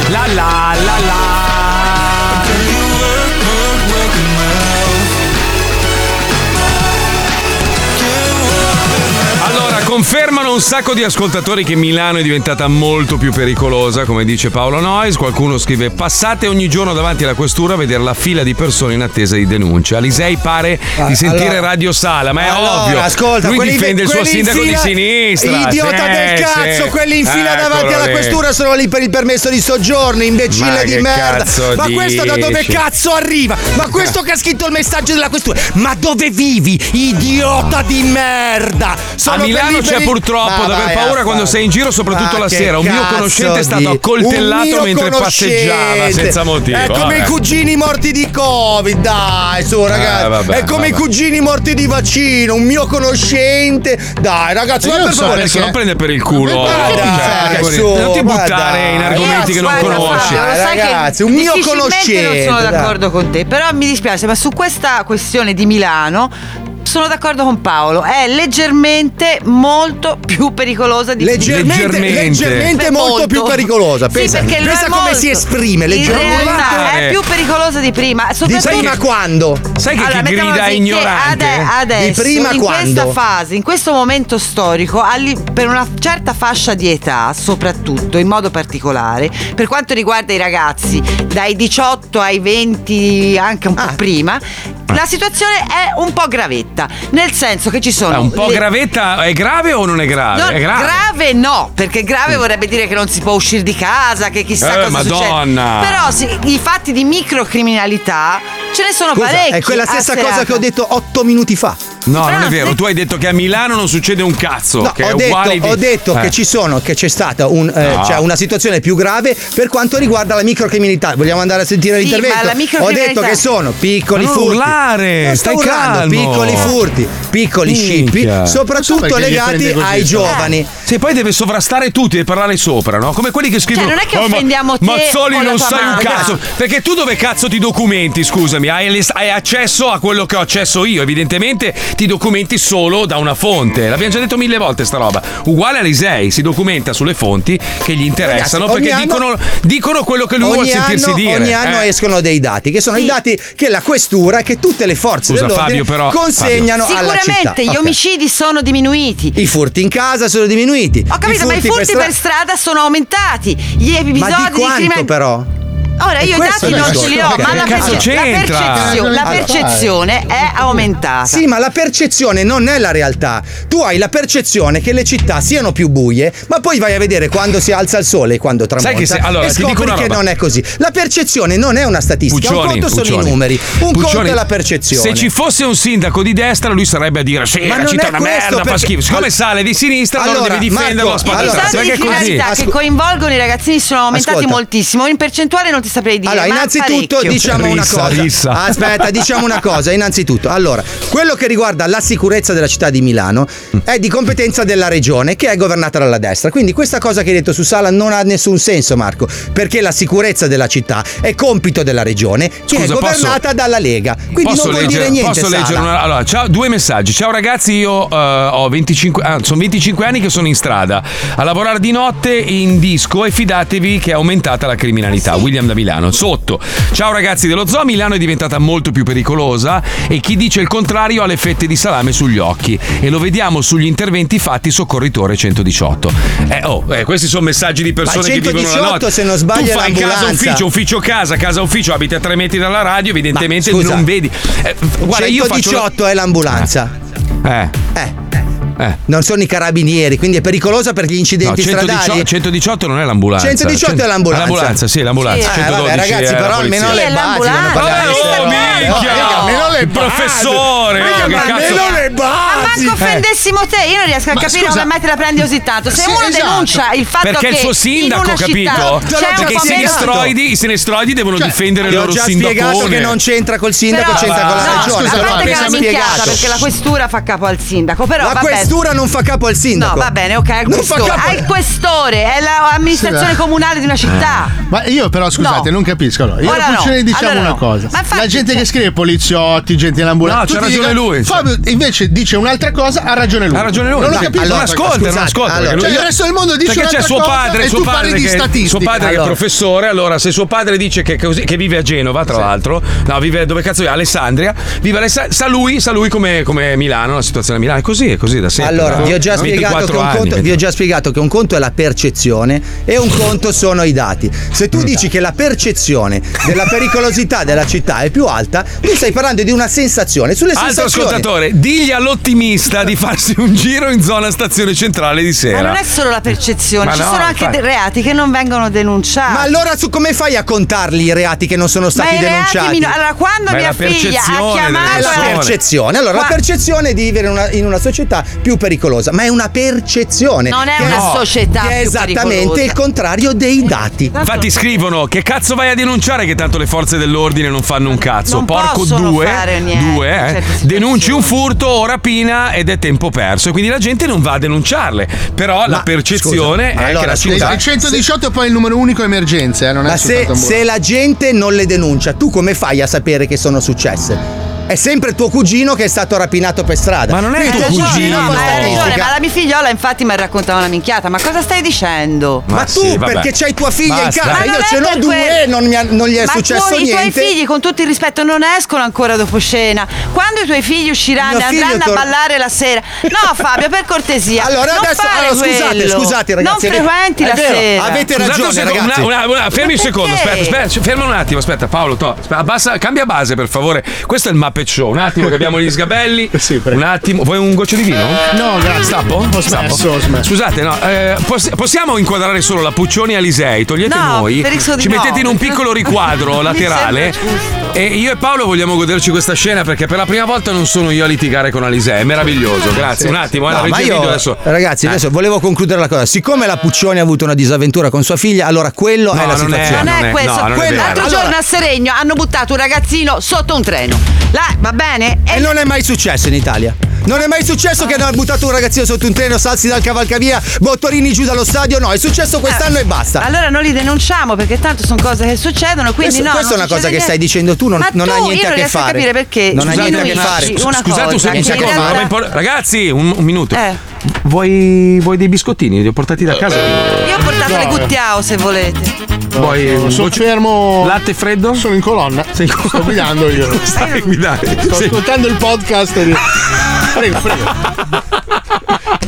La la la Allora, confermano un sacco di ascoltatori che Milano è diventata molto più pericolosa, come dice Paolo Noyes. Qualcuno scrive: Passate ogni giorno davanti alla questura a vedere la fila di persone in attesa di denuncia. Alisei pare
Ah,
di sentire
allora-
Radio Sala, ma è
Allora,
ovvio.
ascolta,
Lui
quelli-
difende il suo
quelli in
sindaco
fila-
di sinistra.
Idiota
Sì,
del cazzo,
sì.
quelli in fila
Eccolo
davanti alla
lì.
questura sono lì per il permesso di soggiorno, imbecille
Ma
di
che
merda.
cazzo
Ma questo da dove
dici?
cazzo arriva? Ma questo che ha scritto il messaggio della questura, ma dove vivi, idiota di merda?
A
Sono
Milano
liberi-
c'è purtroppo
Ma
da aver
vai a
paura quando
fare.
sei in giro, soprattutto
Ma
la
che
sera. Un mio
cazzo
conoscente è stato
di- un
accoltellato
mio
mentre
conoscente.
passeggiava senza motivo.
È come
vabbè.
i cugini morti di Covid, dai, su ragazzi.
Eh, vabbè,
è come i
vabbè.
cugini morti di vaccino, un mio conoscente. Dai, ragazzi, ma
Eh, Io
per
so
favore,
adesso
che-
non prende per il culo.
Ma
cioè,
dai,
cioè,
su,
non ti
ma
buttare
dai.
in argomenti
Io
che non
guarda,
conosci.
Fabio,
Lo sai
ragazzi,
che
un mio
difficilmente non
conoscente,
sono
dai.
d'accordo con te, però mi dispiace, ma su questa questione di Milano sono d'accordo con Paolo, è leggermente molto più pericolosa di
Leggermente, leggermente, molto, più pericolosa.
Sì,
Pensa,
perché lo
pensa
è
come
molto.
si esprime,
In
leggermente.
realtà è più pericolosa di prima, soprattutto
prima quando?
Sai
Allora, mettiamola così, che ade- adesso,
Di prima
in
quando?
questa fase, in questo momento storico, alli- per una certa fascia di età, soprattutto in modo particolare, per quanto riguarda i ragazzi, dai 18 ai 20, anche
Ah.
un po' prima,
Ah.
la situazione è un po' gravetta. Nel senso che ci sono.
Ah, un po'
le-
gravetta, è grave o non è grave?
No,
è grave.
no, perché grave vorrebbe dire che non si può uscire di casa, che chissà
Eh,
cosa
Madonna.
succede. Però sì, i fatti di microcriminalità ce ne sono
Scusa,
parecchi.
è quella
a
stessa
serata.
cosa che ho detto otto minuti fa.
No, non è vero. Tu hai detto che a Milano non succede un cazzo.
No,
che è
ho
uguale
detto,
di-
ho detto
Eh. Ah.
che ci sono, che c'è stata un, eh,
No.
cioè una situazione più grave per quanto riguarda la microcriminalità. Vogliamo andare a sentire
Sì,
l'intervento?
ma la
ho
microcriminalità-
detto che sono piccoli
Ma non
furti.
urlare,
Non sto
stai
urlando,
calmo.
piccoli furti, piccoli scippi,
Minchia.
soprattutto legati ai giovani.
Se Eh. poi deve sovrastare tutti e parlare sopra, no? Come quelli che scrivono.
Cioè, non è che
"Oh, ma-
offendiamo te
Mazzoli
o la
non
tua
sai un
mamma."
cazzo. Perché tu dove cazzo ti documenti, scusami? Hai, le- hai accesso a quello che ho accesso io. Evidentemente ti documenti solo da una fonte. L'abbiamo già detto mille volte sta roba. Uguale a Lisei, si documenta sulle fonti che gli interessano
Ragazzi,
perché
ogni
dicono,
anno-
dicono quello che lui vuole
Ogni
sentirsi
anno,
dire.
ogni anno
eh.
escono dei dati, che sono i dati che la questura e che tutte le forze
Scusa,
dell'ordine
Fabio, però,
eh, consegnano alla città.
Sicuramente gli
Ok.
omicidi sono diminuiti.
I furti in casa sono diminuiti.
Ho capito, ma i furti per strada sono aumentati. Gli episodi
Ma di quanto
criminalità.
però?
Ora
E
io i
questo
dati
è il
non
discorso.
ce li ho,
Ok.
ma la,
Che cazzo
perce- la
c'entra?
percezione, la percezione è aumentata.
Sì, ma la percezione non è la realtà. Tu hai la percezione che le città siano più buie, ma poi vai a vedere quando si alza il sole e quando tramonta
che se- allora,
e
ti dico
scopri
una
che
roba.
non è così. La percezione non è una statistica, un
Puccioni,
conto sono
Puccioni.
i numeri, un
Puccioni,
conto è la percezione.
Se ci fosse un sindaco di destra, lui sarebbe a dire: Sì,
Ma
la
non
città
è
è una
questo,
merda, fa
perché-
schifo. Siccome sale di sinistra, allora,
Allora,
devi
Marco,
difenderlo
Ah,
a spada
I
allora,
stati di finalità che coinvolgono i ragazzini sono aumentati
Ascolta.
moltissimo, in percentuale non ti saprei dire.
Allora,
ma
innanzitutto
parecchio.
diciamo una cosa. Aspetta, diciamo una cosa. Innanzitutto, allora, quello che riguarda la sicurezza della città di Milano è di competenza della regione che è governata dalla destra. Quindi questa cosa che hai detto su Sala non ha nessun senso, Marco, perché la sicurezza della città è compito della regione che è
Scusa, posso-
governata dalla Lega. Quindi
posso
non vuol
leggere,
dire niente.
posso
Sala.
leggere una- allora, ciao, due messaggi. Ciao ragazzi, io eh, ho 25, ah, sono 25 anni che sono in strada a lavorare di notte in disco e fidatevi che è aumentata la criminalità. William da Milano. Sotto. Ciao ragazzi dello zoo, Milano è diventata molto più pericolosa e chi dice il contrario ha le fette di salame sugli occhi e lo vediamo sugli interventi fatti soccorritore 118. Eh, oh, eh, questi sono messaggi di persone
Ma
che vivono la
118,
notte.
se non sbaglio,
tu fai
è
casa
l'ambulanza.
ufficio, ufficio casa, casa ufficio, abiti a tre metri dalla radio, evidentemente
Ma, scusa,
non vedi. Eh, guarda, io faccio la-
118 è l'ambulanza.
Eh.
Non sono i carabinieri, quindi è pericolosa per gli
No,
incidenti
118,
stradali.
118 non è l'ambulanza.
118 è l'ambulanza.
L'ambulanza, sì, l'ambulanza.
Sì. Eh,
112
vabbè, ragazzi,
è la
però
polizia.
almeno le Sì, è basi non l'ambulanza.
Vabbè,
parliamo di
oh,
queste cose.
minchia!
No, raga, almeno le
Il
basi.
professore!
Raga,
oh, che
Ah, ma
cazzo-
almeno le Eh.
Ma manco offendessimo te, io non riesco a
Ma
capire
scusa-
come mai te la prendi così tanto. Se
Sì,
uno
esatto.
denuncia il fatto
Perché
che
il suo
in
sindaco,
una
capito?
città c'è
Perché
un
i sinestroidi, i sinestroidi devono
Cioè,
difendere il
ti ho
loro
già
sindaco.
spiegato che non c'entra col sindaco,
Però-
c'entra con la
no,
regione.
scusa, a parte che è una
mi
minchiata perché la questura fa capo al sindaco, però
La
vabbè.
questura non fa capo al sindaco.
No, va bene, ok, al
Non fa
questore.
capo- eh.
Al questore, è l'amministrazione
Sì, Eh.
comunale di una città.
Eh.
Ma io però scusate, non capisco. Allora, io
Ora
alla Puccioni
no,
diciamo
allora
una
no.
cosa.
Ma infatti-
la gente che scrive poliziotti, gente in ambulanza.
No, c'ha
tutti
ragione
dicono-
lui, cioè.
Fabio invece dice un'altra cosa, ha ragione lui.
Ha ragione lui.
Non lo
Dai,
capisco.
allora, ascolta, non ascolta.
Allora,
perché
cioè,
lui-
il resto del mondo dice
Perché c'è
un'altra
suo
cosa
padre,
e
suo
tu
padre,
parli di
che,
statistica.
suo padre che è professore, allora se suo padre dice che, così- che vive a Genova, tra l'altro, no, vive dove cazzo è? Alessandria, vive Alessa- sa lui, sa lui come, come Milano, la situazione a Milano, è così, è così da sempre.
Allora,
no?
vi ho, già spiegato
24
che un
anni,
conto,
24.
vi ho già spiegato che un conto è la percezione e un conto sono i dati. Se
Mm.
tu dici che la percezione della pericolosità della città è più alta, tu stai parlando di una sensazione. Sulle
Altro
sensazioni.
ascoltatore, digli all'ottimista di farsi un giro in zona stazione centrale di
Ma
sera.
non è solo la percezione,
Ma
ci
no,
sono anche
infatti.
dei reati che non vengono denunciati.
Ma allora su come fai a contarli i reati che non sono stati
i reati
denunciati?
mino- allora,
Ma
quando
è
mia
la
figlia ha
percezione
chiamato
delle persone. È la percezione. Allora, la
Qua-
percezione di vivere in una, in una società più pericolosa, ma è una percezione.
Non è
che
una società
Che è
più
esattamente
pericolosa.
il contrario dei dati.
Infatti scrivono che cazzo vai a denunciare che tanto le forze dell'ordine non fanno un cazzo.
Non
Porco
possono
due,
fare niente,
due, eh. denunci un furto o rapina ed è tempo perso e quindi la gente non va a denunciarle. Però la percezione è che la città
Il 118 è poi il numero unico emergenze, eh, non è
Ma se,
soltanto
se la gente non le denuncia, tu come fai a sapere che sono successe? È sempre tuo cugino che è stato rapinato per strada. Ma non
Hai Eh, ragione, no, ma hai ragione, ma
Ma,
la mia figliola infatti mi ha raccontato una minchiata. Ma cosa stai dicendo?
Ma Ma tu, sì, vabbè. perché c'hai tua figlia in casa, io
non è
ce n'ho
per
due,
quello.
non mi ha- non gli è
Ma
successo
tu- I
niente.
tuoi figli, con tutto il rispetto, non escono ancora dopo scena. Quando i tuoi figli usciranno e
Mio figlio
andranno
tor-
a ballare la sera. No, Fabio, per cortesia.
Allora
non
adesso-
fare
allora, scusate,
quello.
scusate, ragazzi,
Non
avete-
frequenti
è
la
vero, Ah,
sera.
avete
Scusate un
ragione,
secondo,
ragazzi.
una- una- fermi un
Ma
secondo,
perché?
aspetta, aspetta, ferma un attimo, aspetta Paolo, to, aspetta, abbassa- cambia base per favore. Questo è il Muppet Show, un attimo che abbiamo gli sgabelli. un attimo, vuoi un goccio di vino? Ah,
No, grazie. Stappo? Ho smesso, ho smesso.
Scusate, no, eh, poss- possiamo inquadrare solo la Puccioni e Alisei, togliete
No,
noi,
per il suo di
ci
no,
mettete in un
perché-
piccolo riquadro
Mi
laterale
sembra giusto.
e io e Paolo vogliamo goderci questa scena perché per la prima volta non sono io a litigare con Alisei, è
Ah,
meraviglioso, grazie, un attimo, eh, la
No, ma
regia
io,
video adesso.
Ragazzi,
Eh.
adesso volevo concludere la cosa. Siccome la Puccioni ha avuto una disavventura con sua figlia, allora quello
No,
è la
non è-
situazione.
Non
non
è
è-
questo.
no, non è
Quello-
vero.
L'altro giorno a Seregno hanno buttato un ragazzino sotto un treno. Là, va bene?
E non è mai successo in Italia. Non è mai successo che hanno buttato un ragazzino sotto un treno, salsi dal cavalcavia, bottorini giù dallo stadio. No, è successo quest'anno e basta.
Ah, Allora non li denunciamo perché tanto sono cose che succedono, quindi
Questo-
no.
questa è
non
una cosa
succede
che stai
niente.
dicendo tu, non,
Ma
non ha
tu,
niente
io
a
non
che
riesco a
fare.
capire perché
Non ha
tu
niente a che
dici
fare.
una cosa
Scusate un
che
un secondo,
in
una roba
realtà-
impor- ragazzi, un, un minuto. Vuoi, vuoi dei biscottini? Li ho portati da casa.
Io ho portato
No.
le guttiao se volete.
Vuoi un
Sono
goccio-
fermo.
Latte freddo?
Sono in colonna. Sto guidando io.
Stai guidando.
Sto
Sì.
ascoltando il podcast. Prego, prego.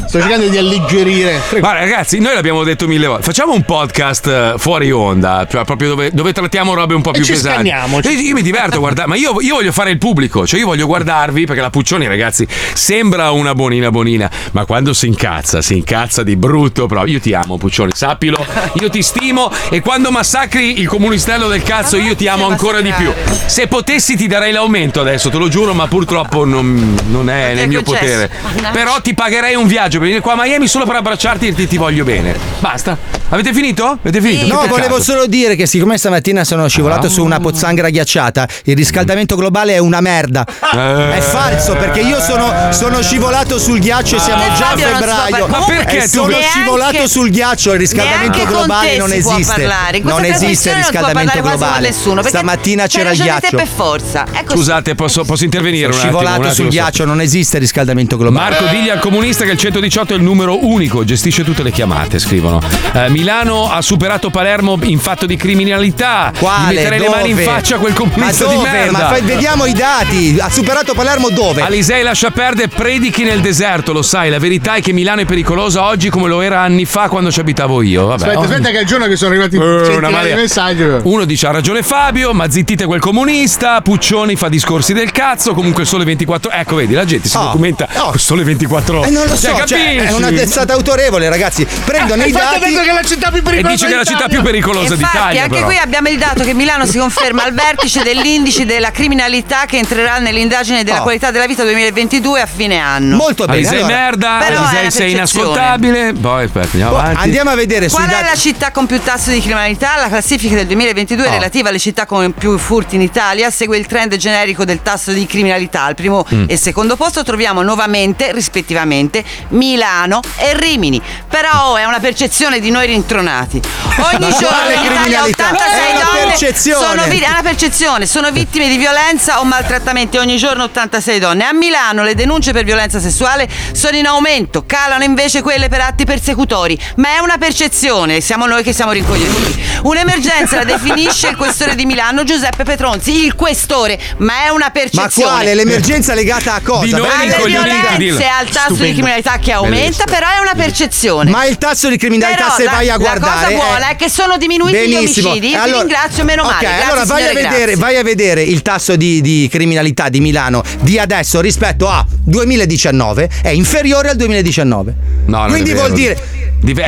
Sto cercando di alleggerire.
Ma ragazzi, noi l'abbiamo detto mille volte. Facciamo un podcast eh, fuori onda, cioè proprio dove, dove trattiamo robe un po'
E
più
ci
pesanti.
scanniamo, ci-
Io, io mi diverto a guardare, ma io, io voglio fare il pubblico, cioè io voglio guardarvi perché la Puccioni, ragazzi, sembra una bonina bonina, ma quando si incazza, si incazza di brutto proprio. Io ti amo, Puccioni, sappilo, io ti stimo e quando massacri il comunistello del cazzo, io ti amo ancora di più. Se potessi ti darei l'aumento adesso, te lo giuro, ma purtroppo non, non è nel mio
concesso.
potere.
Mannaggia.
Però ti pagherei un viaggio per venire qua a Miami solo per abbracciarti e dirti ti voglio bene. Basta. Avete finito? Avete finito?
No,
Peccato.
volevo solo dire che siccome stamattina sono
Ah.
scivolato su una pozzanghera ghiacciata, il riscaldamento globale è una merda.
Eh.
È falso perché io sono, sono scivolato sul ghiaccio e siamo
Eh,
già a
Fabio, non so
febbraio.
parlare. Ma perché
E
tu-
sono
Neanche-
scivolato sul ghiaccio, il riscaldamento
Neanche con
globale
te
non
si può
esiste.
parlare. In questa
Non esiste il
trasmissione non si può
riscaldamento
parlare quasi con
globale.
nessuno, perché cioè,
Stamattina c'era il
ragione te
ghiaccio.
per forza. Ecco,
Scusate, posso, posso
Sono
intervenire? un attimo,
scivolato
un attimo
sul
solo?
ghiaccio, non esiste il riscaldamento globale.
Marco digli al comunista che il 118 è il numero unico, gestisce tutte le chiamate, scrivono. Eh, Milano ha superato Palermo in fatto di criminalità.
Quale?
Gli metterei le mani in
Dove?
faccia a quel comunista
Ma dove?
di merda.
Ma fai- vediamo i dati. Ha superato Palermo dove?
Alisei lascia perdere, predichi nel deserto, lo sai, la verità è che Milano è pericolosa oggi come lo era anni fa quando ci abitavo io. Vabbè,
aspetta,
oh.
aspetta, che è il giorno che sono arrivati
Eh, una
centinaia
marea.
di messaggi.
Uno dice ha ragione Fabio, ma zittite quel comunista, Puccioni fa discorsi del cazzo, comunque il sole 24 Ecco, vedi, la gente si documenta il sole 24 ore.
Oh, Eh, non lo so,
Cioè,
cioè,
capisci?
è una testata autorevole, ragazzi. Prendono
Eh,
i
infatti ha
dati.
detto che è la città più pericolosa
E dice che è la città più pericolosa
Infatti,
d'Italia.
anche
però.
qui abbiamo il dato che Milano si conferma al vertice dell'indice della criminalità che entrerà nell'indagine della
Oh.
qualità della vita 2022 a fine anno.
Molto
Alisei merda,
Però è
Alisei
una
sei
percezione.
inascoltabile. Poi aspetta, andiamo
Boh,
avanti.
andiamo a vedere
Qual è la città con più tasso di criminalità? La classifica del 2022
Ah.
Oh.
relativa alle città con più furti in Italia segue il trend generico del tasso di criminalità. Al primo
Mm.
e secondo posto troviamo nuovamente, rispettivamente, Milano e Rimini. Però è una percezione di noi rintronati. Ogni
Ma
giorno
quale
in Italia
criminalità?
86
È una
donne
percezione.
sono vi- è una percezione, sono vittime di violenza o maltrattamenti ogni giorno 86 donne. A Milano le denunce per violenza sessuale sono in aumento, calano invece quelle per atti persecutori, ma è una percezione, siamo noi che siamo rincoglioniti. Un'emergenza la definisce il questore di Milano Giuseppe Petronzi, il questore, ma è una
Ma
percezione.
quale? L'emergenza legata a cosa?
Di noi
Perché-
Alle rincoglioniti, violenze, dillo. al tasso di
Stupendo.
criminalità che aumenta, però è una percezione.
Ma il tasso di criminalità,
Però
se
la-
vai a
la
guardare.
cosa buona è che sono diminuiti gli
Benissimo.
omicidi. Io vi
Allora-
ringrazio, meno male.
Ok,
Grazie,
allora vai a,
signore,
vedere,
grazie.
vai a vedere il tasso di, di criminalità di Milano di adesso rispetto a 2019. È inferiore al 2019.
No, non è
Quindi
vero.
vuol dire.
Dive-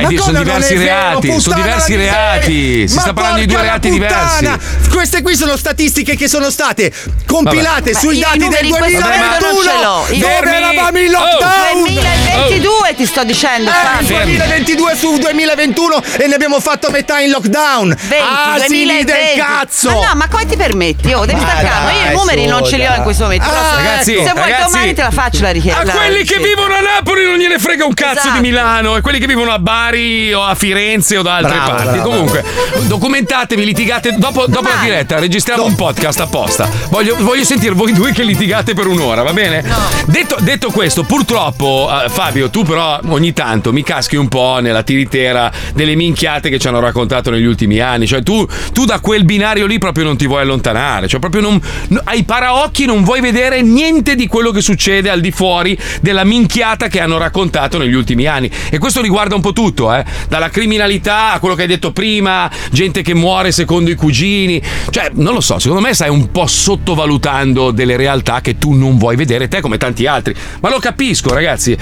Ma
eh,
come
sono
non è
diversi
vero,
reati, sono
puttana
diversi
la miseria!
reati. Si
Ma
sta parlando di due
porca la
reati diversi.
puttana! Queste qui sono statistiche che sono state compilate
Vabbè.
sui
Ma io i
dati del
numeri in questo momento non
2021
ce l'ho. Io-
dove eravamo in
Oh.
lockdown.
2022 ti sto dicendo.
Eh,
Fabio.
2022 su 2021 e ne abbiamo fatto metà in lockdown.
20,
Asili
2020.
del cazzo!
Ma Ah, no, ma come ti permetti? Oh, devi
Ma
staccarlo. Io
dai,
i numeri non
su,
ce li ho
dai.
in questo momento. però
Ah,
se-
ragazzi,
se vuoi
ragazzi.
domani te la faccio la richiesta.
A quelli che vivono a Napoli non gliene frega un cazzo
Esatto.
di Milano e quelli che vivono a Bari o a Firenze o da altre
Bravo,
parti.
bravo.
Comunque, documentatevi, litigate dopo, dopo la diretta, registriamo un podcast apposta. Voglio, voglio sentire voi due che litigate per un'ora, va bene? Detto, detto questo, purtroppo, eh, Fabio, tu però ogni tanto mi caschi un po' nella tiritera delle minchiate che ci hanno raccontato negli ultimi anni. Cioè, tu, tu da quel binario lì proprio non ti vuoi allontanare. Cioè, proprio non, no- ai paraocchi non vuoi vedere niente di quello che succede al di fuori della minchiata che hanno raccontato negli ultimi anni. E questo riguarda un po' tutto, eh? Dalla criminalità a quello che hai detto prima, gente che muore secondo i cugini. Cioè, non lo so, secondo me stai un po' sottovalutando delle realtà che tu non vuoi vedere, te come tanti altri. Ma lo capisco, ragazzi.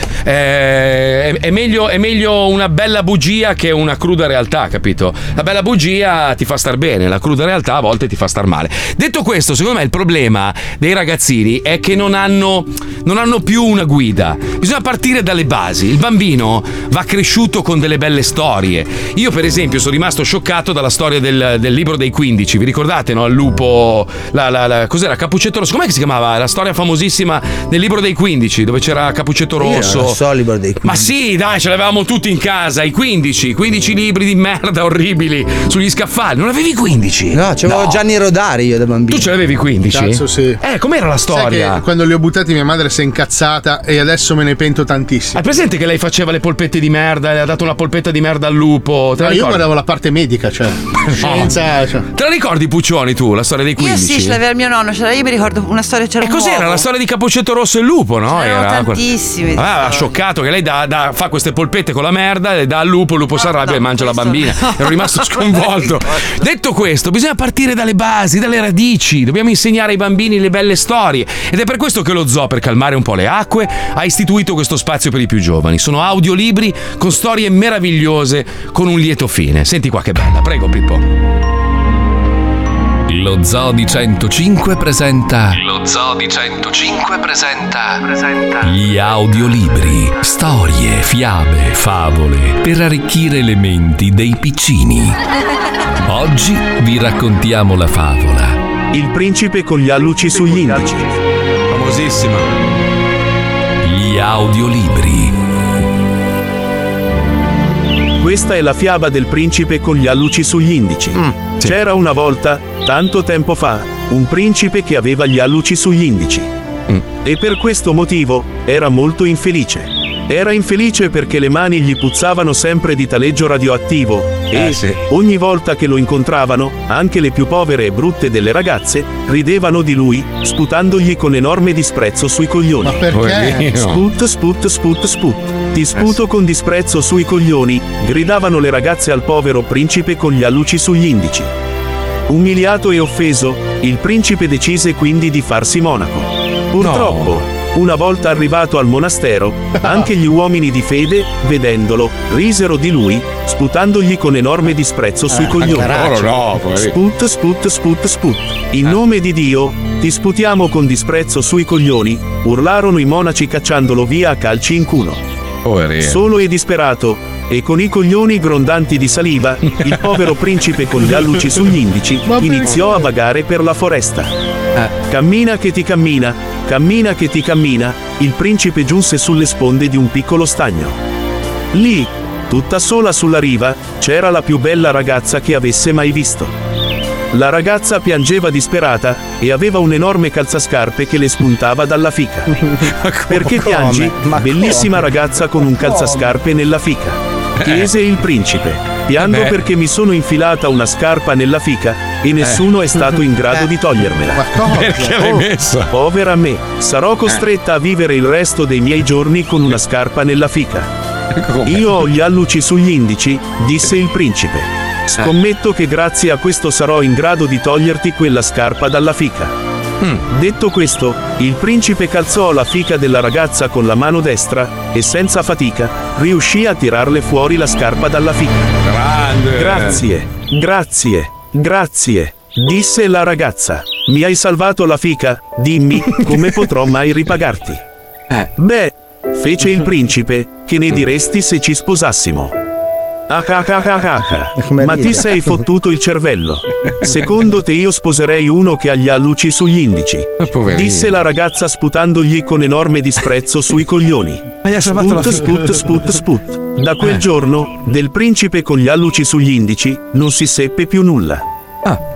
Eh, è, è meglio, è meglio una bella bugia che una cruda realtà, capito? La bella bugia ti fa star bene, la cruda realtà a volte ti fa star male. Detto questo, secondo me il problema dei ragazzini è che non hanno, non hanno più una guida. Bisogna partire dalle basi. Il bambino va cresciuto con delle belle storie. Io, per esempio, sono rimasto scioccato dalla storia del, del libro dei 15. Vi ricordate, no? Il lupo, la, la, la, cos'era? Capuccetto rosso. Com'è che si chiamava? La storia famosissima del libro dei 15, dove c'era Capuccetto
Io
rosso.
non lo so il libro dei
Ma sì, dai, ce l'avevamo tutti in casa, i 15, 15 libri di merda orribili sugli scaffali. Non avevi 15?
No, c'avevo
No.
Gianni Rodari io da bambino.
Tu ce l'avevi 15?
Cazzo, sì.
Eh, com'era la storia?
Sai che quando li ho buttati mia madre si è incazzata e adesso me ne pento tantissimo.
Hai presente che lei faceva le polpette di merda e ha dato una polpetta di merda al lupo? Te la
No, io
ricordi?
guardavo la parte medica, cioè. Scienza, cioè.
Te la ricordi, Puccioni, tu, la storia dei
Io
15?
sì, ce l'aveva il mio nonno, ce l'aveva, io mi ricordo una storia c'era
E cos'era? La storia di Capuccetto Rosso e il lupo, no?
C'erano tantissime di
Ah, ha scioccato che lei dà- dà- fa queste polpette con la merda, le dà al lupo, il lupo si arrabbia e mangia la bambina. Ero rimasto sconvolto. Detto questo, bisogna partire dalle basi, dalle radici. Dobbiamo insegnare ai bambini le belle storie. Ed è per questo che lo zoo, per calmare un po' le acque, ha istituito questo spazio per i più giovani. Sono audiolibri con storie meravigliose, con un lieto fine. Senti qua che bella, prego Pippo.
Lo Zoo di 105 presenta. Lo Zoo di 105 presenta. Presenta. Gli audiolibri, storie, fiabe, favole per arricchire le menti dei piccini. Oggi vi raccontiamo la favola. Il principe con gli alluci sugli indici.
Famosissima.
Gli audiolibri.
Questa è la fiaba del principe con gli alluci sugli indici. C'era una volta, tanto tempo fa, un principe che aveva gli alluci sugli indici. E per questo motivo era molto infelice. Era infelice perché le mani gli puzzavano sempre di taleggio radioattivo e
Eh, sì.
ogni volta che lo incontravano, anche le più povere e brutte delle ragazze ridevano di lui, sputandogli con enorme disprezzo sui coglioni. Ma
perché?
Sput, sput, sput, sput. Ti sputo con disprezzo sui coglioni, gridavano le ragazze al povero principe con gli alluci sugli indici. Umiliato e offeso, il principe decise quindi di farsi monaco. Purtroppo, una volta arrivato al monastero, anche gli uomini di fede, vedendolo, risero di lui, sputandogli con enorme disprezzo sui
Ah,
coglioni.
caccaraccio. Oh, no, poverino.
sput, sput, sput, sput. In nome di Dio, ti sputiamo con disprezzo sui coglioni, urlarono i monaci cacciandolo via a calci in culo. Solo e disperato, e con i coglioni grondanti di saliva, il povero principe con gli alluci sugli indici iniziò a vagare per la foresta. Cammina che ti cammina, cammina che ti cammina, il principe giunse sulle sponde di un piccolo stagno. Lì, tutta sola sulla riva, c'era la più bella ragazza che avesse mai visto. La ragazza piangeva disperata e aveva un enorme calzascarpe che le spuntava dalla fica. Perché
come?
piangi?
Ma
Bellissima
come?
ragazza con un calzascarpe nella fica. Chiese il principe. Piango
beh. Eh.
perché mi sono infilata una scarpa nella fica e nessuno è stato in grado di togliermela.
Perché l'hai
messa? Povera me,
Eh.
sarò costretta a vivere il resto dei miei giorni con una scarpa nella fica. Io ho gli alluci sugli indici, disse il principe. Scommetto che grazie a questo sarò in grado di toglierti quella scarpa dalla fica. Detto questo, il principe calzò la fica della ragazza con la mano destra e senza fatica riuscì a tirarle fuori la scarpa dalla fica.
Grande!
Grazie, grazie, grazie, disse la ragazza. Mi hai salvato la fica, dimmi come potrò mai ripagarti. Beh, fece il principe, che ne diresti se ci sposassimo? Ah, ah, ah, ah, ah. Ma
ridere.
ti sei fottuto il cervello. Secondo te io sposerei uno che ha gli alluci sugli indici. Disse la ragazza sputandogli con enorme disprezzo sui coglioni.
Ma gli ha salvato la
Sput, sput,
figa.
sput, sput. Da quel giorno, del principe con gli alluci sugli indici, non si seppe più nulla.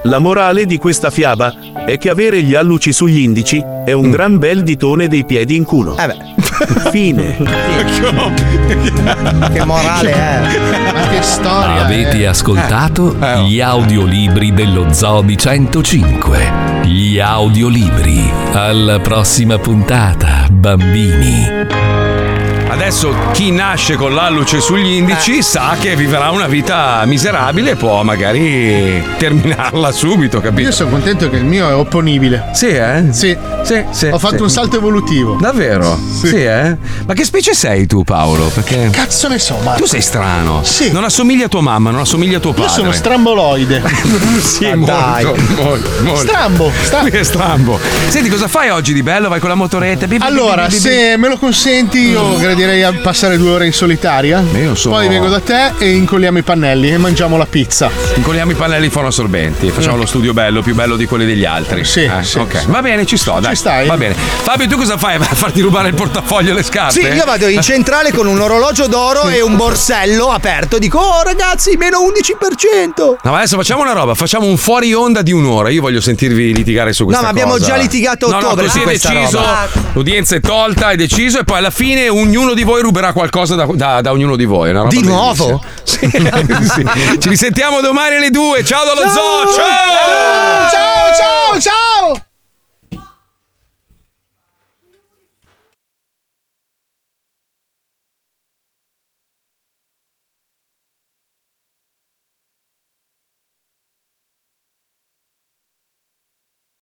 La morale di questa fiaba è che avere gli alluci sugli indici è un gran bel ditone dei piedi in culo. Fine.
Che
morale
è? Ma che storia!
Avete
eh.
ascoltato gli audiolibri dello Zoo di 105. Gli audiolibri. Alla prossima puntata, bambini.
Adesso chi nasce con l'alluce sugli indici
Eh.
sa che vivrà una vita miserabile e può magari terminarla subito, capito?
Io sono contento che il mio è opponibile.
Sì, eh?
Sì. Ho fatto
sì.
un salto evolutivo.
Davvero?
Sì.
Sì, eh? Ma che specie sei tu, Paolo? Perché.
Cazzo ne so, ma.
Tu sei strano. Sì. Non assomigli a tua mamma, non assomigli a tuo
Io
padre.
sono stramboloide.
sì, molto, molto, molto.
Strambo, strambo.
Lui è strambo. Senti, cosa fai oggi di bello? Vai con la motoretta. bi- bi- bi-
Allora,
bi- bi-
se me lo consenti, io gradirei a passare due ore in solitaria. Poi vengo da te e incolliamo i pannelli e mangiamo la pizza.
Incolliamo i pannelli fonosorbenti,
Mm.
facciamo lo studio bello, più bello di quelli degli altri. Sì, ok. Va bene, ci sto, dai. Ci stai? Va bene. Fabio, tu cosa fai? Vai a farti rubare il portafoglio e le scarpe?
Sì, io vado in centrale con un orologio d'oro e un borsello aperto. Dico, oh ragazzi, meno 11%.
No, ma adesso facciamo una roba, facciamo un fuori onda di un'ora. Io voglio sentirvi litigare su questa
ma
cosa.
abbiamo già litigato a
No, no,
ottobre
così
su
è
questa
deciso.
roba.
L'udienza è tolta, è deciso, e poi alla fine ognuno di voi ruberà qualcosa da, da- da ognuno di voi. è una roba
Di
bellissima.
nuovo?
Sì, sì. Ci risentiamo domani alle 2. Ciao dallo zoo! Ciao!
Ciao, ciao, ciao!